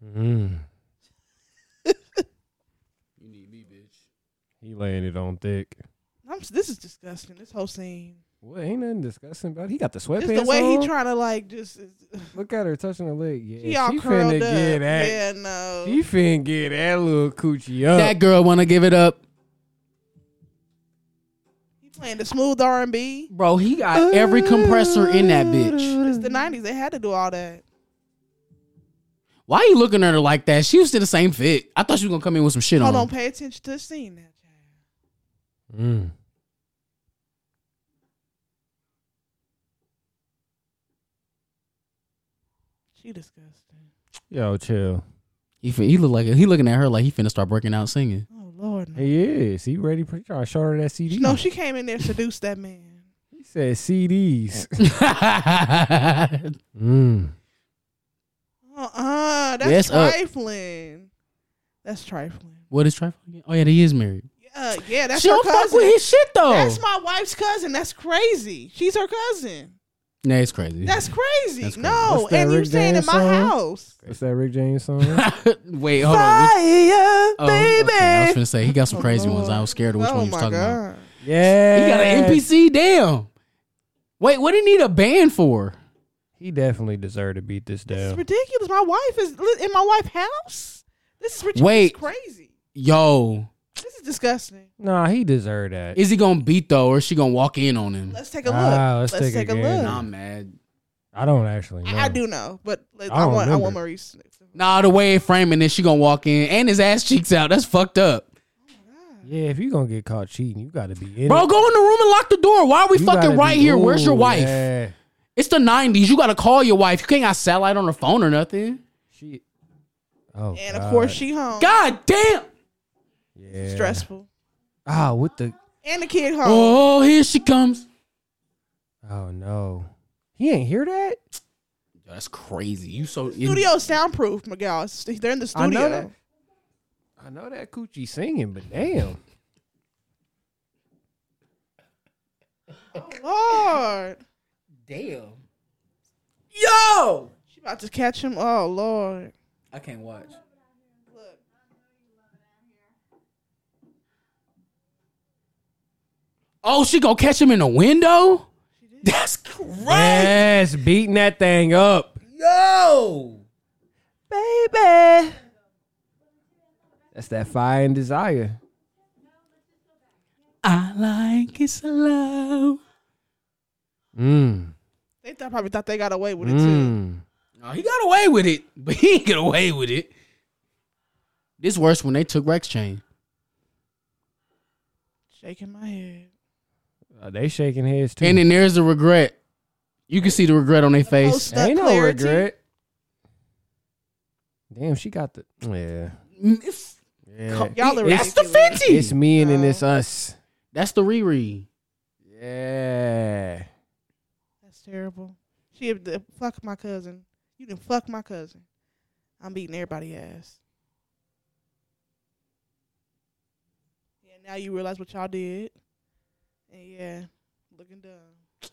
[SPEAKER 2] Mm.
[SPEAKER 4] You need me, bitch.
[SPEAKER 2] He laying it on thick.
[SPEAKER 1] I'm, s- this is disgusting. This whole scene.
[SPEAKER 2] What ain't nothing disgusting about? it. He got the
[SPEAKER 1] Just
[SPEAKER 2] sweatpants
[SPEAKER 1] the way
[SPEAKER 2] on.
[SPEAKER 1] he trying to like just.
[SPEAKER 2] Look at her touching her leg. Yeah,
[SPEAKER 1] She all
[SPEAKER 2] she
[SPEAKER 1] curled
[SPEAKER 2] finna
[SPEAKER 1] up.
[SPEAKER 2] get that.
[SPEAKER 1] Yeah, no.
[SPEAKER 2] She finna get that little coochie up.
[SPEAKER 4] That girl wanna give it up,
[SPEAKER 1] he playing the smooth R and B.
[SPEAKER 4] bro. He
[SPEAKER 1] Uh,
[SPEAKER 4] got every compressor in that bitch.
[SPEAKER 1] It's the '90s. They had to do all that.
[SPEAKER 4] Why you looking at her like that? She was still the same fit. I thought she was gonna come in with some shit
[SPEAKER 1] Hold
[SPEAKER 4] on.
[SPEAKER 1] on. Pay attention to the scene now, child.
[SPEAKER 2] Mm.
[SPEAKER 1] She disgusting.
[SPEAKER 2] Yo, chill.
[SPEAKER 4] He, fin- he look like he looking at her like he finna start breaking out singing.
[SPEAKER 1] Oh Lord. No.
[SPEAKER 2] He is. He ready for try to show her that CD.
[SPEAKER 1] No, she came in there seduced that man.
[SPEAKER 2] He said CDs.
[SPEAKER 4] That's
[SPEAKER 2] Mm.
[SPEAKER 1] Uh uh That's
[SPEAKER 4] Yes, up.
[SPEAKER 1] trifling. That's trifling.
[SPEAKER 4] what is trifling? again? Oh yeah, he is married.
[SPEAKER 1] Yeah, yeah. That's
[SPEAKER 4] she
[SPEAKER 1] her
[SPEAKER 4] don't fuck
[SPEAKER 1] cousin.
[SPEAKER 4] with his shit though.
[SPEAKER 1] That's my wife's cousin. That's crazy. She's her cousin.
[SPEAKER 4] nah, it's crazy.
[SPEAKER 1] That's crazy.
[SPEAKER 4] That's crazy.
[SPEAKER 1] No,
[SPEAKER 2] What's that
[SPEAKER 1] and you
[SPEAKER 2] Rick
[SPEAKER 1] staying in
[SPEAKER 2] James
[SPEAKER 1] my
[SPEAKER 2] song?
[SPEAKER 1] house.
[SPEAKER 2] What's that Rick James song?
[SPEAKER 4] Wait, hold on. Which-
[SPEAKER 1] Fire,
[SPEAKER 4] Oh,
[SPEAKER 1] baby.
[SPEAKER 4] okay. I was gonna say he got some crazy
[SPEAKER 1] Oh,
[SPEAKER 4] ones. I was scared of which
[SPEAKER 1] oh
[SPEAKER 4] one he was
[SPEAKER 1] my
[SPEAKER 4] talking about.
[SPEAKER 1] God.
[SPEAKER 2] yeah.
[SPEAKER 4] He got an NPC down. Wait, what do he need a band for?
[SPEAKER 2] He definitely deserved to beat this
[SPEAKER 1] This is
[SPEAKER 2] down.
[SPEAKER 1] ridiculous. My wife is li- in my wife's house. This is ridiculous.
[SPEAKER 4] Wait.
[SPEAKER 1] crazy.
[SPEAKER 4] Yo,
[SPEAKER 1] This is disgusting.
[SPEAKER 2] Nah, he deserved that.
[SPEAKER 4] is he gonna beat though, or is she gonna walk in on him?
[SPEAKER 1] Let's take a look.
[SPEAKER 2] Ah,
[SPEAKER 1] let's,
[SPEAKER 2] let's
[SPEAKER 1] take,
[SPEAKER 2] take
[SPEAKER 1] a
[SPEAKER 2] a gander.
[SPEAKER 1] look.
[SPEAKER 4] Nah, I'm mad.
[SPEAKER 2] I don't actually know.
[SPEAKER 1] I, I do know, but like,
[SPEAKER 2] I
[SPEAKER 1] I,
[SPEAKER 2] don't
[SPEAKER 1] want I want
[SPEAKER 2] remember.
[SPEAKER 1] Maurice.
[SPEAKER 4] Nah, the way it framing is she gonna walk in and his ass cheeks out. That's fucked up.
[SPEAKER 2] Yeah, if you gonna get caught cheating, you gotta be in
[SPEAKER 4] Bro,
[SPEAKER 2] it.
[SPEAKER 4] go in the room and lock the door. Why are we
[SPEAKER 2] You gotta
[SPEAKER 4] fucking right
[SPEAKER 2] be-
[SPEAKER 4] here? Where's your
[SPEAKER 2] Ooh,
[SPEAKER 4] wife?
[SPEAKER 2] yeah.
[SPEAKER 4] It's the 90s. You gotta call your wife. You can't got satellite on her phone or nothing.
[SPEAKER 2] She. Oh.
[SPEAKER 1] And of course,
[SPEAKER 2] God.
[SPEAKER 1] she home.
[SPEAKER 4] God damn.
[SPEAKER 2] Yeah.
[SPEAKER 1] Stressful.
[SPEAKER 2] Ah, with the.
[SPEAKER 1] And the kid home.
[SPEAKER 4] Oh, here she comes.
[SPEAKER 2] Oh no. He ain't hear that.
[SPEAKER 4] Yo, that's crazy. You so
[SPEAKER 1] Studio soundproof, Miguel. It's- They're in the
[SPEAKER 2] I know
[SPEAKER 1] studio.
[SPEAKER 2] that. I know that coochie singing, but damn.
[SPEAKER 1] Oh, Lord.
[SPEAKER 4] Damn. Yo!
[SPEAKER 1] She about to catch him. Oh, Lord.
[SPEAKER 4] I can't watch.
[SPEAKER 1] Look.
[SPEAKER 4] Oh, she gonna catch him in the window? That's crazy.
[SPEAKER 2] Yes, beating that thing up.
[SPEAKER 4] Yo!
[SPEAKER 2] Baby. That's that fire and desire.
[SPEAKER 4] I like it slow.
[SPEAKER 2] Mm.
[SPEAKER 1] They thought, probably thought they got away with it, too.
[SPEAKER 2] Mm.
[SPEAKER 4] No, he got away with it, but he didn't get away with it. This worse when they took Rex chain.
[SPEAKER 1] Shaking my head.
[SPEAKER 2] Uh, they shaking heads too.
[SPEAKER 4] And then there's the regret. You can see the regret on their face.
[SPEAKER 1] Post- that
[SPEAKER 2] Ain't no
[SPEAKER 1] clarity.
[SPEAKER 2] regret. Damn, she got the yeah. yeah.
[SPEAKER 1] Mm, Y'all are
[SPEAKER 4] That's the
[SPEAKER 1] ridiculous.
[SPEAKER 2] It's
[SPEAKER 4] 50.
[SPEAKER 2] me and then
[SPEAKER 1] No.
[SPEAKER 2] it's us.
[SPEAKER 4] That's the reread.
[SPEAKER 2] Yeah.
[SPEAKER 1] That's terrible. She had to fuck my cousin. You didn't fuck my cousin. I'm beating everybody ass. Yeah, now you realize what y'all did. And yeah, looking dumb.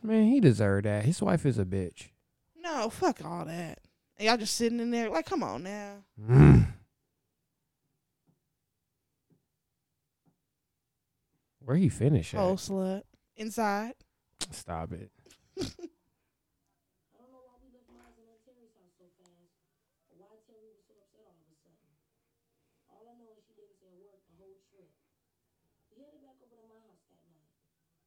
[SPEAKER 2] Man, he deserved that. His wife is a bitch.
[SPEAKER 1] No, fuck all that. And y'all just sitting in there like, come on now.
[SPEAKER 2] Mm. Where he finish at?
[SPEAKER 1] Oh, slut. Inside.
[SPEAKER 2] Stop it.
[SPEAKER 5] I don't know why we left Miles and Terry's house so fast, or why Terry was so upset all of a sudden. All I know is she didn't say a word the whole trip. We headed back over to my house that night.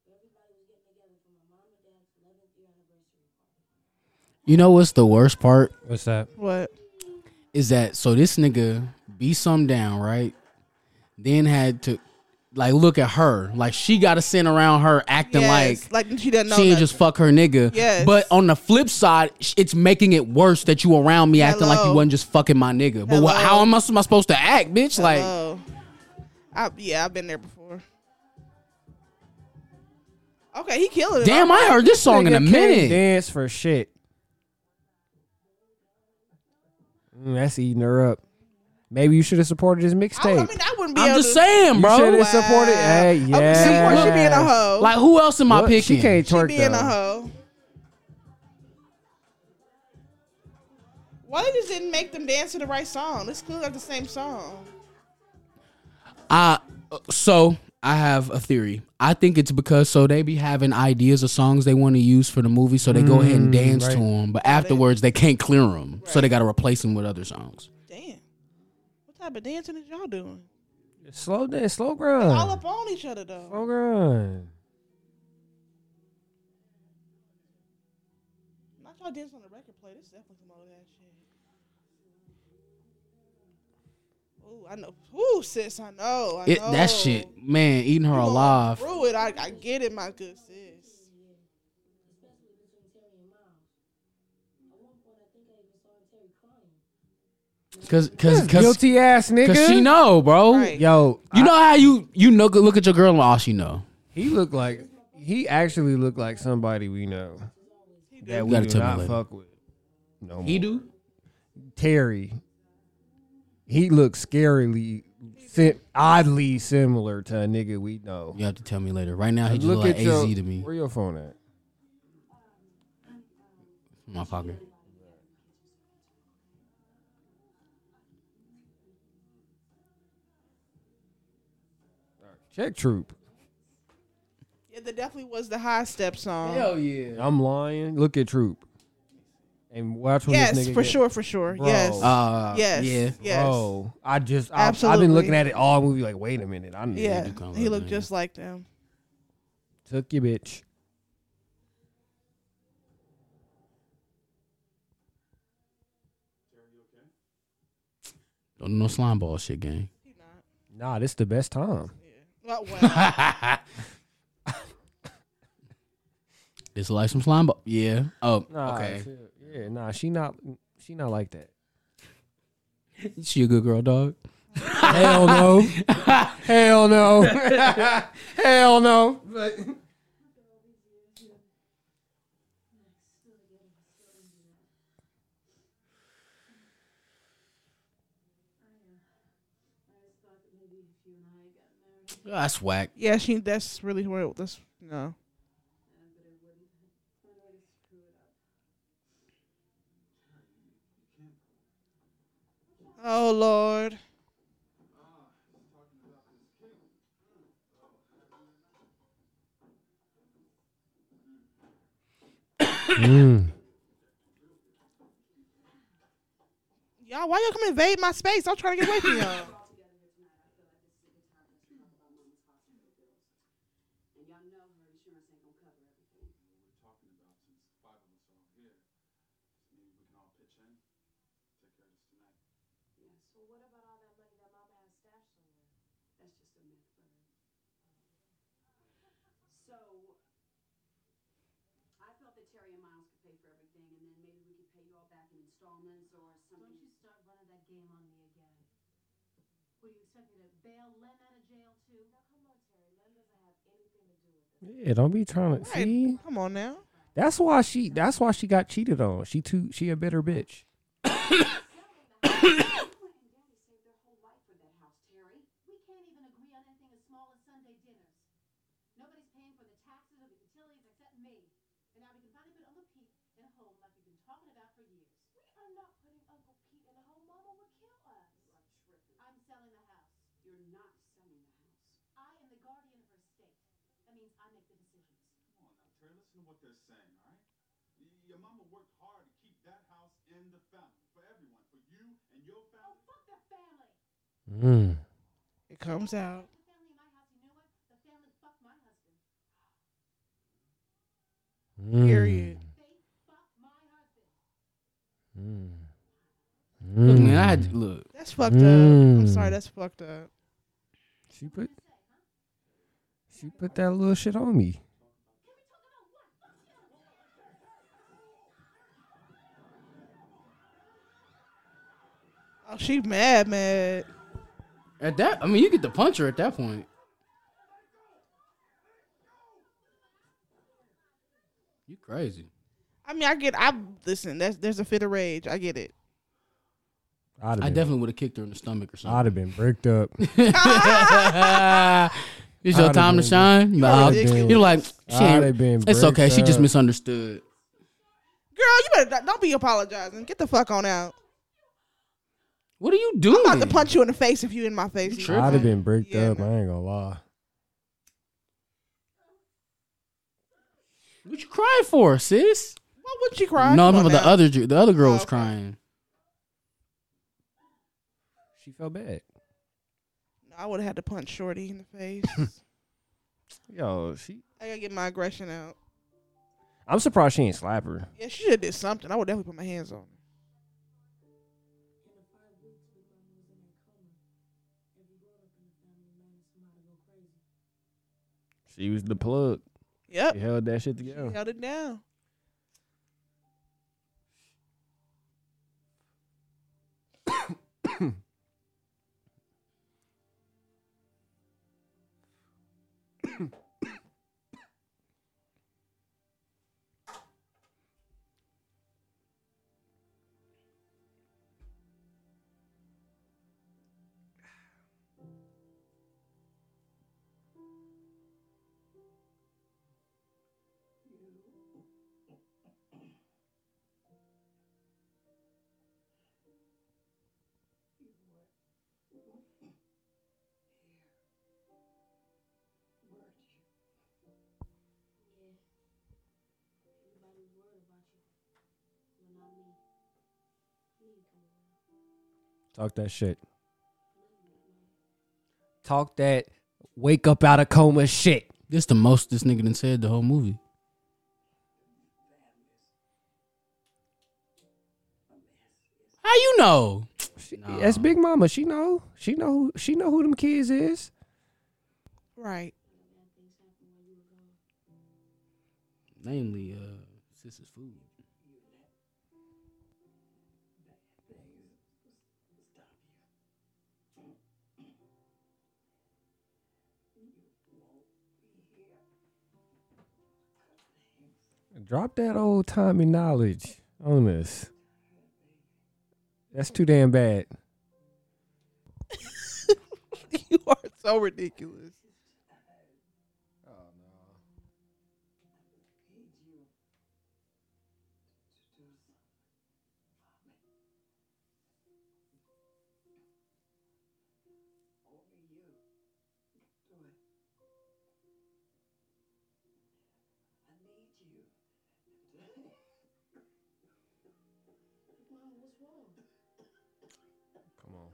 [SPEAKER 5] Everybody was getting together for my mom and dad's 11th year anniversary party.
[SPEAKER 4] You know what's the worst part?
[SPEAKER 2] What's that?
[SPEAKER 1] What?
[SPEAKER 4] Is that so this nigga beat some down, right? Then had to like look at her. Like she gotta sit around her acting like
[SPEAKER 1] Yes, like, she doesn't know.
[SPEAKER 4] she ain't
[SPEAKER 1] nothing.
[SPEAKER 4] just fuck her nigga.
[SPEAKER 1] Yes.
[SPEAKER 4] But on the flip side, sh- it's making it worse that you around me acting like you
[SPEAKER 1] Hello.
[SPEAKER 4] wasn't just fucking my nigga. But what,
[SPEAKER 1] Hello.
[SPEAKER 4] how am I, am I supposed to act, bitch? Like,
[SPEAKER 1] Hello. I, yeah, I've been there before. Okay, he killing it.
[SPEAKER 4] damn, I heard this song in a
[SPEAKER 2] Nigga can't
[SPEAKER 4] minute.
[SPEAKER 2] Dance for shit. Mm, that's eating her up. Maybe you should have supported his
[SPEAKER 1] I,
[SPEAKER 2] mixtape.
[SPEAKER 1] I mean, I wouldn't be
[SPEAKER 4] I'm
[SPEAKER 1] able
[SPEAKER 4] just
[SPEAKER 1] to-
[SPEAKER 4] saying,
[SPEAKER 2] You should
[SPEAKER 4] bro.
[SPEAKER 2] have supported. Hey,
[SPEAKER 1] Wow.
[SPEAKER 2] yeah.
[SPEAKER 1] Of course she being a hoe.
[SPEAKER 4] Like, who else am I
[SPEAKER 2] What? She
[SPEAKER 4] picking?
[SPEAKER 2] can't
[SPEAKER 1] she
[SPEAKER 2] twerk
[SPEAKER 1] being
[SPEAKER 2] though.
[SPEAKER 1] a hoe. Why they just didn't make them dance to the right song? It's clearly not the same song.
[SPEAKER 4] I, Uh, so I have a theory. I think it's because so they be having ideas of songs they want to use for the movie, so they go ahead
[SPEAKER 2] Mm,
[SPEAKER 4] and dance to 'em, to them. But afterwards, they can't clear them, so they got to replace them with other songs.
[SPEAKER 1] Damn. What type of dancing is y'all doing?
[SPEAKER 2] Slow dance, slow
[SPEAKER 1] All
[SPEAKER 2] grind.
[SPEAKER 1] up on each other though.
[SPEAKER 2] Slow grind.
[SPEAKER 1] Not y'all dancing on the record player. This is definitely some old ass shit. Ooh, I know. Ooh, sis, I know. I
[SPEAKER 4] It,
[SPEAKER 1] know.
[SPEAKER 4] that shit, man, eating her
[SPEAKER 1] You going
[SPEAKER 4] alive.
[SPEAKER 1] Through it, I, I get it, my good sis.
[SPEAKER 5] especially between Terry and Miles. At one point, I think I even saw Terry crying.
[SPEAKER 4] Cause, cause, cause,
[SPEAKER 2] Guilty ass nigga.
[SPEAKER 4] cause she know, bro.
[SPEAKER 1] Right.
[SPEAKER 2] Yo,
[SPEAKER 4] You know how you you know look at your girl and all she know.
[SPEAKER 2] he looked like he actually looked like somebody we know that we
[SPEAKER 4] Gotta
[SPEAKER 2] do
[SPEAKER 4] tell me
[SPEAKER 2] not
[SPEAKER 4] later.
[SPEAKER 2] fuck with. No more.
[SPEAKER 4] do.
[SPEAKER 2] Terry. He looks scarily, si- oddly similar to a nigga we know.
[SPEAKER 4] You have to tell me later. Right now he just look, like AZ
[SPEAKER 2] your-
[SPEAKER 4] to me.
[SPEAKER 2] Where your phone at?
[SPEAKER 4] My pocket.
[SPEAKER 2] Check troop.
[SPEAKER 1] Yeah, that definitely was the high step song.
[SPEAKER 4] yeah.
[SPEAKER 2] I'm lying. Look at troop. And watch when this
[SPEAKER 1] yes,
[SPEAKER 2] nigga
[SPEAKER 1] for
[SPEAKER 2] get-
[SPEAKER 1] sure, for sure.
[SPEAKER 2] Bro.
[SPEAKER 1] Yes.
[SPEAKER 4] Uh,
[SPEAKER 1] yes.
[SPEAKER 4] Yeah.
[SPEAKER 1] Yes.
[SPEAKER 2] Bro, Oh, I just I, I've
[SPEAKER 1] Absolutely.
[SPEAKER 2] been looking at it all movie like, wait a minute, I need
[SPEAKER 1] Yeah.
[SPEAKER 4] do kinda
[SPEAKER 1] He
[SPEAKER 4] look
[SPEAKER 1] looked
[SPEAKER 4] like
[SPEAKER 1] just like them.
[SPEAKER 2] took you bitch.
[SPEAKER 4] Don't do no slime ball shit, gang.
[SPEAKER 1] He not.
[SPEAKER 2] Nah, this the best
[SPEAKER 1] Oh,
[SPEAKER 2] time.
[SPEAKER 1] Well, well,
[SPEAKER 4] It's like some slime ball. Yeah. Oh,
[SPEAKER 2] Nah,
[SPEAKER 4] okay.
[SPEAKER 2] she- yeah, nah, she not she not like that.
[SPEAKER 4] She a good girl, dog.
[SPEAKER 2] Hell no. Hell no. Hell no. But
[SPEAKER 4] That's whack.
[SPEAKER 1] yeah, she. That's really where. That's no. Oh Lord.
[SPEAKER 2] Mm.
[SPEAKER 1] Y'all, why y'all come invade my space? I'm trying to get away from y'all.
[SPEAKER 5] And y'all know her insurance ain't gonna cover everything. Yeah, so what about all that money that mama has stashed somewhere? That's just a myth, Bird. So, I felt that Terry and Miles could pay for everything, and then maybe we could pay you all back in installments or something. Don't you start running that game on me again. What, do you expect me to bail Len out of jail too? Now, come on, Terry, Len doesn't have anything to do with this.
[SPEAKER 2] Yeah, don't be trying to
[SPEAKER 1] Right.
[SPEAKER 2] see.
[SPEAKER 1] Come on now.
[SPEAKER 2] That's why she. That's why she got cheated on. She too. She a bitter bitch.
[SPEAKER 5] Grandma and Daddy saved their whole life for that house, Terry. We can't even agree on anything as small as Sunday dinners. Nobody's paying for the taxes or the utilities except me. And now we can finally put Uncle Pete in a home like we've been talking about for years. We are not putting Uncle Pete in a home. Mama would kill us. You are tripping. I'm selling the house. You're not selling the house. I am the guardian of her estate. That means I make the decisions.
[SPEAKER 10] Come on now, Terry, listen to what they're saying, all right? Y- Your mama worked hard to keep that house in the family for everyone, for you and your
[SPEAKER 5] Oh,
[SPEAKER 10] family.
[SPEAKER 5] fuck the family.
[SPEAKER 2] Mm.
[SPEAKER 1] It comes out.
[SPEAKER 5] The family in my house, you know what? The family fucked my husband.
[SPEAKER 2] Mm.
[SPEAKER 1] Period.
[SPEAKER 5] They fucked my husband.
[SPEAKER 2] Mm.
[SPEAKER 4] Look, man, I had look.
[SPEAKER 1] That's fucked up. I'm sorry. That's fucked up.
[SPEAKER 2] She put. She put that little shit on me.
[SPEAKER 1] Oh, she mad, mad.
[SPEAKER 4] At that, I mean, you get the puncher at that point. You crazy.
[SPEAKER 1] I mean, I get. I listen. That's there's a fit of rage. I get it.
[SPEAKER 2] I'd
[SPEAKER 4] I
[SPEAKER 2] have been.
[SPEAKER 4] definitely would have kicked her in the stomach or
[SPEAKER 2] I'd
[SPEAKER 4] something.
[SPEAKER 2] have been bricked up.
[SPEAKER 4] It's your
[SPEAKER 2] I'da
[SPEAKER 4] time to
[SPEAKER 2] been-
[SPEAKER 4] shine. You
[SPEAKER 1] I'da
[SPEAKER 4] are
[SPEAKER 1] been-
[SPEAKER 4] like, she
[SPEAKER 2] I'da
[SPEAKER 4] ain't-
[SPEAKER 2] been
[SPEAKER 4] it's okay.
[SPEAKER 2] bricked
[SPEAKER 4] She just
[SPEAKER 2] up.
[SPEAKER 4] misunderstood.
[SPEAKER 1] Girl, you better not- don't be apologizing. Get the fuck on out.
[SPEAKER 4] What are you doing?
[SPEAKER 1] I'm about to punch you in the face if you in my face.
[SPEAKER 4] You
[SPEAKER 1] You
[SPEAKER 4] tripping.
[SPEAKER 2] I'd have been bricked
[SPEAKER 1] Yeah,
[SPEAKER 2] up.
[SPEAKER 1] no.
[SPEAKER 2] I ain't gonna lie.
[SPEAKER 4] What you crying for, sis?
[SPEAKER 1] Why wouldn't you cry?
[SPEAKER 4] No, I'm
[SPEAKER 1] Come on
[SPEAKER 4] talking about the
[SPEAKER 1] now. Oh,
[SPEAKER 4] other ju- the other girl was
[SPEAKER 1] okay.
[SPEAKER 4] crying.
[SPEAKER 2] She felt bad.
[SPEAKER 1] No, I would have had to punch Shorty in the face.
[SPEAKER 2] Yo, she.
[SPEAKER 1] I gotta get my aggression out.
[SPEAKER 2] I'm surprised she ain't slap her.
[SPEAKER 1] Yeah, she should have did something. I would definitely put my hands on her.
[SPEAKER 2] She was the plug.
[SPEAKER 1] Yep.
[SPEAKER 2] She held that shit
[SPEAKER 1] She
[SPEAKER 2] together.
[SPEAKER 1] held it down.
[SPEAKER 5] Everybody worried about you. Well, not me. Me come around.
[SPEAKER 2] Talk that shit. Talk that wake up out of coma shit.
[SPEAKER 4] This the most this nigga done said the whole movie. How you know?
[SPEAKER 2] She,
[SPEAKER 4] Nah.
[SPEAKER 2] That's Big Mama. She know. She know. who- She know who them kids is.
[SPEAKER 1] Right.
[SPEAKER 4] Namely, uh, sis's food.
[SPEAKER 2] Drop that old timey knowledge on us. That's too damn bad.
[SPEAKER 1] you are so ridiculous.
[SPEAKER 2] Come on.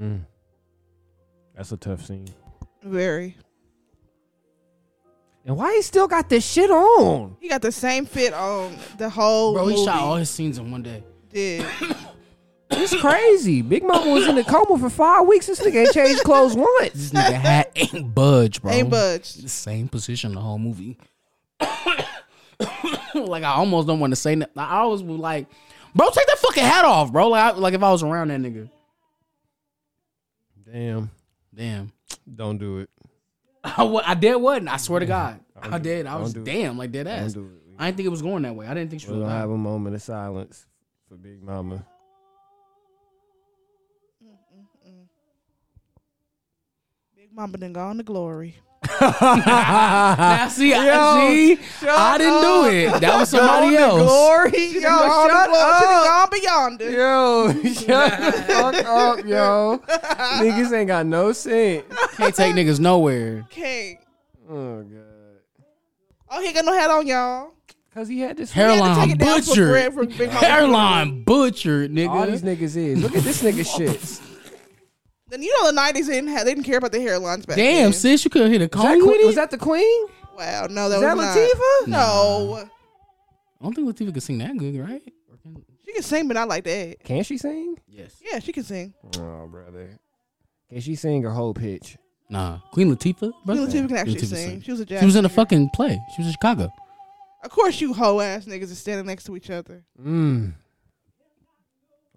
[SPEAKER 2] Mm. That's a tough scene.
[SPEAKER 1] Very.
[SPEAKER 2] And why he still got this shit on?
[SPEAKER 1] He got the same fit on the whole.
[SPEAKER 4] Bro,
[SPEAKER 1] movie.
[SPEAKER 4] he shot all his scenes in one day.
[SPEAKER 1] Did.
[SPEAKER 2] It's crazy. Big Mama was in a coma for five weeks. This nigga ain't changed clothes once.
[SPEAKER 4] This nigga hat ain't budge, bro.
[SPEAKER 1] Ain't budged.
[SPEAKER 4] The same position the whole movie. like I almost don't want to say nothing. I always was like, bro, take that fucking hat off, bro. Like, I, like if I was around that nigga.
[SPEAKER 2] Damn.
[SPEAKER 4] Damn.
[SPEAKER 2] Don't do it.
[SPEAKER 4] I, wa- I did wasn't. I swear to God, I
[SPEAKER 2] Don't do it.
[SPEAKER 4] did. I
[SPEAKER 2] Don't
[SPEAKER 4] was
[SPEAKER 2] do it.
[SPEAKER 4] damn like dead
[SPEAKER 2] Don't
[SPEAKER 4] ass.
[SPEAKER 2] do it.
[SPEAKER 4] I didn't think it was going that way. I didn't think she
[SPEAKER 2] We're
[SPEAKER 4] was.
[SPEAKER 2] gonna
[SPEAKER 4] Lying.
[SPEAKER 2] have a moment of silence for Big Mama.
[SPEAKER 1] Big Mama done gone to glory.
[SPEAKER 4] Now see, I, see, I didn't do it. That was somebody else.
[SPEAKER 2] Glory, yo,
[SPEAKER 1] Gone to
[SPEAKER 2] shut
[SPEAKER 1] glory. She done
[SPEAKER 2] up.
[SPEAKER 1] gone beyond it.
[SPEAKER 2] Yo, shut the fuck up, yo. Niggas ain't got no sense.
[SPEAKER 4] Can't take niggas nowhere.
[SPEAKER 1] Can't.
[SPEAKER 2] Oh god.
[SPEAKER 1] Oh, he ain't got no hat on, y'all.
[SPEAKER 2] Cause he had this
[SPEAKER 1] take
[SPEAKER 4] Hairline
[SPEAKER 1] it down for Greg
[SPEAKER 4] butchered.
[SPEAKER 1] from Big Mama.
[SPEAKER 4] Hairline butchered,
[SPEAKER 2] all these
[SPEAKER 4] nigga.
[SPEAKER 2] niggas is. Look at this nigga shit.
[SPEAKER 1] Then you know the nineties didn't have, they didn't care about the hairlines back
[SPEAKER 4] Damn,
[SPEAKER 1] then.
[SPEAKER 4] sis, you couldn't hit a
[SPEAKER 2] Was that,
[SPEAKER 4] cone with
[SPEAKER 2] que-
[SPEAKER 4] it.
[SPEAKER 2] was that the queen?
[SPEAKER 1] Wow, no, that
[SPEAKER 2] Was that
[SPEAKER 1] was not.
[SPEAKER 2] Latifah?
[SPEAKER 1] No,
[SPEAKER 4] I don't think Latifah could sing that good, right?
[SPEAKER 1] she can sing, but not like that.
[SPEAKER 2] Can she sing?
[SPEAKER 4] Yes.
[SPEAKER 1] Yeah, she can sing.
[SPEAKER 2] Oh brother. Can she sing her whole pitch?
[SPEAKER 4] Nah, Queen Latifah. bro?
[SPEAKER 1] Queen Latifah can actually
[SPEAKER 4] Latifah
[SPEAKER 1] sing.
[SPEAKER 4] sing.
[SPEAKER 1] She was a jazz.
[SPEAKER 4] She was in a
[SPEAKER 1] singer.
[SPEAKER 4] fucking play. She was in Chicago.
[SPEAKER 1] Of course, you hoe ass niggas is standing next to each other.
[SPEAKER 2] Mmm.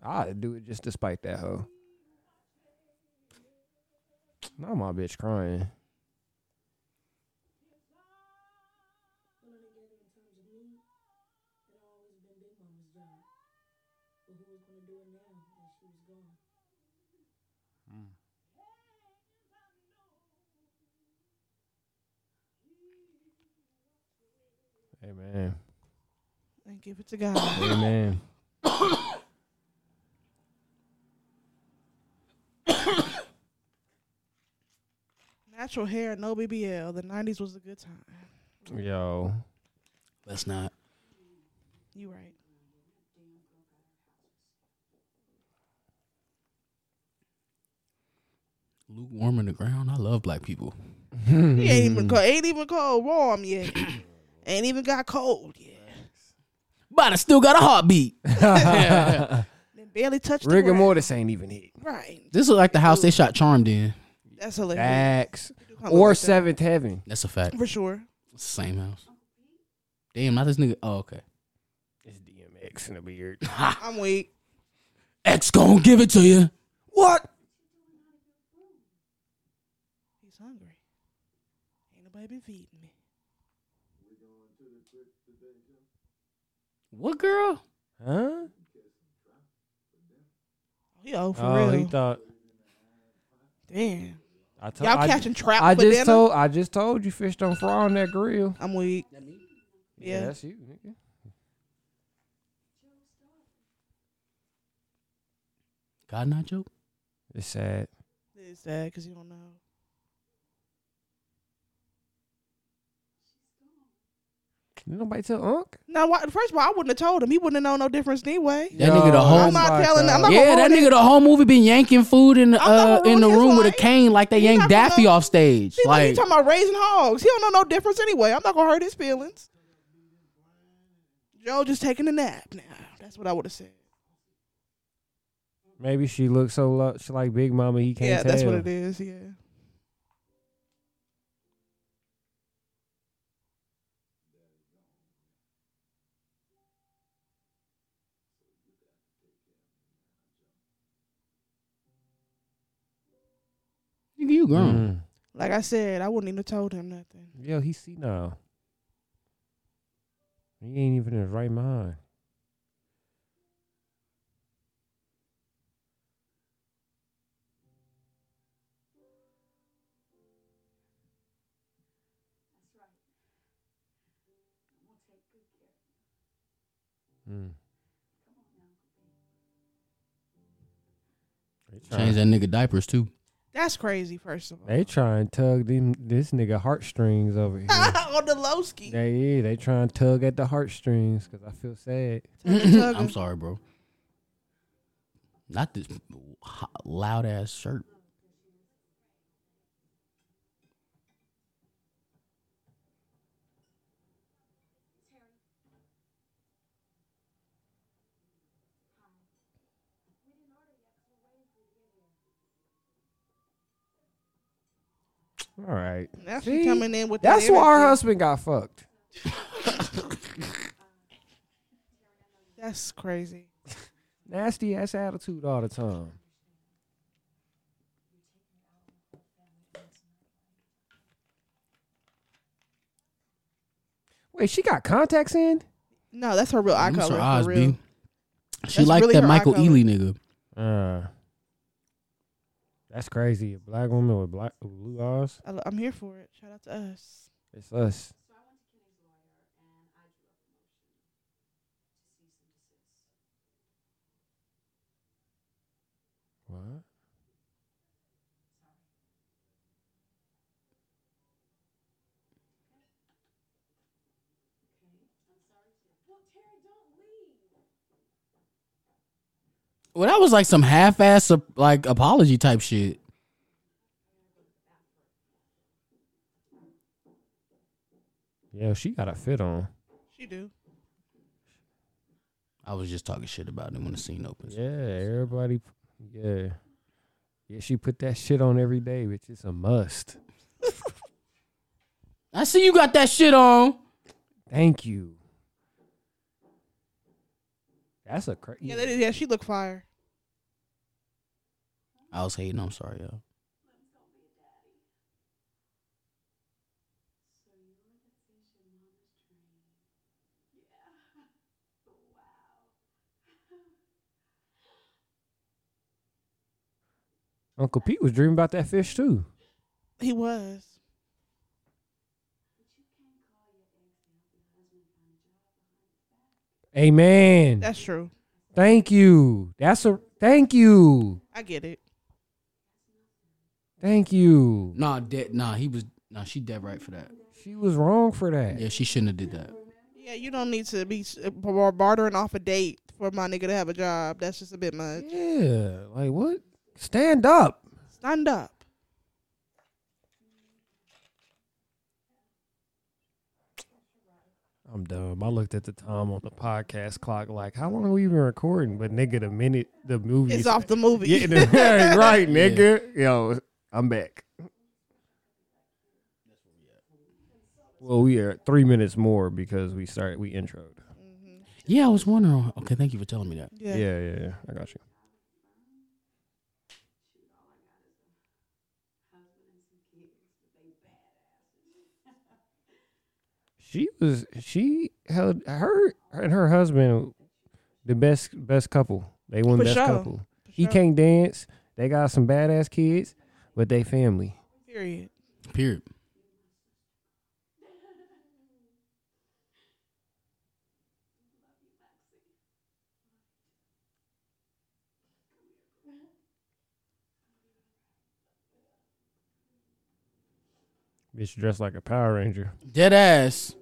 [SPEAKER 2] I'd do it just despite that hoe. Now my bitch crying.
[SPEAKER 5] Well, on together in terms of me, it had always been Big Mama's job. But who was going to do it now that she was gone?
[SPEAKER 2] Amen.
[SPEAKER 1] And give it to God.
[SPEAKER 2] Amen.
[SPEAKER 1] Natural hair, no BBL. The nineties was a good time.
[SPEAKER 2] Yo.
[SPEAKER 4] That's not.
[SPEAKER 1] You right.
[SPEAKER 4] Lukewarm in the ground. I love black people.
[SPEAKER 1] He ain't even cold. Ain't even cold warm yet. ain't even got cold yet.
[SPEAKER 4] But I still got a heartbeat.
[SPEAKER 1] Then barely touched
[SPEAKER 2] Rick
[SPEAKER 1] the
[SPEAKER 2] and
[SPEAKER 1] ground.
[SPEAKER 2] Mortis ain't even hit.
[SPEAKER 1] Right.
[SPEAKER 4] This is like the house they shot Charmed in.
[SPEAKER 1] That's hilarious.
[SPEAKER 2] Facts.
[SPEAKER 1] Kinda
[SPEAKER 2] Or
[SPEAKER 1] like that.
[SPEAKER 2] Seventh Heaven.
[SPEAKER 4] That's a fact.
[SPEAKER 1] for sure.
[SPEAKER 4] It's the same house. Damn, not this nigga. Oh, okay.
[SPEAKER 2] It's DMX in the beard.
[SPEAKER 1] I'm weak.
[SPEAKER 4] X gon' give it to you.
[SPEAKER 2] What?
[SPEAKER 1] He's hungry. Ain't nobody been feeding me.
[SPEAKER 4] What girl?
[SPEAKER 2] Huh?
[SPEAKER 1] He old for
[SPEAKER 2] Oh,
[SPEAKER 1] real.
[SPEAKER 2] he thought.
[SPEAKER 1] Damn.
[SPEAKER 2] I told.
[SPEAKER 1] Y'all
[SPEAKER 2] I,
[SPEAKER 1] catching trout
[SPEAKER 2] I
[SPEAKER 1] for
[SPEAKER 2] just
[SPEAKER 1] dinner?
[SPEAKER 2] told. I just told you fish don't fry on that grill.
[SPEAKER 1] I'm weak. Yeah.
[SPEAKER 2] that's you, nigga.
[SPEAKER 4] God not joke.
[SPEAKER 2] It's sad.
[SPEAKER 1] It's sad because you don't know.
[SPEAKER 2] Didn't nobody tell Unc?
[SPEAKER 1] Now, why, first of all, I wouldn't have told him. He wouldn't have known no difference anyway.
[SPEAKER 4] That nigga the whole-
[SPEAKER 1] I'm not telling- I'm not-
[SPEAKER 4] Yeah, that
[SPEAKER 1] gonna ruin
[SPEAKER 4] nigga the whole movie been yanking food in the
[SPEAKER 1] I'm not
[SPEAKER 4] uh,
[SPEAKER 1] gonna
[SPEAKER 4] in the
[SPEAKER 1] ruin his
[SPEAKER 4] room with a
[SPEAKER 1] life.
[SPEAKER 4] cane like they
[SPEAKER 1] He
[SPEAKER 4] yanked
[SPEAKER 1] not gonna-
[SPEAKER 4] Daffy off stage.
[SPEAKER 1] See, like, you
[SPEAKER 4] Like,
[SPEAKER 1] talking about raising hogs. He don't know no difference anyway. I'm not gonna hurt his feelings. Joe just taking a nap now. That's what I would have said.
[SPEAKER 2] Maybe she looks so lo- she like Big Mama. He can't
[SPEAKER 1] yeah,
[SPEAKER 2] tell.
[SPEAKER 1] that's what it is. Yeah.
[SPEAKER 4] nigga, you grown.
[SPEAKER 2] Mm.
[SPEAKER 1] Like I said, I wouldn't even have told him nothing.
[SPEAKER 2] Yo, he see now. He ain't even in his right mind.
[SPEAKER 5] That's right. I'm going to take good care of you.
[SPEAKER 2] Mm.
[SPEAKER 5] Come on now, Uncle Ben.
[SPEAKER 4] Change that nigga diapers too.
[SPEAKER 1] That's crazy. First of all,
[SPEAKER 2] They try and tug them this nigga heartstrings over here.
[SPEAKER 1] on the low ski.
[SPEAKER 2] they yeah, they try and tug at the heartstrings because I feel sad.
[SPEAKER 4] I'm sorry, bro. Not this loud ass shirt.
[SPEAKER 2] All right.
[SPEAKER 1] That's
[SPEAKER 2] See?
[SPEAKER 1] coming in with
[SPEAKER 2] That's
[SPEAKER 1] that
[SPEAKER 2] why her
[SPEAKER 1] energy.
[SPEAKER 2] husband got fucked.
[SPEAKER 1] That's crazy.
[SPEAKER 2] Nasty ass attitude all the time. Wait, she got contacts in?
[SPEAKER 1] No, that's her real eye
[SPEAKER 4] Them
[SPEAKER 1] color.
[SPEAKER 4] Sir
[SPEAKER 1] for
[SPEAKER 4] Oz,
[SPEAKER 1] real.
[SPEAKER 4] B. She
[SPEAKER 1] That's
[SPEAKER 4] like
[SPEAKER 1] really
[SPEAKER 4] that
[SPEAKER 1] her
[SPEAKER 4] Michael
[SPEAKER 1] eye color.
[SPEAKER 4] Ealy nigga.
[SPEAKER 2] Uh, that's crazy. A black woman with black with blue eyes.
[SPEAKER 1] I, am here for it. Shout out to us.
[SPEAKER 2] It's us. What?
[SPEAKER 4] Well, that was like some half ass like apology type shit.
[SPEAKER 2] Yeah, she got a fit on.
[SPEAKER 1] She do.
[SPEAKER 4] I was just talking shit about it when the scene opens.
[SPEAKER 2] Yeah, everybody. Yeah, yeah. She put that shit on every day, which is a must.
[SPEAKER 4] I see you got that shit on.
[SPEAKER 2] Thank you. That's a crazy.
[SPEAKER 1] Yeah, that is, yeah. She look fire.
[SPEAKER 4] I was hating. I'm sorry, y'all.
[SPEAKER 2] Uncle Pete was dreaming about that fish too.
[SPEAKER 1] He was.
[SPEAKER 2] Amen.
[SPEAKER 1] That's true.
[SPEAKER 2] thank you. That's a thank you.
[SPEAKER 1] I get it.
[SPEAKER 2] Thank you.
[SPEAKER 4] Nah, dead. Nah, he was. Nah, she dead right for that.
[SPEAKER 2] She was wrong for that.
[SPEAKER 4] Yeah, she shouldn't have did that.
[SPEAKER 1] Yeah, you don't need to be s- uh, bar- bartering off a date for my nigga to have a job. That's just a bit much.
[SPEAKER 2] Yeah, like what? Stand up.
[SPEAKER 1] Stand up.
[SPEAKER 2] I'm dumb. I looked at the time on the podcast clock, like, how long have we been recording? But nigga, the minute the movie
[SPEAKER 1] It's off the movie.
[SPEAKER 2] Yeah, the- right, nigga. Yo, I'm back. Well, we are three minutes more because we started. We introed.
[SPEAKER 4] Yeah, I was wondering. Okay, thank you for telling me that.
[SPEAKER 1] yeah.
[SPEAKER 2] yeah, yeah. yeah. I got you. She was she held her and her husband the best best couple. They won
[SPEAKER 1] For
[SPEAKER 2] best
[SPEAKER 1] sure.
[SPEAKER 2] couple.
[SPEAKER 1] for
[SPEAKER 2] He
[SPEAKER 1] sure.
[SPEAKER 2] can't dance. They got some badass kids, but they family.
[SPEAKER 1] Period.
[SPEAKER 4] Period.
[SPEAKER 2] Bitch dressed like a Power Ranger.
[SPEAKER 4] Dead ass.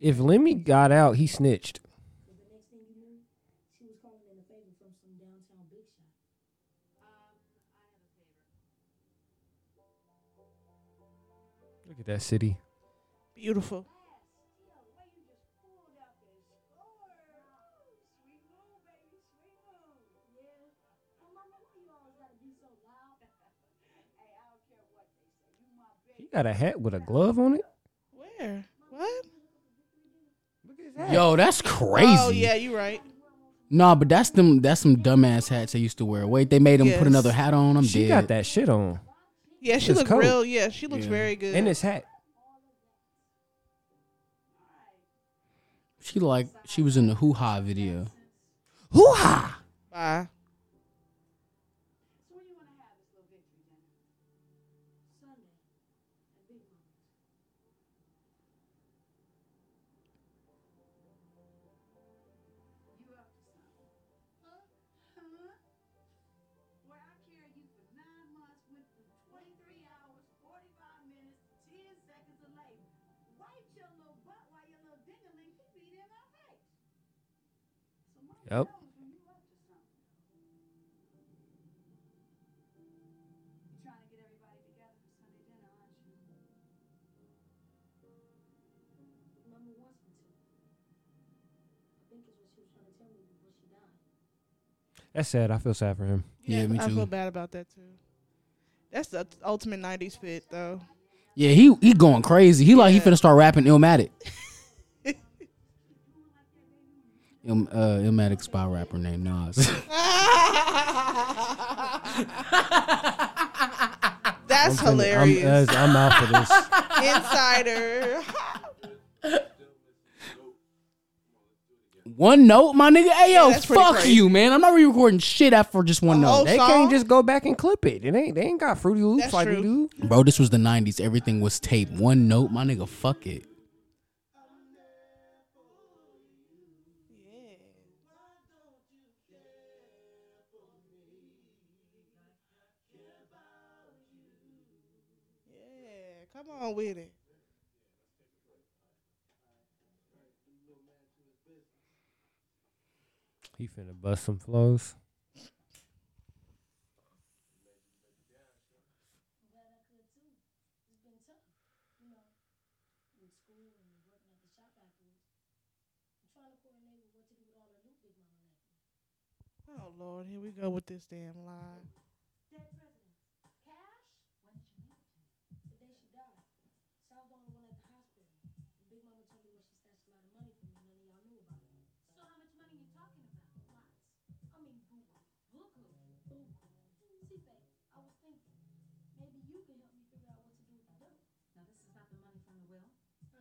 [SPEAKER 2] If Lemmy got out, he snitched.
[SPEAKER 5] But the next thing you knew, she was calling in a favor from some downtown big shot.
[SPEAKER 2] Look at that city.
[SPEAKER 1] Beautiful.
[SPEAKER 2] He got a hat with a glove on it.
[SPEAKER 1] Where? What?
[SPEAKER 4] Yo, that's crazy.
[SPEAKER 1] Oh yeah, you right.
[SPEAKER 4] Nah, but that's them. That's some dumbass hats they used to wear. Wait, they made him
[SPEAKER 1] Yes.
[SPEAKER 4] put another hat on. I'm
[SPEAKER 2] She
[SPEAKER 4] dead.
[SPEAKER 2] got that shit on.
[SPEAKER 1] Yeah, she
[SPEAKER 2] It's
[SPEAKER 1] looked
[SPEAKER 2] cold.
[SPEAKER 1] real. Yeah, she looks
[SPEAKER 4] Yeah.
[SPEAKER 1] very good.
[SPEAKER 2] And his hat.
[SPEAKER 4] She like she was in the hoo ha video. Hoo ha.
[SPEAKER 1] Bye.
[SPEAKER 5] So when you want to have this little victory dinner? Sunday at Big bite your little butt while your little dingaling can be there my face. So mama
[SPEAKER 3] Yep.
[SPEAKER 5] knows when you up to something. You're trying to get everybody together for Sunday dinner, aren't you? Mama wants me to. I think is what she was trying to tell me before she died.
[SPEAKER 3] That's sad. I feel sad for him.
[SPEAKER 4] Yeah, me
[SPEAKER 1] I
[SPEAKER 4] too.
[SPEAKER 1] feel bad about that too. That's the ultimate '90s fit, though.
[SPEAKER 4] Yeah, he he going crazy. He like he finna start rapping Illmatic. Ill, uh, Illmatic spy rapper named Nas.
[SPEAKER 1] That's hilarious.
[SPEAKER 3] I'm, uh, I'm out for this.
[SPEAKER 1] Insider.
[SPEAKER 4] one note, my nigga. Hey yo,
[SPEAKER 1] that's pretty
[SPEAKER 4] fuck
[SPEAKER 1] crazy. Oh,
[SPEAKER 4] you, man. I'm not re-recording shit after just one
[SPEAKER 1] whole
[SPEAKER 4] note,
[SPEAKER 3] They
[SPEAKER 1] song?
[SPEAKER 3] can't just go back and clip it. It ain't. They ain't got Fruity Loops
[SPEAKER 1] That's
[SPEAKER 3] like
[SPEAKER 1] true.
[SPEAKER 3] we do.
[SPEAKER 4] bro. This was the '90s. Everything was tape. One note, my nigga. Fuck it.
[SPEAKER 1] Yeah, come on with it.
[SPEAKER 3] He finna bust some flows.
[SPEAKER 1] Oh Lord, here we go with this damn lie.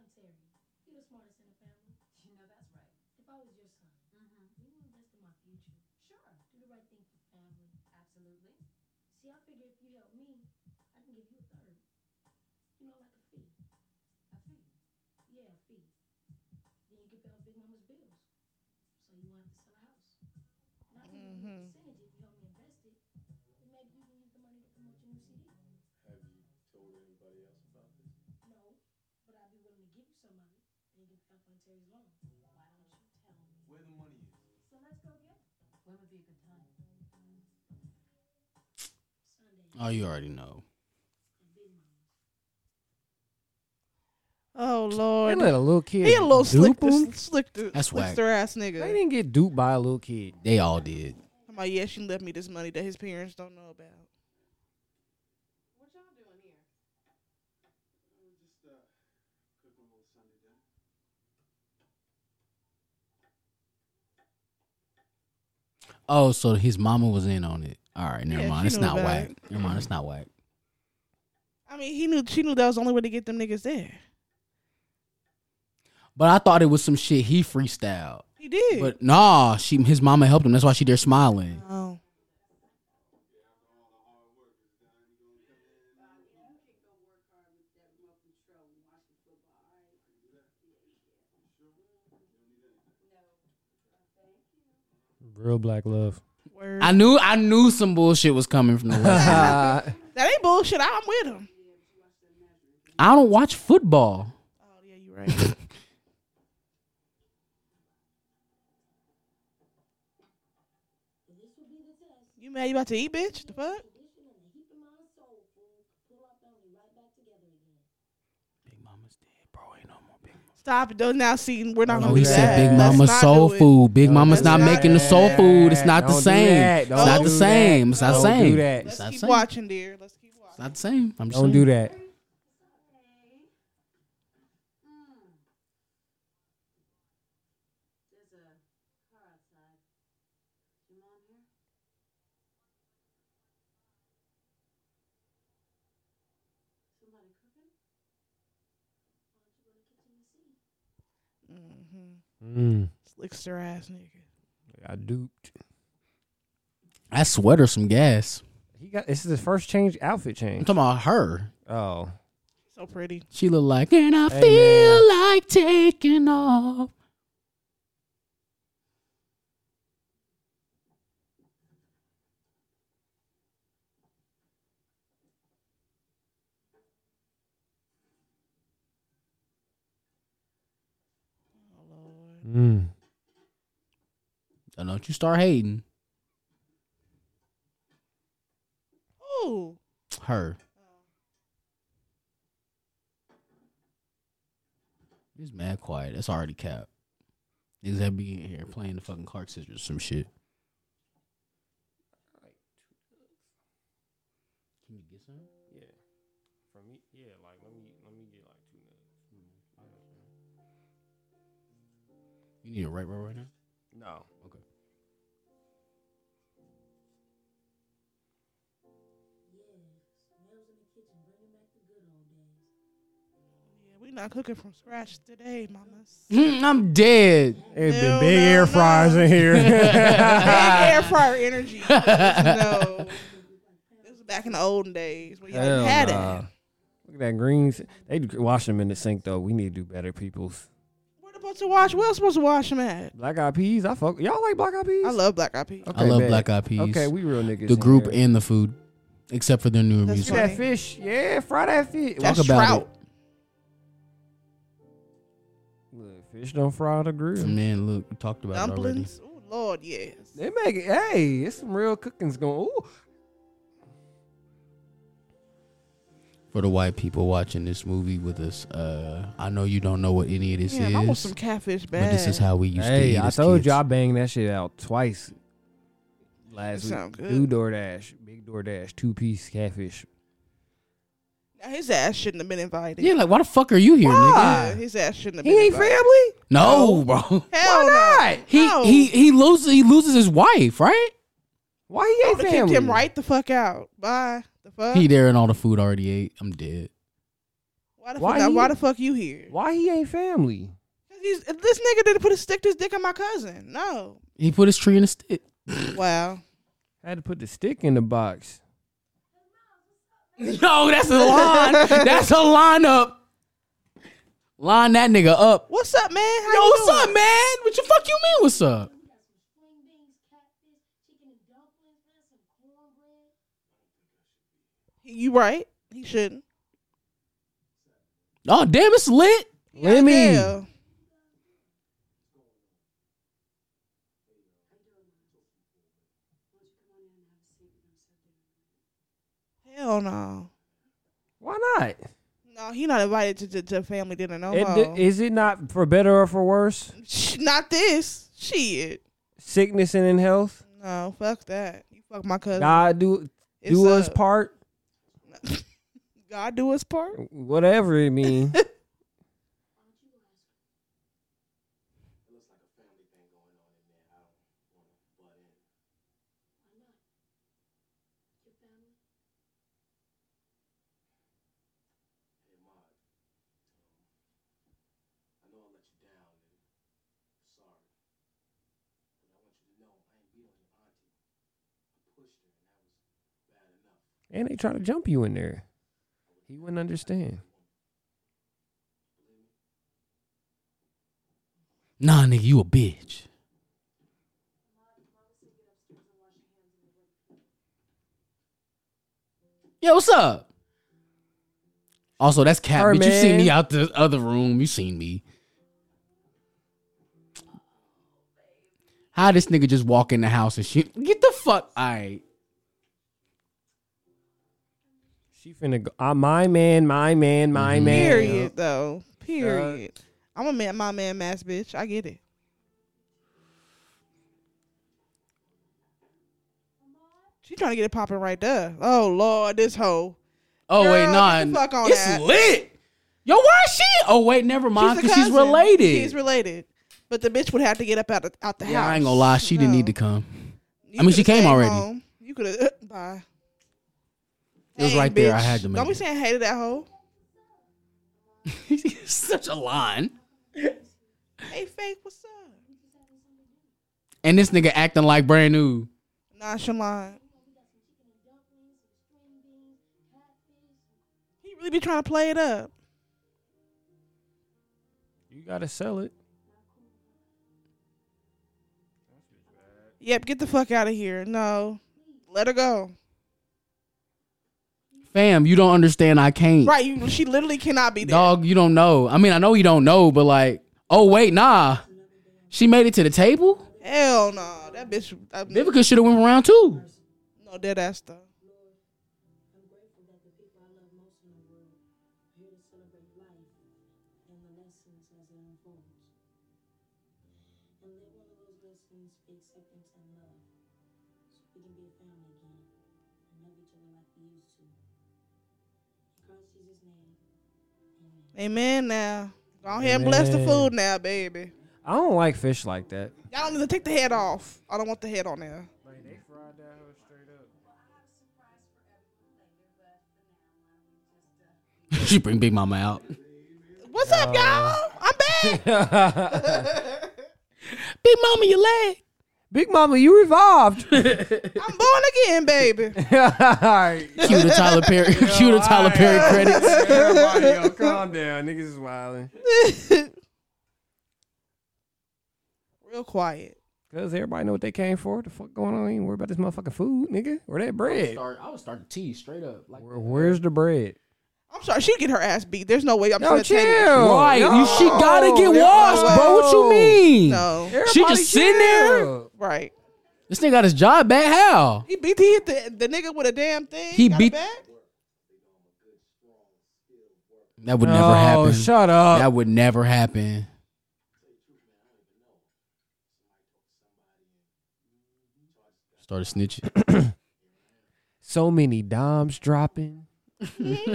[SPEAKER 5] Smartest in the family. You know that's right. If I was your son, mm-hmm. you would invest in my future. Sure. Do the right thing for family. Absolutely. See, I figure if you help me, I can give you a third. You know, like a fee. A fee? Yeah, a fee. Then you can pay off Big Mama's bills. So you won't have to sell a house. And I can give you a
[SPEAKER 1] Mhm.
[SPEAKER 5] percentage if you help me invest it. Then maybe you can use the money to promote your new CD. Have you told anybody else about this? No, but I'd be willing to give you some money and you can pay off on Terry's loan. Why don't you tell me? So let's go get it. When would be a good time? Sunday.
[SPEAKER 4] Oh, you already know.
[SPEAKER 1] Oh
[SPEAKER 3] They
[SPEAKER 1] Lord,
[SPEAKER 3] let a little kid.
[SPEAKER 1] he a little slick,
[SPEAKER 3] dupe 'em.
[SPEAKER 1] slick,
[SPEAKER 4] That's whack.
[SPEAKER 1] slickster ass nigga.
[SPEAKER 3] They didn't get duped by a little kid.
[SPEAKER 4] They all did.
[SPEAKER 1] I'm like, yeah, she left me this money that his parents don't know about.
[SPEAKER 5] What y'all doing here?
[SPEAKER 4] Oh, so his mama was in on it. All right, never
[SPEAKER 1] Yeah,
[SPEAKER 4] mind.
[SPEAKER 1] she
[SPEAKER 4] It's
[SPEAKER 1] knew
[SPEAKER 4] not
[SPEAKER 1] about
[SPEAKER 4] whack.
[SPEAKER 1] it.
[SPEAKER 4] Never mind. It's not whack.
[SPEAKER 1] I mean, he knew she knew that was the only way to get them niggas there.
[SPEAKER 4] But I thought it was some shit he freestyled.
[SPEAKER 1] He did.
[SPEAKER 4] But nah, she his mama helped him. That's why she there smiling.
[SPEAKER 1] oh,
[SPEAKER 3] Real black love.
[SPEAKER 1] word.
[SPEAKER 4] I knew I knew some bullshit was coming from the left.
[SPEAKER 3] Uh,
[SPEAKER 1] that ain't bullshit. I, I'm with him.
[SPEAKER 4] I don't watch football.
[SPEAKER 1] Oh yeah, you right. you mad? You about to eat, bitch? The fuck?
[SPEAKER 4] Big mama's dead, bro. Ain't no more big mama.
[SPEAKER 1] Stop it! Don't now see. We're not
[SPEAKER 3] Oh,
[SPEAKER 1] gonna
[SPEAKER 4] Oh, he
[SPEAKER 1] do
[SPEAKER 4] said
[SPEAKER 1] that.
[SPEAKER 4] Big
[SPEAKER 1] Let's
[SPEAKER 4] Mama
[SPEAKER 1] not
[SPEAKER 4] soul
[SPEAKER 1] do it.
[SPEAKER 4] food. Big Mama's
[SPEAKER 1] that's
[SPEAKER 4] not
[SPEAKER 1] not
[SPEAKER 4] making the
[SPEAKER 1] bad.
[SPEAKER 4] soul food. It's not the
[SPEAKER 3] Don't do that.
[SPEAKER 4] same. It's
[SPEAKER 3] Don't
[SPEAKER 4] not the
[SPEAKER 3] do
[SPEAKER 4] same.
[SPEAKER 3] that.
[SPEAKER 4] It's not the
[SPEAKER 3] Don't
[SPEAKER 4] same.
[SPEAKER 3] do that.
[SPEAKER 4] It's
[SPEAKER 1] Let's
[SPEAKER 4] not the
[SPEAKER 1] keep
[SPEAKER 4] same.
[SPEAKER 1] watching, dear. Let's keep
[SPEAKER 4] It's
[SPEAKER 1] watching.
[SPEAKER 4] not the same. I'm just
[SPEAKER 3] Don't do
[SPEAKER 4] saying.
[SPEAKER 3] that.
[SPEAKER 5] There's a car outside. Your mom here? Somebody cooking? Why don't you go to the kitchen and see?
[SPEAKER 1] Mm-hmm.
[SPEAKER 3] Mm,
[SPEAKER 1] Slickster ass nigga.
[SPEAKER 3] got duped.
[SPEAKER 4] That sweater, some gas.
[SPEAKER 3] He got. This is his first change. Outfit
[SPEAKER 4] I'm
[SPEAKER 3] change.
[SPEAKER 4] talking about her.
[SPEAKER 3] Oh,
[SPEAKER 1] So pretty.
[SPEAKER 4] She look like, and I
[SPEAKER 3] Hey,
[SPEAKER 4] feel like taking off.
[SPEAKER 1] Oh,
[SPEAKER 3] Mm.
[SPEAKER 4] Now don't you start hating
[SPEAKER 1] Ooh.
[SPEAKER 4] her. It's mad quiet. That's already capped. Niggas that be in here playing the fucking Clark scissors or some shit. Can you get some?
[SPEAKER 2] Yeah. For me, yeah, like let me let me get like two nuts.
[SPEAKER 4] Mm-hmm. You need a right row right now?
[SPEAKER 2] No.
[SPEAKER 4] Okay.
[SPEAKER 5] Yes, Mel's in the kitchen bringing back the good old days.
[SPEAKER 1] Yeah, we not cooking from scratch today, mamas.
[SPEAKER 4] Mm, I'm dead.
[SPEAKER 2] It's
[SPEAKER 1] No,
[SPEAKER 2] been big
[SPEAKER 1] no,
[SPEAKER 2] air fryers
[SPEAKER 1] no.
[SPEAKER 2] in here.
[SPEAKER 1] Big air fryer energy. no. This is back in the olden days when y'all
[SPEAKER 2] Hell
[SPEAKER 1] had
[SPEAKER 2] nah.
[SPEAKER 1] it.
[SPEAKER 2] Look at that greens. They d- wash them in the sink though. We need to do better, peoples.
[SPEAKER 1] We're supposed to wash. We're supposed to wash them at.
[SPEAKER 2] Black eyed peas. I fuck. Y'all like black eyed peas?
[SPEAKER 1] I love black eyed peas.
[SPEAKER 2] Okay,
[SPEAKER 4] I love
[SPEAKER 2] bet.
[SPEAKER 4] black eyed peas.
[SPEAKER 2] Okay, we real niggas.
[SPEAKER 4] the
[SPEAKER 2] in
[SPEAKER 4] group
[SPEAKER 2] here.
[SPEAKER 4] and the food, except for their new
[SPEAKER 1] That's
[SPEAKER 4] music.
[SPEAKER 2] Look at that fish. Yeah, fry that fish.
[SPEAKER 1] That's
[SPEAKER 4] about it.
[SPEAKER 1] trout.
[SPEAKER 2] Look, fish don't fry on the grill.
[SPEAKER 4] And then look, we talked about
[SPEAKER 1] Dumplings. Oh Lord, yes.
[SPEAKER 2] They make it. Hey, it's some real cookings going. Ooh,
[SPEAKER 4] it already. For the white people watching this movie with us, uh, I know you don't know what any of this
[SPEAKER 1] Damn, I want
[SPEAKER 4] is,
[SPEAKER 1] some catfish
[SPEAKER 4] but
[SPEAKER 1] bad.
[SPEAKER 4] this is how we used to eat.
[SPEAKER 2] hey, I
[SPEAKER 4] as
[SPEAKER 2] told
[SPEAKER 4] kids.
[SPEAKER 2] you I banged that shit out twice last
[SPEAKER 1] That sound
[SPEAKER 2] week. Do DoorDash, big DoorDash, two piece catfish.
[SPEAKER 1] Now, his ass shouldn't have been invited.
[SPEAKER 4] Yeah, like why the fuck are you here,
[SPEAKER 1] Yeah,
[SPEAKER 4] nigga?
[SPEAKER 1] his ass shouldn't have
[SPEAKER 2] He
[SPEAKER 1] been
[SPEAKER 2] ain't
[SPEAKER 1] invited.
[SPEAKER 2] family.
[SPEAKER 4] No, bro.
[SPEAKER 1] Hell
[SPEAKER 2] Why not?
[SPEAKER 4] He
[SPEAKER 1] No.
[SPEAKER 4] he he loses he loses his wife, right?
[SPEAKER 2] Why he ain't
[SPEAKER 1] Would've
[SPEAKER 2] family?
[SPEAKER 1] kicked him right the fuck out. Bye. The fuck?
[SPEAKER 4] He there and all the food already ate. I'm dead.
[SPEAKER 1] why, the
[SPEAKER 2] Why
[SPEAKER 1] fuck
[SPEAKER 2] he-
[SPEAKER 1] why the fuck you here?
[SPEAKER 2] Why he ain't family?
[SPEAKER 1] 'Cause He's, this nigga didn't put a stick his dick in my cousin. No.
[SPEAKER 4] He put his tree in a stick.
[SPEAKER 1] Wow.
[SPEAKER 2] had to put the stick in the box.
[SPEAKER 4] No, that's a line. that's a lineup. Line that nigga up.
[SPEAKER 1] What's up, man? How
[SPEAKER 4] Yo,
[SPEAKER 1] you
[SPEAKER 4] what's
[SPEAKER 1] doing?
[SPEAKER 4] up, man? What you fuck you mean? What's up?
[SPEAKER 5] We got some string beans, catfish, chicken and dumplings, man, some cornbread.
[SPEAKER 1] You right. He shouldn't.
[SPEAKER 4] Oh damn, it's lit.
[SPEAKER 2] Lemmy.
[SPEAKER 1] Goddamn. Hell no.
[SPEAKER 2] Why not?
[SPEAKER 1] No, he not invited to, to, to family dinner no
[SPEAKER 2] It-
[SPEAKER 1] more.
[SPEAKER 2] is it not for better or for worse?
[SPEAKER 1] Sh- not this. Shit.
[SPEAKER 2] Sickness and in health.
[SPEAKER 1] No, fuck that. You fuck my cousin.
[SPEAKER 2] God do do
[SPEAKER 1] Uh, It's
[SPEAKER 2] us
[SPEAKER 1] up.
[SPEAKER 2] part.
[SPEAKER 1] God do his part.
[SPEAKER 2] Whatever it mean.
[SPEAKER 9] I know I let you down, nigga. Sorry. But I want you to know I ain't beat on your auntie. I pushed her, and that was bad enough.
[SPEAKER 2] and they try to jump you in there. He wouldn't understand.
[SPEAKER 4] Nah, nigga, you a bitch. Yo, what's up? Also, that's cat.
[SPEAKER 2] Her
[SPEAKER 4] bitch. You
[SPEAKER 2] man.
[SPEAKER 4] seen me out the other room. You seen me. How this nigga just walk in the house and shit? Get the fuck. All right.
[SPEAKER 2] She finna go. Uh, my man, my man, my man.
[SPEAKER 1] Period though. Period. I'm a man my man mass bitch. I get it. She trying to get it popping right there. Oh Lord, this hoe.
[SPEAKER 4] Oh
[SPEAKER 1] Girl,
[SPEAKER 4] wait,
[SPEAKER 1] get
[SPEAKER 4] nah.
[SPEAKER 1] the fuck on
[SPEAKER 4] it's
[SPEAKER 1] that.
[SPEAKER 4] lit. Yo, why is she? Oh wait, never mind.
[SPEAKER 1] a
[SPEAKER 4] Because she's
[SPEAKER 1] cousin.
[SPEAKER 4] related.
[SPEAKER 1] She's related. But the bitch would have to get up out of out the
[SPEAKER 4] yeah,
[SPEAKER 1] house.
[SPEAKER 4] I ain't gonna lie. She didn't
[SPEAKER 1] No.
[SPEAKER 4] need to come.
[SPEAKER 1] You
[SPEAKER 4] I mean, she
[SPEAKER 1] coulda
[SPEAKER 4] came
[SPEAKER 1] stayed
[SPEAKER 4] already.
[SPEAKER 1] home. You could have. bye.
[SPEAKER 4] It was
[SPEAKER 1] Dang,
[SPEAKER 4] right there. I
[SPEAKER 1] bitch.
[SPEAKER 4] had to make
[SPEAKER 1] Don't be
[SPEAKER 4] it.
[SPEAKER 1] saying hey to that hoe.
[SPEAKER 4] Such a line.
[SPEAKER 1] Hey, fake, what's up?
[SPEAKER 4] And this nigga acting like brand new.
[SPEAKER 1] Nonchalant. He really be trying to play it up.
[SPEAKER 2] You gotta sell it.
[SPEAKER 1] Yep, get the fuck out of here. No, let her go.
[SPEAKER 4] Fam, you don't understand. I can't.
[SPEAKER 1] Right, you, she literally cannot be there.
[SPEAKER 4] Dog, you don't know. I mean, I know you don't know, but like, oh wait, nah. She made it to the table.
[SPEAKER 1] Hell no, that bitch. I,
[SPEAKER 4] Vivica should have went for round two.
[SPEAKER 1] no dead ass though.
[SPEAKER 5] I'm grateful that the people I love most in the world are here to celebrate life and the lessons as it unfolds. And let one of those lessons be acceptance and love, so we can be a family again and love each other like we used to. In Christ Jesus' name,
[SPEAKER 1] Amen.
[SPEAKER 5] amen.
[SPEAKER 1] Now go ahead and bless the food now, baby.
[SPEAKER 2] I don't like fish like that.
[SPEAKER 1] Y'all need to take the head off. I don't want the head on there.
[SPEAKER 4] she bring Big Mama out.
[SPEAKER 1] What's up, y'all? I'm back.
[SPEAKER 4] Big Mama, your leg.
[SPEAKER 2] Big Mama, you revived.
[SPEAKER 1] I'm born again, baby.
[SPEAKER 2] All right.
[SPEAKER 4] Cue the Tyler Perry. Cue the Tyler Perry credits.
[SPEAKER 2] Everybody, yo, calm down. Niggas is wilding.
[SPEAKER 1] Real quiet.
[SPEAKER 2] Cause everybody know what they came for. The fuck going on? You worry about this motherfucking food, nigga, or that bread.
[SPEAKER 4] Start, I would start the tea straight up. Like,
[SPEAKER 2] Where- where's the bread?
[SPEAKER 1] I'm sorry. She get her ass beat. There's no way. I'm
[SPEAKER 2] No,
[SPEAKER 1] just gonna take it.
[SPEAKER 2] chill.
[SPEAKER 4] right? You, she gotta get
[SPEAKER 2] No.
[SPEAKER 4] washed, bro. What you mean?
[SPEAKER 1] No.
[SPEAKER 4] She just sitting there.
[SPEAKER 2] chill.
[SPEAKER 1] Right.
[SPEAKER 4] This nigga got his job back. How?
[SPEAKER 1] He beat he hit the, the nigga with a damn thing.
[SPEAKER 4] He
[SPEAKER 1] got it
[SPEAKER 4] beat-
[SPEAKER 1] back.
[SPEAKER 4] That would
[SPEAKER 2] No,
[SPEAKER 4] never happen.
[SPEAKER 2] Oh, shut up.
[SPEAKER 4] That would never happen. Started snitching.
[SPEAKER 2] So many doms dropping.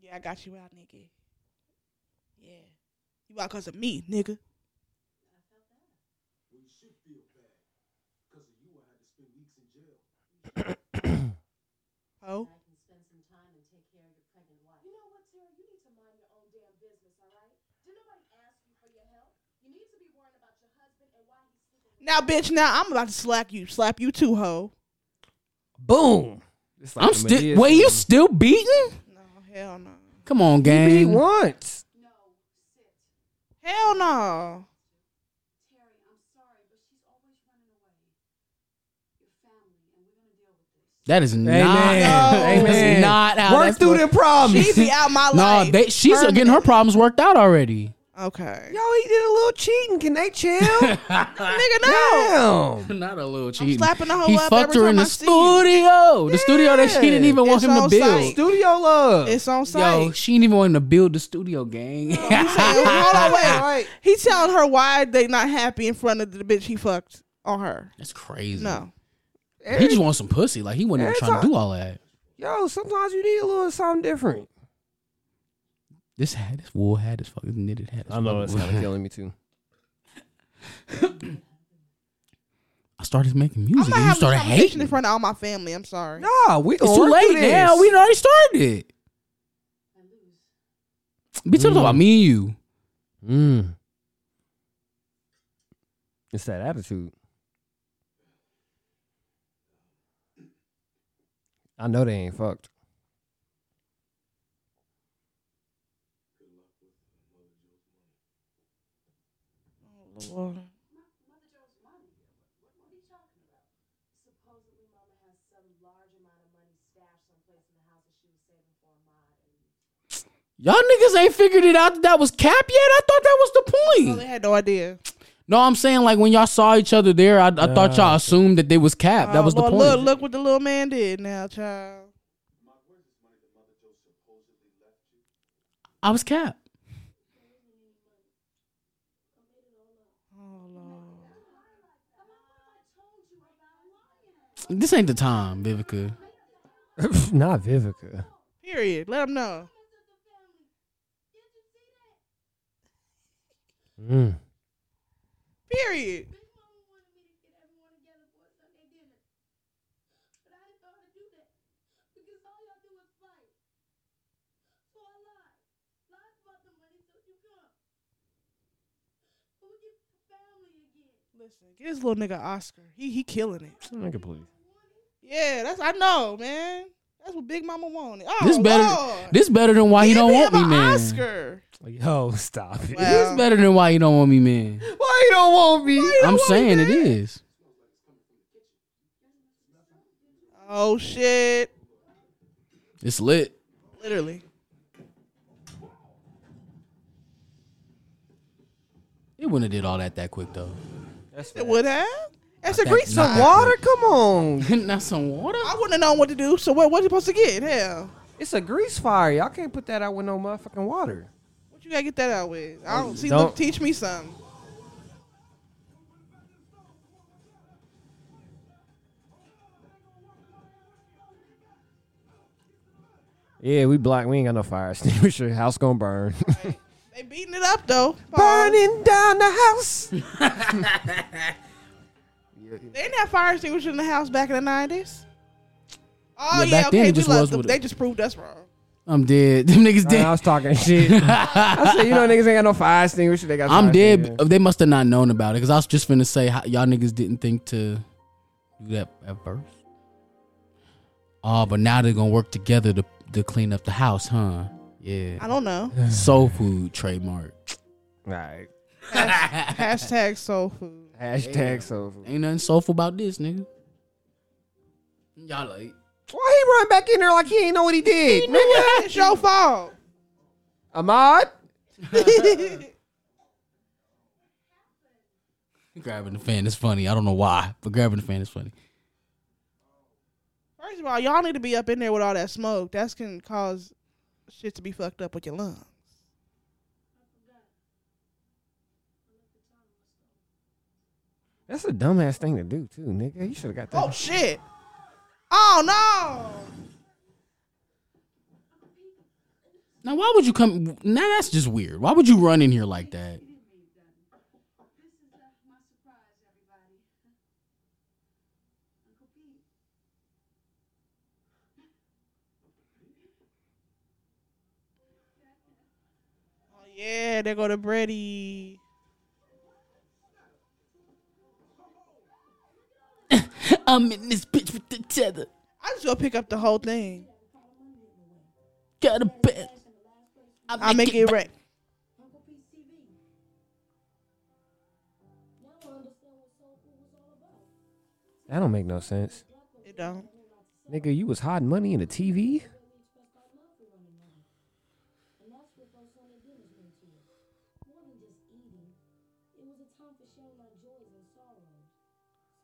[SPEAKER 1] Yeah, I got you out, nigga. Yeah, you out cause of me, nigga.
[SPEAKER 9] Well, you should feel bad. Because of you, I had to spend weeks in jail.
[SPEAKER 1] Oh,
[SPEAKER 5] I can spend some time and take care of your pregnant wife. You know what, Tara? You need to mind your own damn business, all right? Did nobody ask you for your help? You need to be worrying about your husband and why he's sleeping.
[SPEAKER 1] now, bitch, now I'm about to slap you, slap you too, hoe.
[SPEAKER 2] Boom. It's like the
[SPEAKER 4] I'm still.
[SPEAKER 2] Medea
[SPEAKER 4] Wait, you
[SPEAKER 2] scene.
[SPEAKER 4] still beating?
[SPEAKER 1] No, hell no,
[SPEAKER 4] Come on,
[SPEAKER 2] You beat
[SPEAKER 4] gang.
[SPEAKER 2] once.
[SPEAKER 1] hell no.
[SPEAKER 5] Terry, I'm sorry, but she's always running away. Your family, and we're going to deal with this.
[SPEAKER 4] That is not.
[SPEAKER 2] Amen.
[SPEAKER 4] That's
[SPEAKER 2] Amen.
[SPEAKER 4] not how.
[SPEAKER 2] Work
[SPEAKER 4] that's
[SPEAKER 2] through
[SPEAKER 4] supposed-
[SPEAKER 2] the problems.
[SPEAKER 1] She be out my
[SPEAKER 4] No,
[SPEAKER 1] life.
[SPEAKER 4] they, she's getting her problems worked out already.
[SPEAKER 1] Okay,
[SPEAKER 2] Yo, he did a little cheating. Can they chill?
[SPEAKER 1] nigga, no.
[SPEAKER 2] Damn.
[SPEAKER 4] Not a little cheating.
[SPEAKER 1] slapping the hoe
[SPEAKER 4] he
[SPEAKER 1] up
[SPEAKER 4] fucked
[SPEAKER 1] every
[SPEAKER 4] her in
[SPEAKER 1] time
[SPEAKER 4] the
[SPEAKER 1] I see you.
[SPEAKER 4] studio. The studio that she didn't even want
[SPEAKER 1] It's
[SPEAKER 4] him to
[SPEAKER 1] on
[SPEAKER 4] build.
[SPEAKER 1] site.
[SPEAKER 2] Studio love.
[SPEAKER 1] It's on
[SPEAKER 4] Yo,
[SPEAKER 1] site.
[SPEAKER 4] she didn't even want him to build the studio, gang.
[SPEAKER 1] He saying, hold on, wait.
[SPEAKER 2] Right.
[SPEAKER 1] He telling her why they not happy in front of the bitch he fucked on her.
[SPEAKER 4] That's crazy.
[SPEAKER 1] No,
[SPEAKER 4] He just wants some pussy. Like he wasn't even
[SPEAKER 2] Every
[SPEAKER 4] trying to
[SPEAKER 2] time-
[SPEAKER 4] do all that.
[SPEAKER 2] Yo, sometimes you need a little something different.
[SPEAKER 4] This hat, this wool hat, this fucking knitted hat. this fucking wool hat.
[SPEAKER 2] killing me too.
[SPEAKER 4] I started making
[SPEAKER 1] I'm
[SPEAKER 4] music
[SPEAKER 1] not
[SPEAKER 4] and you
[SPEAKER 1] having
[SPEAKER 4] started
[SPEAKER 1] a conversation
[SPEAKER 4] hating.
[SPEAKER 1] in front of all my family. I'm sorry.
[SPEAKER 2] Nah, we
[SPEAKER 4] It's
[SPEAKER 2] gonna
[SPEAKER 4] too
[SPEAKER 2] work through
[SPEAKER 4] late now.
[SPEAKER 2] this.
[SPEAKER 4] We done already started. Bitch, I'm talking about me and you.
[SPEAKER 2] Mm. It's that attitude. I know they ain't fucked.
[SPEAKER 1] Lord.
[SPEAKER 5] What are you talking about? Supposedly, Mama has some large amount of money stashed someplace in the house that she was saving for a mod. And
[SPEAKER 4] Y'all niggas ain't figured it out that that was cap yet. I thought that was the
[SPEAKER 1] No,
[SPEAKER 4] point.
[SPEAKER 1] they had no idea.
[SPEAKER 4] No, I'm saying like when y'all saw each other there, I, I thought y'all assumed that they was cap. That
[SPEAKER 1] Oh,
[SPEAKER 4] was the
[SPEAKER 1] Lord,
[SPEAKER 4] point.
[SPEAKER 1] Look, look what the little man did now, child.
[SPEAKER 4] I was cap. This ain't the time, Vivica.
[SPEAKER 2] Not Vivica.
[SPEAKER 1] Period. Let him know.
[SPEAKER 2] Mm.
[SPEAKER 1] Period. Listen, get this little nigga Oscar. He he killing it.
[SPEAKER 2] Nigga, please.
[SPEAKER 1] Yeah, that's I know, man. That's what Big Mama wanted. Oh,
[SPEAKER 4] This better.
[SPEAKER 1] Lord.
[SPEAKER 4] This better than why you
[SPEAKER 1] Give
[SPEAKER 4] don't
[SPEAKER 1] him
[SPEAKER 4] want me,
[SPEAKER 1] a
[SPEAKER 4] man.
[SPEAKER 1] Oscar.
[SPEAKER 2] Yo, stop it.
[SPEAKER 1] Wow.
[SPEAKER 4] This better than why you don't want me, man.
[SPEAKER 2] Why you don't want me?
[SPEAKER 4] I'm saying it is.
[SPEAKER 1] Oh shit. Oh,
[SPEAKER 4] It's lit.
[SPEAKER 1] Literally.
[SPEAKER 4] It wouldn't have did all that that quick though.
[SPEAKER 1] It would have. That's a
[SPEAKER 4] think
[SPEAKER 1] great
[SPEAKER 4] not.
[SPEAKER 1] sign.
[SPEAKER 2] Water, come on.
[SPEAKER 4] Not some water.
[SPEAKER 1] I wouldn't have known what to do. So what? What you supposed to get? Hell,
[SPEAKER 2] It's a grease fire. Y'all can't put that out with no motherfucking water.
[SPEAKER 1] what you gotta get that out with? I don't see.
[SPEAKER 2] Don't-
[SPEAKER 1] Look, teach me something.
[SPEAKER 2] Yeah, we black. We ain't got no fire extinguisher. House gonna burn.
[SPEAKER 1] They beating it up though. Pause.
[SPEAKER 2] Burning down the house.
[SPEAKER 1] They didn't have fire extinguishers in the house back in the nineties. Oh
[SPEAKER 4] Yeah,
[SPEAKER 1] yeah,
[SPEAKER 4] back
[SPEAKER 1] okay,
[SPEAKER 4] then it
[SPEAKER 1] we
[SPEAKER 4] just
[SPEAKER 1] loved
[SPEAKER 4] was
[SPEAKER 1] them.
[SPEAKER 4] with it.
[SPEAKER 1] They just proved us wrong.
[SPEAKER 4] I'm dead. Them niggas
[SPEAKER 2] Man, I
[SPEAKER 4] dead.
[SPEAKER 2] was talking shit. I said, you know, niggas ain't got no fire extinguisher. They got.
[SPEAKER 4] I'm
[SPEAKER 2] fire
[SPEAKER 4] dead.
[SPEAKER 2] extinguisher.
[SPEAKER 4] but They must have not known about it because I was just finna say how, y'all niggas didn't think to do that at first. Oh, but now they're gonna work together to to clean up the house, huh?
[SPEAKER 1] I
[SPEAKER 4] Yeah.
[SPEAKER 1] don't know.
[SPEAKER 4] Soul food trademark.
[SPEAKER 2] All right.
[SPEAKER 1] Hashtag soul food.
[SPEAKER 2] Hashtag sofa.
[SPEAKER 4] Ain't nothing soulful about this, nigga. Y'all like
[SPEAKER 2] Why he run back in there like he ain't know what he did, nigga?
[SPEAKER 1] it's your fault.
[SPEAKER 2] Ahmad.
[SPEAKER 4] grabbing the fan is funny. I don't know why, but grabbing the fan is funny.
[SPEAKER 1] First of all, y'all need to be up in there with all that smoke. That's can cause shit to be fucked up with your lungs.
[SPEAKER 2] That's a dumbass thing to do too, nigga. You should have got that.
[SPEAKER 1] Oh shit. Oh no.
[SPEAKER 4] Now, why would you come? Now that's just weird. Why would you run in here like that?
[SPEAKER 5] This is uh, my surprise, everybody. Uncle Pete.
[SPEAKER 1] Oh yeah, there go the Brady.
[SPEAKER 4] I'm in this bitch with the tether.
[SPEAKER 1] I just go pick up the whole thing.
[SPEAKER 4] Got a bet.
[SPEAKER 1] I'll make it right.
[SPEAKER 5] Uncle Pete's TV. Now I understand what soul food was all about.
[SPEAKER 2] That don't make no sense,
[SPEAKER 1] It don't.
[SPEAKER 2] nigga. You was hiding money in the TV.
[SPEAKER 5] And that's what those Sunday dinners mean to us. More than just eating, it was a time for sharing our joys and sorrows.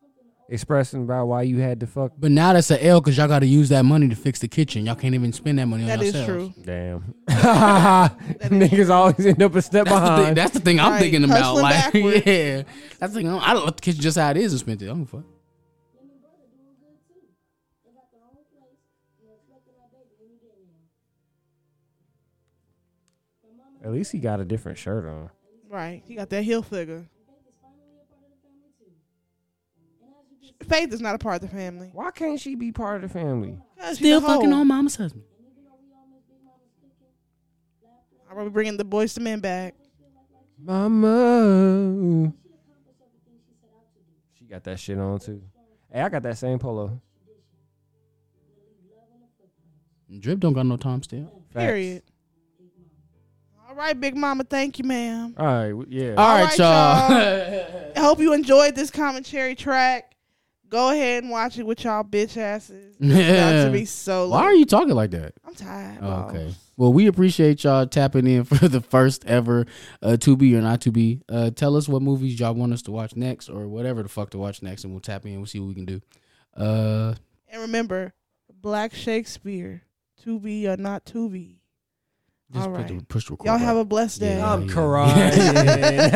[SPEAKER 5] Something to
[SPEAKER 2] Expressing about why you had to fuck.
[SPEAKER 4] But now that's an L because y'all got to use that money to fix the kitchen. Y'all can't even spend that money on
[SPEAKER 1] That is
[SPEAKER 4] yourselves.
[SPEAKER 1] true.
[SPEAKER 2] Damn. niggas always end up a step
[SPEAKER 4] That's the, thing,
[SPEAKER 2] behind.
[SPEAKER 4] that's the thing I'm
[SPEAKER 1] Right,
[SPEAKER 4] thinking about.
[SPEAKER 1] hustling
[SPEAKER 4] Like,
[SPEAKER 1] backwards.
[SPEAKER 4] yeah, that's the thing. I'm- I don't let the kitchen just how it is and spend it. I'm fuck.
[SPEAKER 5] Them and brother doing good too. They got their own place and they're expecting our baby any day now. My mama
[SPEAKER 2] At least he got a different shirt on.
[SPEAKER 1] Right. He got that heel figure.
[SPEAKER 5] and Faith is finally a part of the family too. And as you can see,
[SPEAKER 1] Faith is not a part of the family.
[SPEAKER 2] Why can't she be part of the family?
[SPEAKER 1] 'Cause she's
[SPEAKER 4] Still
[SPEAKER 1] a hoe.
[SPEAKER 4] fucking on mama's husband.
[SPEAKER 5] and even though we all miss Big Mama's cooking, laughter,
[SPEAKER 1] I'm gonna be bringing the boys to men back.
[SPEAKER 2] Mama.
[SPEAKER 5] she accomplished everything she set out to do.
[SPEAKER 2] She got that shit on too. Hey, I got that same polo.
[SPEAKER 5] Tradition. And they leave love in the footprint.
[SPEAKER 4] Drip don't got no time still.
[SPEAKER 2] Facts.
[SPEAKER 1] Period. All right, Big Mama. Thank you, ma'am.
[SPEAKER 2] All right, w- yeah.
[SPEAKER 4] All right,
[SPEAKER 1] right,
[SPEAKER 4] y'all.
[SPEAKER 1] I hope you enjoyed this commentary track. Go ahead and watch it with y'all bitch asses. It's about to be so.
[SPEAKER 4] Why are
[SPEAKER 1] lit.
[SPEAKER 4] you talking like that?
[SPEAKER 1] I'm tired.
[SPEAKER 4] Oh,
[SPEAKER 1] okay.
[SPEAKER 4] okay. Well, we appreciate y'all tapping in for the first ever uh, to be or not to be. Uh, tell us what movies y'all want us to watch next or whatever the fuck to watch next, and we'll tap in. We'll see what we can do. Uh,
[SPEAKER 1] And remember, Black Shakespeare, to be or not to be.
[SPEAKER 4] just
[SPEAKER 1] All
[SPEAKER 4] put the,
[SPEAKER 1] right.
[SPEAKER 4] push the record.
[SPEAKER 1] Y'all have a
[SPEAKER 4] button.
[SPEAKER 1] blessed day.
[SPEAKER 4] Yeah.
[SPEAKER 2] I'm crying.